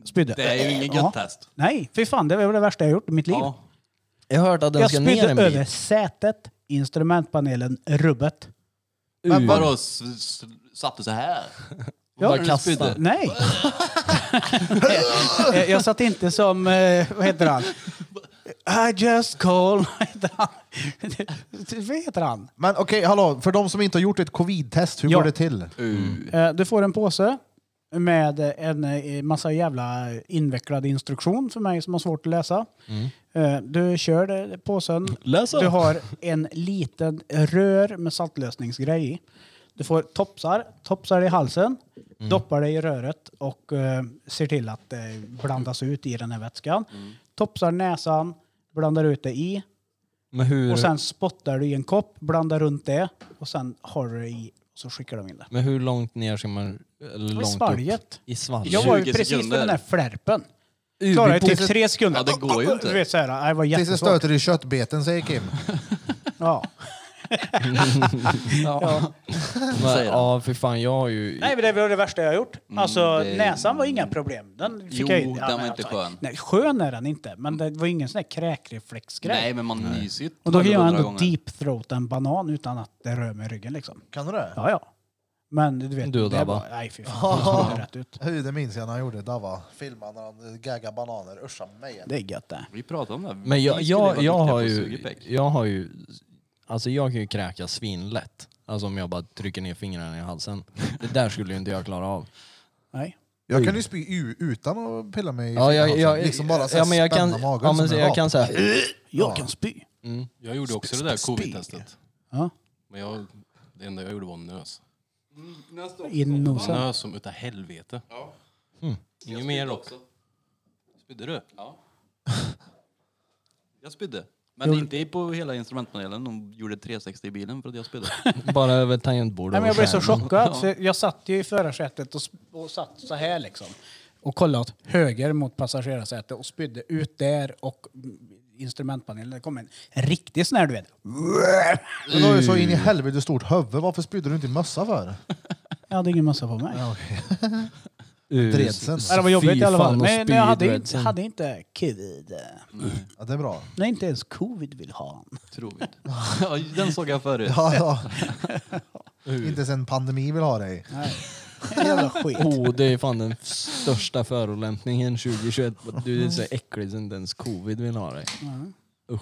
Speaker 3: Spydde.
Speaker 4: Det är ju ingen
Speaker 3: Ja.
Speaker 4: gött test.
Speaker 3: Nej, fy fan. Det var det värsta jag gjort i mitt liv.
Speaker 4: Ja.
Speaker 6: Jag har hört att den
Speaker 3: Jag
Speaker 6: ska ner
Speaker 3: spydde
Speaker 6: en
Speaker 3: över
Speaker 6: bit.
Speaker 3: sätet, instrumentpanelen, rubbet.
Speaker 8: Mm.
Speaker 4: Men vadå, s- s- satt du så här?
Speaker 6: Bara kastade.
Speaker 3: Nej. Eh, jag satt inte som, eh, vad heter han? I just call, vad heter han? vad heter han?
Speaker 1: Men okej, hallå, för de som inte har gjort ett covid-test, hur
Speaker 3: Ja.
Speaker 1: går det till?
Speaker 8: Mm.
Speaker 3: Eh, Du får en påse med en eh, massa jävla invecklad instruktion för mig som har svårt att läsa. Eh, Du kör eh, påsen.
Speaker 6: Läsa.
Speaker 3: Du har en liten rör med saltlösningsgrej i. Du får topsar, topsar i halsen, doppar det i röret och eh, ser till att det blandas ut i den här vätskan. Topsar näsan, blandar ut det i
Speaker 6: Men hur,
Speaker 3: och sen spottar du i en kopp, blandar runt det och sen har du det i och så skickar de in det.
Speaker 6: men hur långt ner ska man... eller Långt
Speaker 3: svalget.
Speaker 6: Upp? I svalget?
Speaker 3: Jag var ju
Speaker 4: 20
Speaker 3: precis
Speaker 4: sekunder.
Speaker 3: vid den där flärpen. Klarade jag typ
Speaker 1: Tills-
Speaker 3: tre sekunder.
Speaker 4: Ja, det går ju inte.
Speaker 3: Du vet såhär, det var
Speaker 1: Tills det
Speaker 3: jättesvårt.
Speaker 1: stöter i köttbeten, säger Kim.
Speaker 3: Ja. Ja.
Speaker 6: Men, ja, för fan, jag har ju...
Speaker 3: Nej, men det var det värsta jag har gjort. Alltså,
Speaker 7: Mm, det-
Speaker 3: näsan var inga problem. Den fick
Speaker 7: Jo,
Speaker 3: jag in.
Speaker 7: den
Speaker 3: men
Speaker 7: var inte skön.
Speaker 3: Nej, skön är den inte, men det var ingen sån här kräkreflexgrej.
Speaker 7: Nej, men man nyser ju
Speaker 3: Och då kan jag
Speaker 7: 1200
Speaker 3: ändå
Speaker 7: gånger.
Speaker 3: deep-throata en banan utan att det rör mig i ryggen liksom.
Speaker 1: Kan du det?
Speaker 3: Ja, ja. Men du vet,
Speaker 6: Du och
Speaker 3: det
Speaker 6: Dabba.
Speaker 3: var- Nej, fy fan. Det såg rätt ut.
Speaker 1: Hur det minns jag när han gjorde Dava. Filmade när han eh, gaggade bananer. Ursa mig.
Speaker 3: Det är gött det.
Speaker 7: Vi pratade om det.
Speaker 6: Men jag,
Speaker 7: Vi skulle vara
Speaker 6: jag,
Speaker 7: duktiga
Speaker 6: jag,
Speaker 7: på
Speaker 6: har
Speaker 7: att
Speaker 6: ju,
Speaker 7: suga peck.
Speaker 6: jag har ju... Alltså jag kan ju kräkas svinlätt. Alltså om jag bara trycker ner fingrarna i halsen. Det där skulle ju inte jag klara av.
Speaker 3: Nej.
Speaker 1: Jag kan ju spy u- utan att pilla mig i
Speaker 6: Ja, jag,
Speaker 1: halsen.
Speaker 6: jag,
Speaker 1: Liksom bara så här
Speaker 6: ja, men jag kan,
Speaker 1: spänna magen
Speaker 6: ja,
Speaker 1: som
Speaker 6: men
Speaker 1: en
Speaker 6: jag
Speaker 1: rak.
Speaker 6: kan säga
Speaker 3: Jag kan spy.
Speaker 8: Jag gjorde också det där covid-testet.
Speaker 3: Ja.
Speaker 8: Men jag, det enda jag gjorde var nös.
Speaker 3: In nosen.
Speaker 8: Nös som utav helvete. Ja. Mm. Inget mer också.
Speaker 7: Spydde du? Ja. jag spydde. Men inte på hela instrumentpanelen. De gjorde 360 i bilen för att jag spydde.
Speaker 6: bara över tangentbordet
Speaker 3: Nej, men jag blev
Speaker 6: och
Speaker 3: så
Speaker 6: skärmen.
Speaker 3: chockad. Så jag satt ju i förarsätet och, sp- och satt så här liksom. Och kollade åt höger mot passagerarsätet och spydde ut där och mm, instrumentpanelen. Det kom en riktig sån här du vet.
Speaker 1: Men du har ju så in i helvete stort huvud. Varför spydde du inte i mössa för?
Speaker 3: Jag hade ingen mössa på mig.
Speaker 1: Dredsen.
Speaker 3: Ja, det var jobbigt
Speaker 6: Fy
Speaker 3: i alla
Speaker 6: fan,
Speaker 3: fall.
Speaker 6: och
Speaker 3: Men jag hade,
Speaker 6: speed,
Speaker 3: ju inte,
Speaker 6: vet.
Speaker 3: hade inte covid.
Speaker 1: Ja, det är bra.
Speaker 3: Nej, inte ens covid vill ha.
Speaker 7: Tror vi. ja, den såg jag förut.
Speaker 1: Ja, ja. Inte sen pandemi vill ha dig.
Speaker 3: Jävla skit.
Speaker 6: Oh, det är fan den största förolämpningen 2021. Du är så äcklig som inte ens covid vill ha dig. Usch.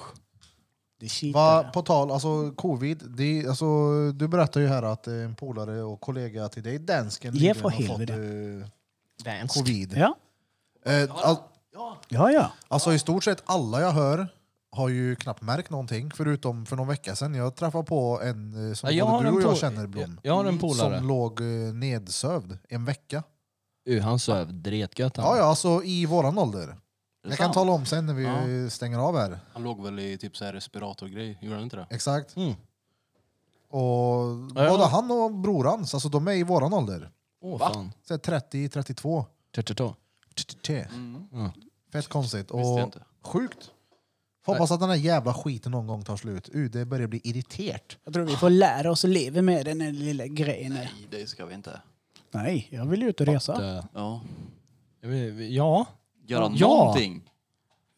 Speaker 3: Det kittlar.
Speaker 1: Va, på tal, alltså covid. Det, är- alltså, du berättar ju här att eh, en polare och kollega till dig, dansken,
Speaker 3: Ge
Speaker 1: nyligen
Speaker 3: för
Speaker 1: har fått
Speaker 3: helvete.
Speaker 1: eh, covid.
Speaker 3: Ja,
Speaker 1: Eh, al-
Speaker 3: ja, ja.
Speaker 1: Alltså i stort sett alla jag hör har ju knappt märkt någonting förutom för någon vecka sedan. Jag träffade på en eh, som
Speaker 6: Ja, jag
Speaker 1: både
Speaker 6: har
Speaker 1: du
Speaker 6: en
Speaker 1: och jag
Speaker 6: pol-
Speaker 1: känner Blom.
Speaker 6: Jag har en
Speaker 1: Som
Speaker 6: polare.
Speaker 1: låg eh, nedsövd en vecka.
Speaker 6: Uh, han söv dretgött han.
Speaker 1: Ja, ja, alltså i våran ålder. Jag kan
Speaker 7: sant?
Speaker 1: tala om sen när vi eh, stänger av här.
Speaker 8: Han låg väl i typ så här respiratorgrej, gjorde han inte det?
Speaker 1: Exakt.
Speaker 6: Mm.
Speaker 1: Och
Speaker 6: Ja.
Speaker 1: både han och brorans, alltså de är i våran ålder.
Speaker 6: Åh, fan.
Speaker 1: Så här 30, 32.
Speaker 6: Tja-tja-tja.
Speaker 1: T-t-t.
Speaker 6: Ja.
Speaker 1: Fett konstigt.
Speaker 7: jag
Speaker 1: Och
Speaker 7: inte.
Speaker 1: sjukt. Får Hoppas att den här jävla skiten någon gång tar slut. Uh, det börjar bli irriterat.
Speaker 3: Jag tror vi får lära oss att leva med den här lilla grejen. här.
Speaker 7: Nej, det ska vi inte.
Speaker 3: Nej, jag vill ut och resa.
Speaker 6: Eh,
Speaker 7: Ja.
Speaker 6: jag vet- Ja.
Speaker 7: Göra
Speaker 6: Ja.
Speaker 7: någonting.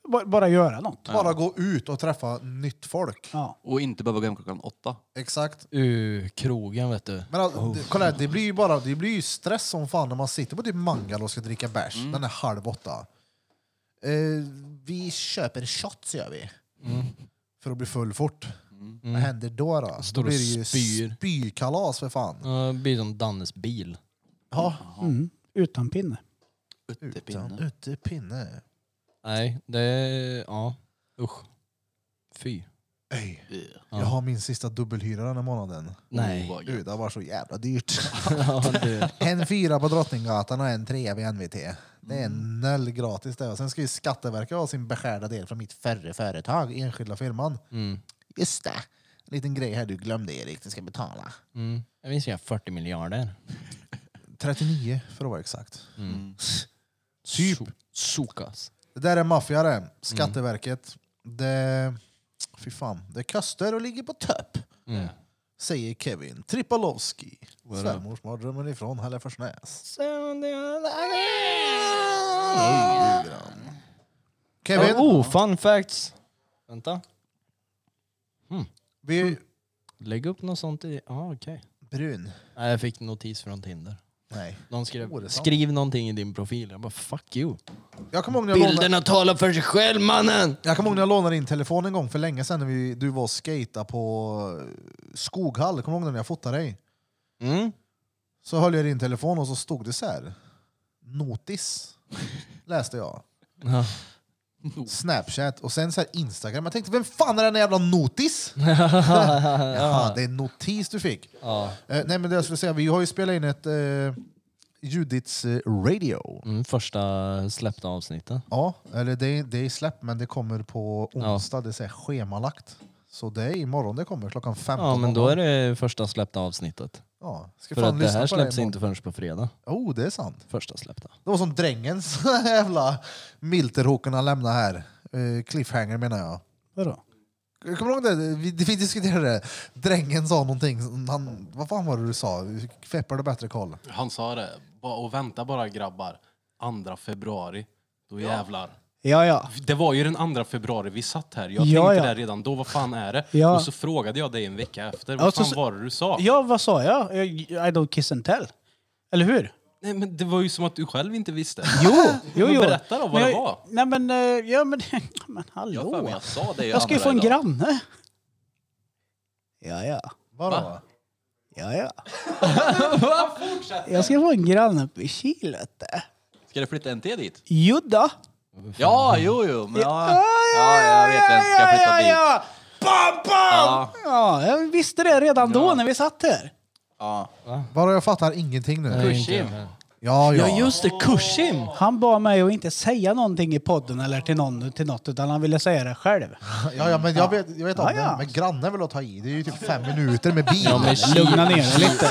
Speaker 3: Bara, bara göra något.
Speaker 1: Bara gå ut och träffa nytt folk.
Speaker 3: Ja.
Speaker 7: Och inte behöva gå hem klockan åtta.
Speaker 1: Exakt.
Speaker 6: Uh, krogen vet du.
Speaker 1: Men alltså, det, kolla här, det blir ju bara det blir ju stress som fan när man sitter på typ Mangal och ska dricka bärs.
Speaker 6: Mm.
Speaker 1: Den är halv åtta. Eh, vi köper shots gör vi.
Speaker 6: Mm.
Speaker 1: För att bli full fort. Vad händer då? då?
Speaker 6: Står
Speaker 1: Då
Speaker 6: och
Speaker 1: blir det ju
Speaker 6: spyr.
Speaker 1: spykalas för fan.
Speaker 6: Uh, blir som Dannes bil.
Speaker 1: Ja.
Speaker 3: Mm. Utan pinne.
Speaker 1: Utan ute pinne.
Speaker 6: Nej, det är... Ja. Usch. Fy.
Speaker 1: Öj. Jag har min sista dubbelhyra den här månaden.
Speaker 6: Nej.
Speaker 7: Vad
Speaker 1: Gud, det har varit så jävla dyrt.
Speaker 6: Ja, du.
Speaker 1: en fyra på Drottninggatan och en trea vid NVT. Det är noll gratis det. Och sen ska ju Skatteverket ha sin beskärda del från mitt förre företag, enskilda firman.
Speaker 6: Mm.
Speaker 1: Just det. En liten grej här du glömde Erik, du ska betala.
Speaker 6: Mm. Jag minns jag 40 miljarder.
Speaker 1: 39 för att vara exakt.
Speaker 6: Mm.
Speaker 1: Typ.
Speaker 6: So- Sokas.
Speaker 1: Det där är
Speaker 6: Mm.
Speaker 1: maffiare. Skatteverket. Det... Fy fan. Det kostar och ligger på topp.
Speaker 6: Mm.
Speaker 1: Säger Kevin Tripalowski. Svärmorsmardrömmen ifrån Hälleforsnäs. Kevin,
Speaker 6: Oh, fun facts! Vänta.
Speaker 1: vi...
Speaker 6: Lägg upp något sånt i... Ja, ah, okej.
Speaker 1: Brun.
Speaker 6: Nej, jag fick notis från Tinder.
Speaker 1: Nej.
Speaker 6: Någon skrev
Speaker 1: Oh, det är sant.
Speaker 6: skriv någonting i din profil. Jag bara fuck you.
Speaker 1: Jag kommer ihåg när jag lånade...
Speaker 6: Bilderna talar för sig själv mannen!
Speaker 1: Jag kommer ihåg när jag lånade din telefon en gång för länge sedan när vi, du var och skata på eh, Skoghall. Kommer du ihåg när jag fotade dig?
Speaker 6: Mm.
Speaker 1: Så höll jag din telefon och så stod det så här. Notis. Läste jag.
Speaker 6: Ja.
Speaker 1: Snapchat och sen så här Instagram. Jag tänkte, vem fan är den där jävla notis? Jaha, det är en notis du fick.
Speaker 6: Ja.
Speaker 1: Eh, nej men det jag skulle säga, vi har ju spelat in ett eh, Judits eh, radio.
Speaker 6: Mm, första släppta avsnittet.
Speaker 1: Ja, eller det, är- det är släppt men det kommer på onsdag. Det är så här schemalagt. Så det är imorgon det kommer, klockan 15.
Speaker 6: Ja, men då är det första släppta avsnittet.
Speaker 1: Ja, ska
Speaker 6: För
Speaker 1: fan
Speaker 6: att det
Speaker 1: lyssna
Speaker 6: här
Speaker 1: på det
Speaker 6: släpps
Speaker 1: imorgon.
Speaker 6: inte förrän på fredag.
Speaker 1: Oh, det är sant.
Speaker 6: Första släppta.
Speaker 1: Det var som drängens jävla milterhoken han lämnade här. Eh, cliffhanger menar jag.
Speaker 3: Vadå?
Speaker 1: Jag kommer ihåg det, vi, vi diskuterade det. Drängen sa någonting. Han, vad fan var det du sa? Feppar du bättre koll?
Speaker 8: Han sa det. Bara, och vänta bara grabbar. 2 februari. Då jävlar.
Speaker 3: Ja, ja.
Speaker 8: Det var ju den 2 februari vi satt här. Jag
Speaker 3: Ja,
Speaker 8: tänkte
Speaker 3: ja.
Speaker 8: det redan då. Vad fan är det?
Speaker 3: Ja.
Speaker 8: Och så frågade jag dig en vecka efter. Vad
Speaker 3: Ja, så-
Speaker 8: fan var det du sa?
Speaker 3: Ja, vad sa jag? Jag- I don't kiss and tell. Eller hur?
Speaker 8: Nej, men det var ju som att du själv inte visste.
Speaker 3: Jo, jo,
Speaker 8: Men
Speaker 3: jo.
Speaker 8: berätta då vad
Speaker 3: Men
Speaker 8: det
Speaker 3: jag-
Speaker 8: var.
Speaker 3: Nej men, eh, ja men, men
Speaker 4: Jag har för
Speaker 3: hallå.
Speaker 4: mig
Speaker 3: Jag,
Speaker 4: jag sa det.
Speaker 3: ska ju
Speaker 4: andra
Speaker 3: få en
Speaker 4: idag.
Speaker 3: granne. Ja, ja.
Speaker 1: Vadå?
Speaker 3: Ja, ja. jag ska få en granne uppe i Kil, vet du.
Speaker 4: Ska du flytta en till dit?
Speaker 3: Jodå.
Speaker 4: Ja, jo, jo. Men, ja, ja, jag vet vem som ska
Speaker 3: ja,
Speaker 4: flytta
Speaker 3: ja,
Speaker 4: dit.
Speaker 3: ja. Bam, bam!
Speaker 4: Ja.
Speaker 3: Ja, jag visste det redan då när vi satt här.
Speaker 4: Ja.
Speaker 1: Vadå, jag fattar ingenting nu.
Speaker 4: Kushim.
Speaker 1: Ja, ja.
Speaker 6: Ja just det, Kushim!
Speaker 3: Han bad mig att inte säga någonting i podden eller till någon, till något, utan han ville säga det själv.
Speaker 1: ja, ja men jag vet, jag vet om
Speaker 3: Ja, ja.
Speaker 1: det. Men granne vill att ta i. Det är ju typ fem minuter med bil.
Speaker 3: Lugna ner dig lite.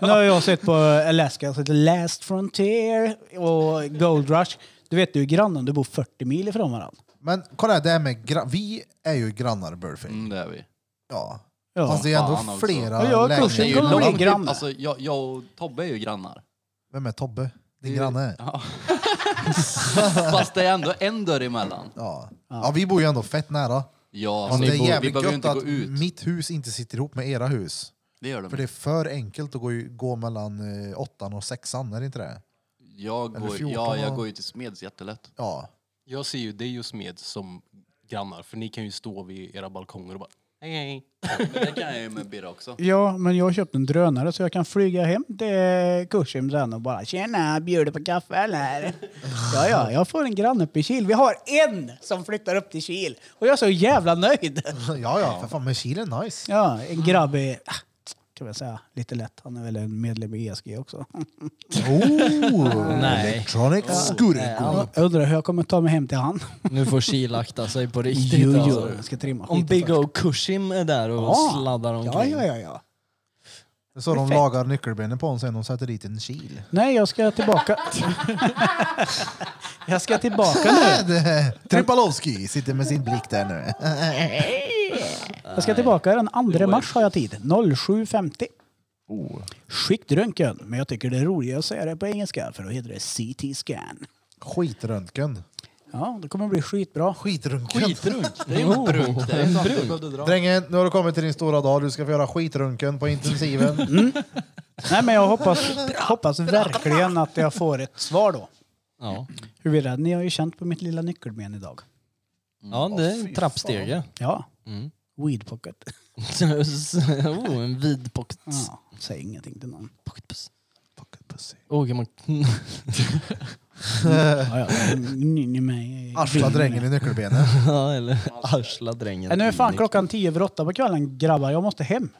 Speaker 3: Nu har jag sett på Alaska, alltså The Last Frontier och Gold Rush. Du vet, du är grannen, du bor 40 mil ifrån varandra.
Speaker 1: Men kolla här, det här med gra- Vi är ju grannar, Burfing.
Speaker 4: Mm, det är vi.
Speaker 1: Ja.
Speaker 3: Ja.
Speaker 1: Fast det är
Speaker 4: fan
Speaker 1: ändå
Speaker 4: också.
Speaker 1: flera
Speaker 3: Ja, jag är
Speaker 4: Det är
Speaker 1: lägenheter.
Speaker 3: kursing.
Speaker 4: ju
Speaker 3: kommer bli
Speaker 4: långt-
Speaker 3: granne.
Speaker 4: Alltså, jag, jag och Tobbe är ju grannar.
Speaker 1: Vem är Tobbe? Din granne?
Speaker 4: Ja. Fast det är ändå en dörr emellan.
Speaker 1: Ja. ja, vi bor ju ändå fett nära.
Speaker 4: Ja,
Speaker 1: Fast det är
Speaker 4: vi
Speaker 1: jävligt
Speaker 4: behöver ju
Speaker 1: gött
Speaker 4: inte
Speaker 1: att
Speaker 4: gå ut.
Speaker 1: mitt hus inte sitter ihop med era hus.
Speaker 4: Det gör de.
Speaker 1: För det är för enkelt att gå, i- gå mellan eh, åttan och sexan, är det inte det?
Speaker 4: Jag
Speaker 1: Eller
Speaker 4: går,
Speaker 1: 14
Speaker 4: ja, jag
Speaker 1: och-
Speaker 4: går ju till Smeds jättelätt.
Speaker 1: Ja.
Speaker 8: Jag ser ju dig och Smed som grannar. För ni kan ju stå vid era balkonger och bara hej hej.
Speaker 4: Men det kan jag ju med Birra också.
Speaker 3: Ja, men jag har köpt en drönare så jag kan flyga hem till Kurshem sen och bara “Tjena, bjuder på kaffe eller?” Ja, ja, jag får en granne uppe i Kil. Vi har en som flyttar upp till Kil och jag är så jävla nöjd.
Speaker 1: Ja, ja, för fan, men Kil är nice.
Speaker 3: Ja, en grabb är, ah, kan man säga, lite lätt. Han är väl en medlem i ESG också.
Speaker 1: Oh,
Speaker 6: Nej.
Speaker 1: electronic skurko.
Speaker 3: Jag undrar hur jag kommer ta mig hem till han.
Speaker 6: Nu får Kil akta sig på riktigt
Speaker 3: Jo, jo,
Speaker 6: alltså.
Speaker 3: jag ska trimma
Speaker 6: Om
Speaker 3: skiten
Speaker 6: Big
Speaker 3: först.
Speaker 6: O Kushim är där och
Speaker 3: Ja.
Speaker 6: sladdar
Speaker 3: Ah, Ja,
Speaker 6: omkring.
Speaker 3: ja, ja, ja.
Speaker 1: Det är så de
Speaker 3: Perfekt.
Speaker 1: lagar nyckelbenen på honom sen de sätter dit en kil.
Speaker 3: Nej, jag ska tillbaka. jag ska tillbaka nu.
Speaker 1: Tripalovski sitter med sin blick där nu.
Speaker 3: Jag ska tillbaka den 2 mars har jag tid. 07.50.
Speaker 6: Oh.
Speaker 3: Skiktröntgen, men jag tycker det är roligare att säga det på engelska för då heter det CT-scan.
Speaker 1: Skitröntgen.
Speaker 3: Ja, det kommer bli skitbra.
Speaker 1: Skitröntgen.
Speaker 4: Det är ju en brunk. Det är ju sant, du behövde dra.
Speaker 1: Drängen, nu har du kommit till din stora dag. Du ska få göra skitröntgen på intensiven.
Speaker 3: Nej, men jag hoppas, hoppas verkligen att jag får ett svar då.
Speaker 6: Ja.
Speaker 3: Huruvida, ni har ju känt på mitt lilla nyckelben idag.
Speaker 6: Ja, det är trappstege.
Speaker 3: Ja.
Speaker 6: Mm.
Speaker 3: Weed pocket.
Speaker 6: oh, en vid pocket.
Speaker 3: Ja, säg ingenting till någon.
Speaker 6: Pocketpuss. Åh, kan man...
Speaker 3: Ja, ja. Ni, ni mig.
Speaker 1: Arsla drängen i nyckelbenet.
Speaker 6: ja, eller arsla drängen.
Speaker 3: Ja, nu är fan
Speaker 6: i-
Speaker 3: klockan tio över åtta på kvällen grabbar. Jag måste hem.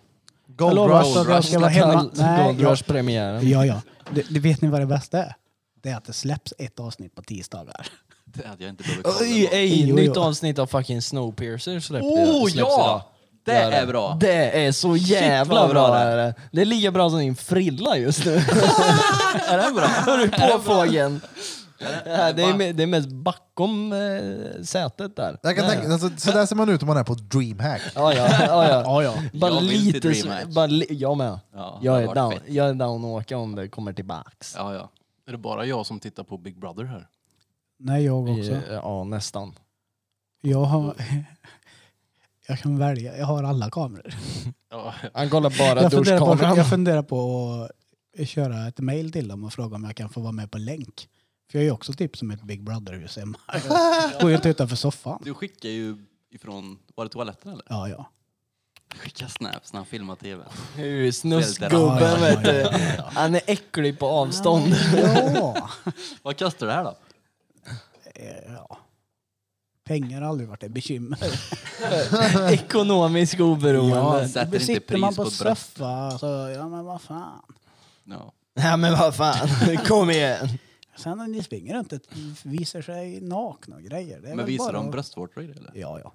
Speaker 3: Jag
Speaker 1: Gold
Speaker 3: lovar
Speaker 1: Rush.
Speaker 3: alltså att jag ska vara hemma. Nej,
Speaker 6: Gold
Speaker 3: jag,
Speaker 6: Rush premiären.
Speaker 3: ja, ja. Det, det vet ni vad det bästa är? Det är att det släpps ett avsnitt på tisdagar.
Speaker 4: Det hade jag inte behövt
Speaker 6: Oj,
Speaker 4: kolla på.
Speaker 6: ej,
Speaker 3: Jo, jo.
Speaker 6: nytt avsnitt av fucking Snowpiercer släppte,
Speaker 4: Oh
Speaker 6: släpps idag.
Speaker 4: ja! Det
Speaker 6: Gör
Speaker 4: är bra.
Speaker 6: Det är så jävla
Speaker 4: vad
Speaker 6: bra,
Speaker 4: bra det
Speaker 6: det
Speaker 4: är.
Speaker 6: är. Det är lika bra som din frilla just nu.
Speaker 4: Är den bra?
Speaker 6: Hör du på fågeln? Ja, det, är, me- det är mest bakom eh, sätet där.
Speaker 1: Jag kan tänka, alltså, så där ser man ut om man är på DreamHack.
Speaker 6: Ja, ja, ja, ja.
Speaker 3: Ja, ja.
Speaker 6: Bara
Speaker 4: Jag vill till
Speaker 6: lite... så-
Speaker 4: DreamHack.
Speaker 6: Bara li, jag med.
Speaker 4: Ja, det
Speaker 6: jag, är
Speaker 4: har varit
Speaker 6: down,
Speaker 4: fett.
Speaker 6: jag är down att åka om det kommer tillbaks.
Speaker 4: Ja, ja.
Speaker 8: Är det bara jag som tittar på Big Brother här?
Speaker 3: Nej, jag
Speaker 6: I-
Speaker 3: också.
Speaker 6: Ja, nästan.
Speaker 3: Jag har... Jag kan välja. Jag har alla kameror.
Speaker 8: Ja,
Speaker 6: Han kollar bara
Speaker 3: Jag funderar, på,
Speaker 6: duschkameran.
Speaker 3: jag funderar på att köra ett mail till dem och fråga om jag kan få vara med på länk. För jag är ju också typ som ett Big Brother-hus hemma. Jag går ju inte utanför soffan.
Speaker 4: Du skickar ju ifrån... Var det toaletten eller?
Speaker 3: Ja, ja.
Speaker 4: Skicka snaps när han filmar tv.
Speaker 6: Hur
Speaker 4: Ja,
Speaker 6: Snuskgubben vet du. Han är äcklig på avstånd.
Speaker 3: Ja.
Speaker 4: Vad kastar du här då?
Speaker 3: Eh, ja. Pengar har aldrig varit ett bekymmer.
Speaker 6: Ekonomisk oberoende.
Speaker 4: sätter inte
Speaker 3: Sitter
Speaker 4: pris
Speaker 3: man på,
Speaker 4: på ett bröst.
Speaker 3: soffa så, ja men vad fan.
Speaker 4: Ja.
Speaker 6: Ja men vad fan, kom igen.
Speaker 3: Sen när ni springer runt och visar sig nakna och grejer. Det är
Speaker 4: Men
Speaker 3: väl
Speaker 4: visar
Speaker 3: bara
Speaker 4: de
Speaker 3: att-
Speaker 4: bröstvårtor i det eller?
Speaker 3: Ja, ja.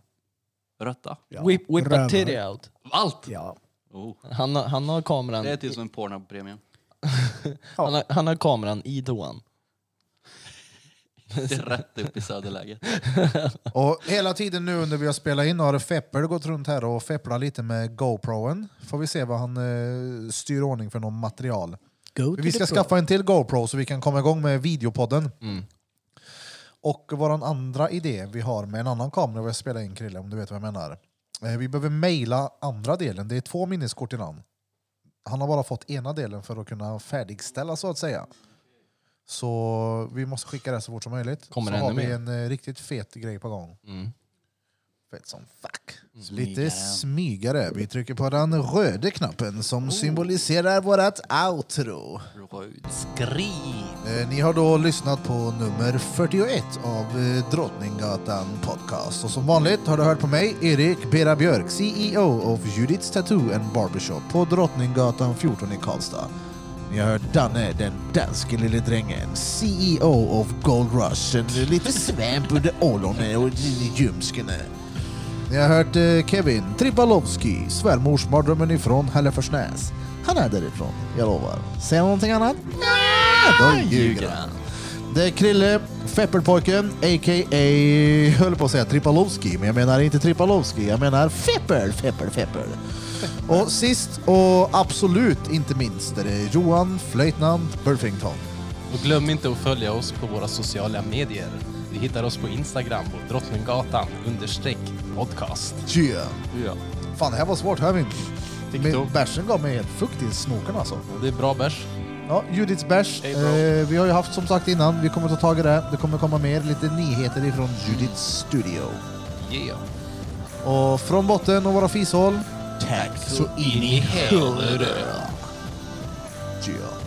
Speaker 4: Rötta?
Speaker 3: ja.
Speaker 6: Whip, whip a
Speaker 3: Rövar.
Speaker 6: titty out.
Speaker 4: Allt!
Speaker 3: Ja.
Speaker 4: Oh.
Speaker 6: Han, har- han, har kameran,
Speaker 4: Det är typ som en Pornhub-premium.
Speaker 6: han, har, han har kameran i toan.
Speaker 4: Det är rätt upp i söderläget.
Speaker 1: Och hela tiden nu när vi har spelat in har Feppel gått runt här och fepplat lite med GoProen. Får vi se vad han eh, styr i ordning för något material.
Speaker 3: Go to
Speaker 1: Vi ska
Speaker 3: the
Speaker 1: skaffa en till GoPro så vi kan komma igång med videopodden.
Speaker 9: Mm.
Speaker 1: Och vår andra idé vi har med en annan kamera, vi spelar in Krille om du vet vad jag menar. Eh, Vi behöver mejla andra delen, det är två minneskort innan. Han har bara fått ena delen för att kunna färdigställa så att säga. Så vi måste skicka det så fort som möjligt.
Speaker 9: Kommer
Speaker 1: så
Speaker 9: det
Speaker 1: har
Speaker 9: ännu
Speaker 1: vi
Speaker 9: mer?
Speaker 1: en eh, riktigt fet grej på gång.
Speaker 9: Mm.
Speaker 1: Fett som fuck. Lite smygare. Vi trycker på den röda knappen
Speaker 9: Oh.
Speaker 1: som symboliserar vårt outro. Eh, Ni har då lyssnat på nummer 41 av eh, Drottninggatan Podcast. Och som vanligt har du hört på mig, Erik Bera Björk, CEO of Judiths Tattoo and Barbershop på Drottninggatan 14 i Karlstad. Ni har hört Danne, den danske lille drängen, CEO of Gold Rush, en lite svamp under ollonen och i ljumskarna. Ni har hört eh, Kevin Tribalowski, svärmorsmardrömmen ifrån Hälleforsnäs. Han är därifrån, jag lovar. Säger han någonting annat? Ja, då ljuger han. Det är Krille, Fepperpojken, a.k.a. höll på att säga Tripalowski, men jag menar inte Tripalowski, jag menar Fepper, Fepper, Fepper. Och sist och absolut inte minst är det Johan Flöjtnant Burfington.
Speaker 8: Och glöm inte att följa oss på våra sociala medier. Ni hittar oss på Instagram på Drottninggatan understreck podcast.
Speaker 1: Yeah.
Speaker 8: Ja.
Speaker 1: Fan, det här var svårt, hör vi. Men
Speaker 8: TikTok.
Speaker 1: Bärsen gav mig helt fukt i snoken alltså.
Speaker 8: Det är bra bärs.
Speaker 1: Ja, Judiths bärs. Eh, vi har ju haft som sagt innan, vi kommer ta tag i det. Det kommer komma mer, lite nyheter ifrån Judiths studio.
Speaker 8: Yeah.
Speaker 1: Och från botten och våra fishål,
Speaker 8: Så in i helvete.
Speaker 1: yeah.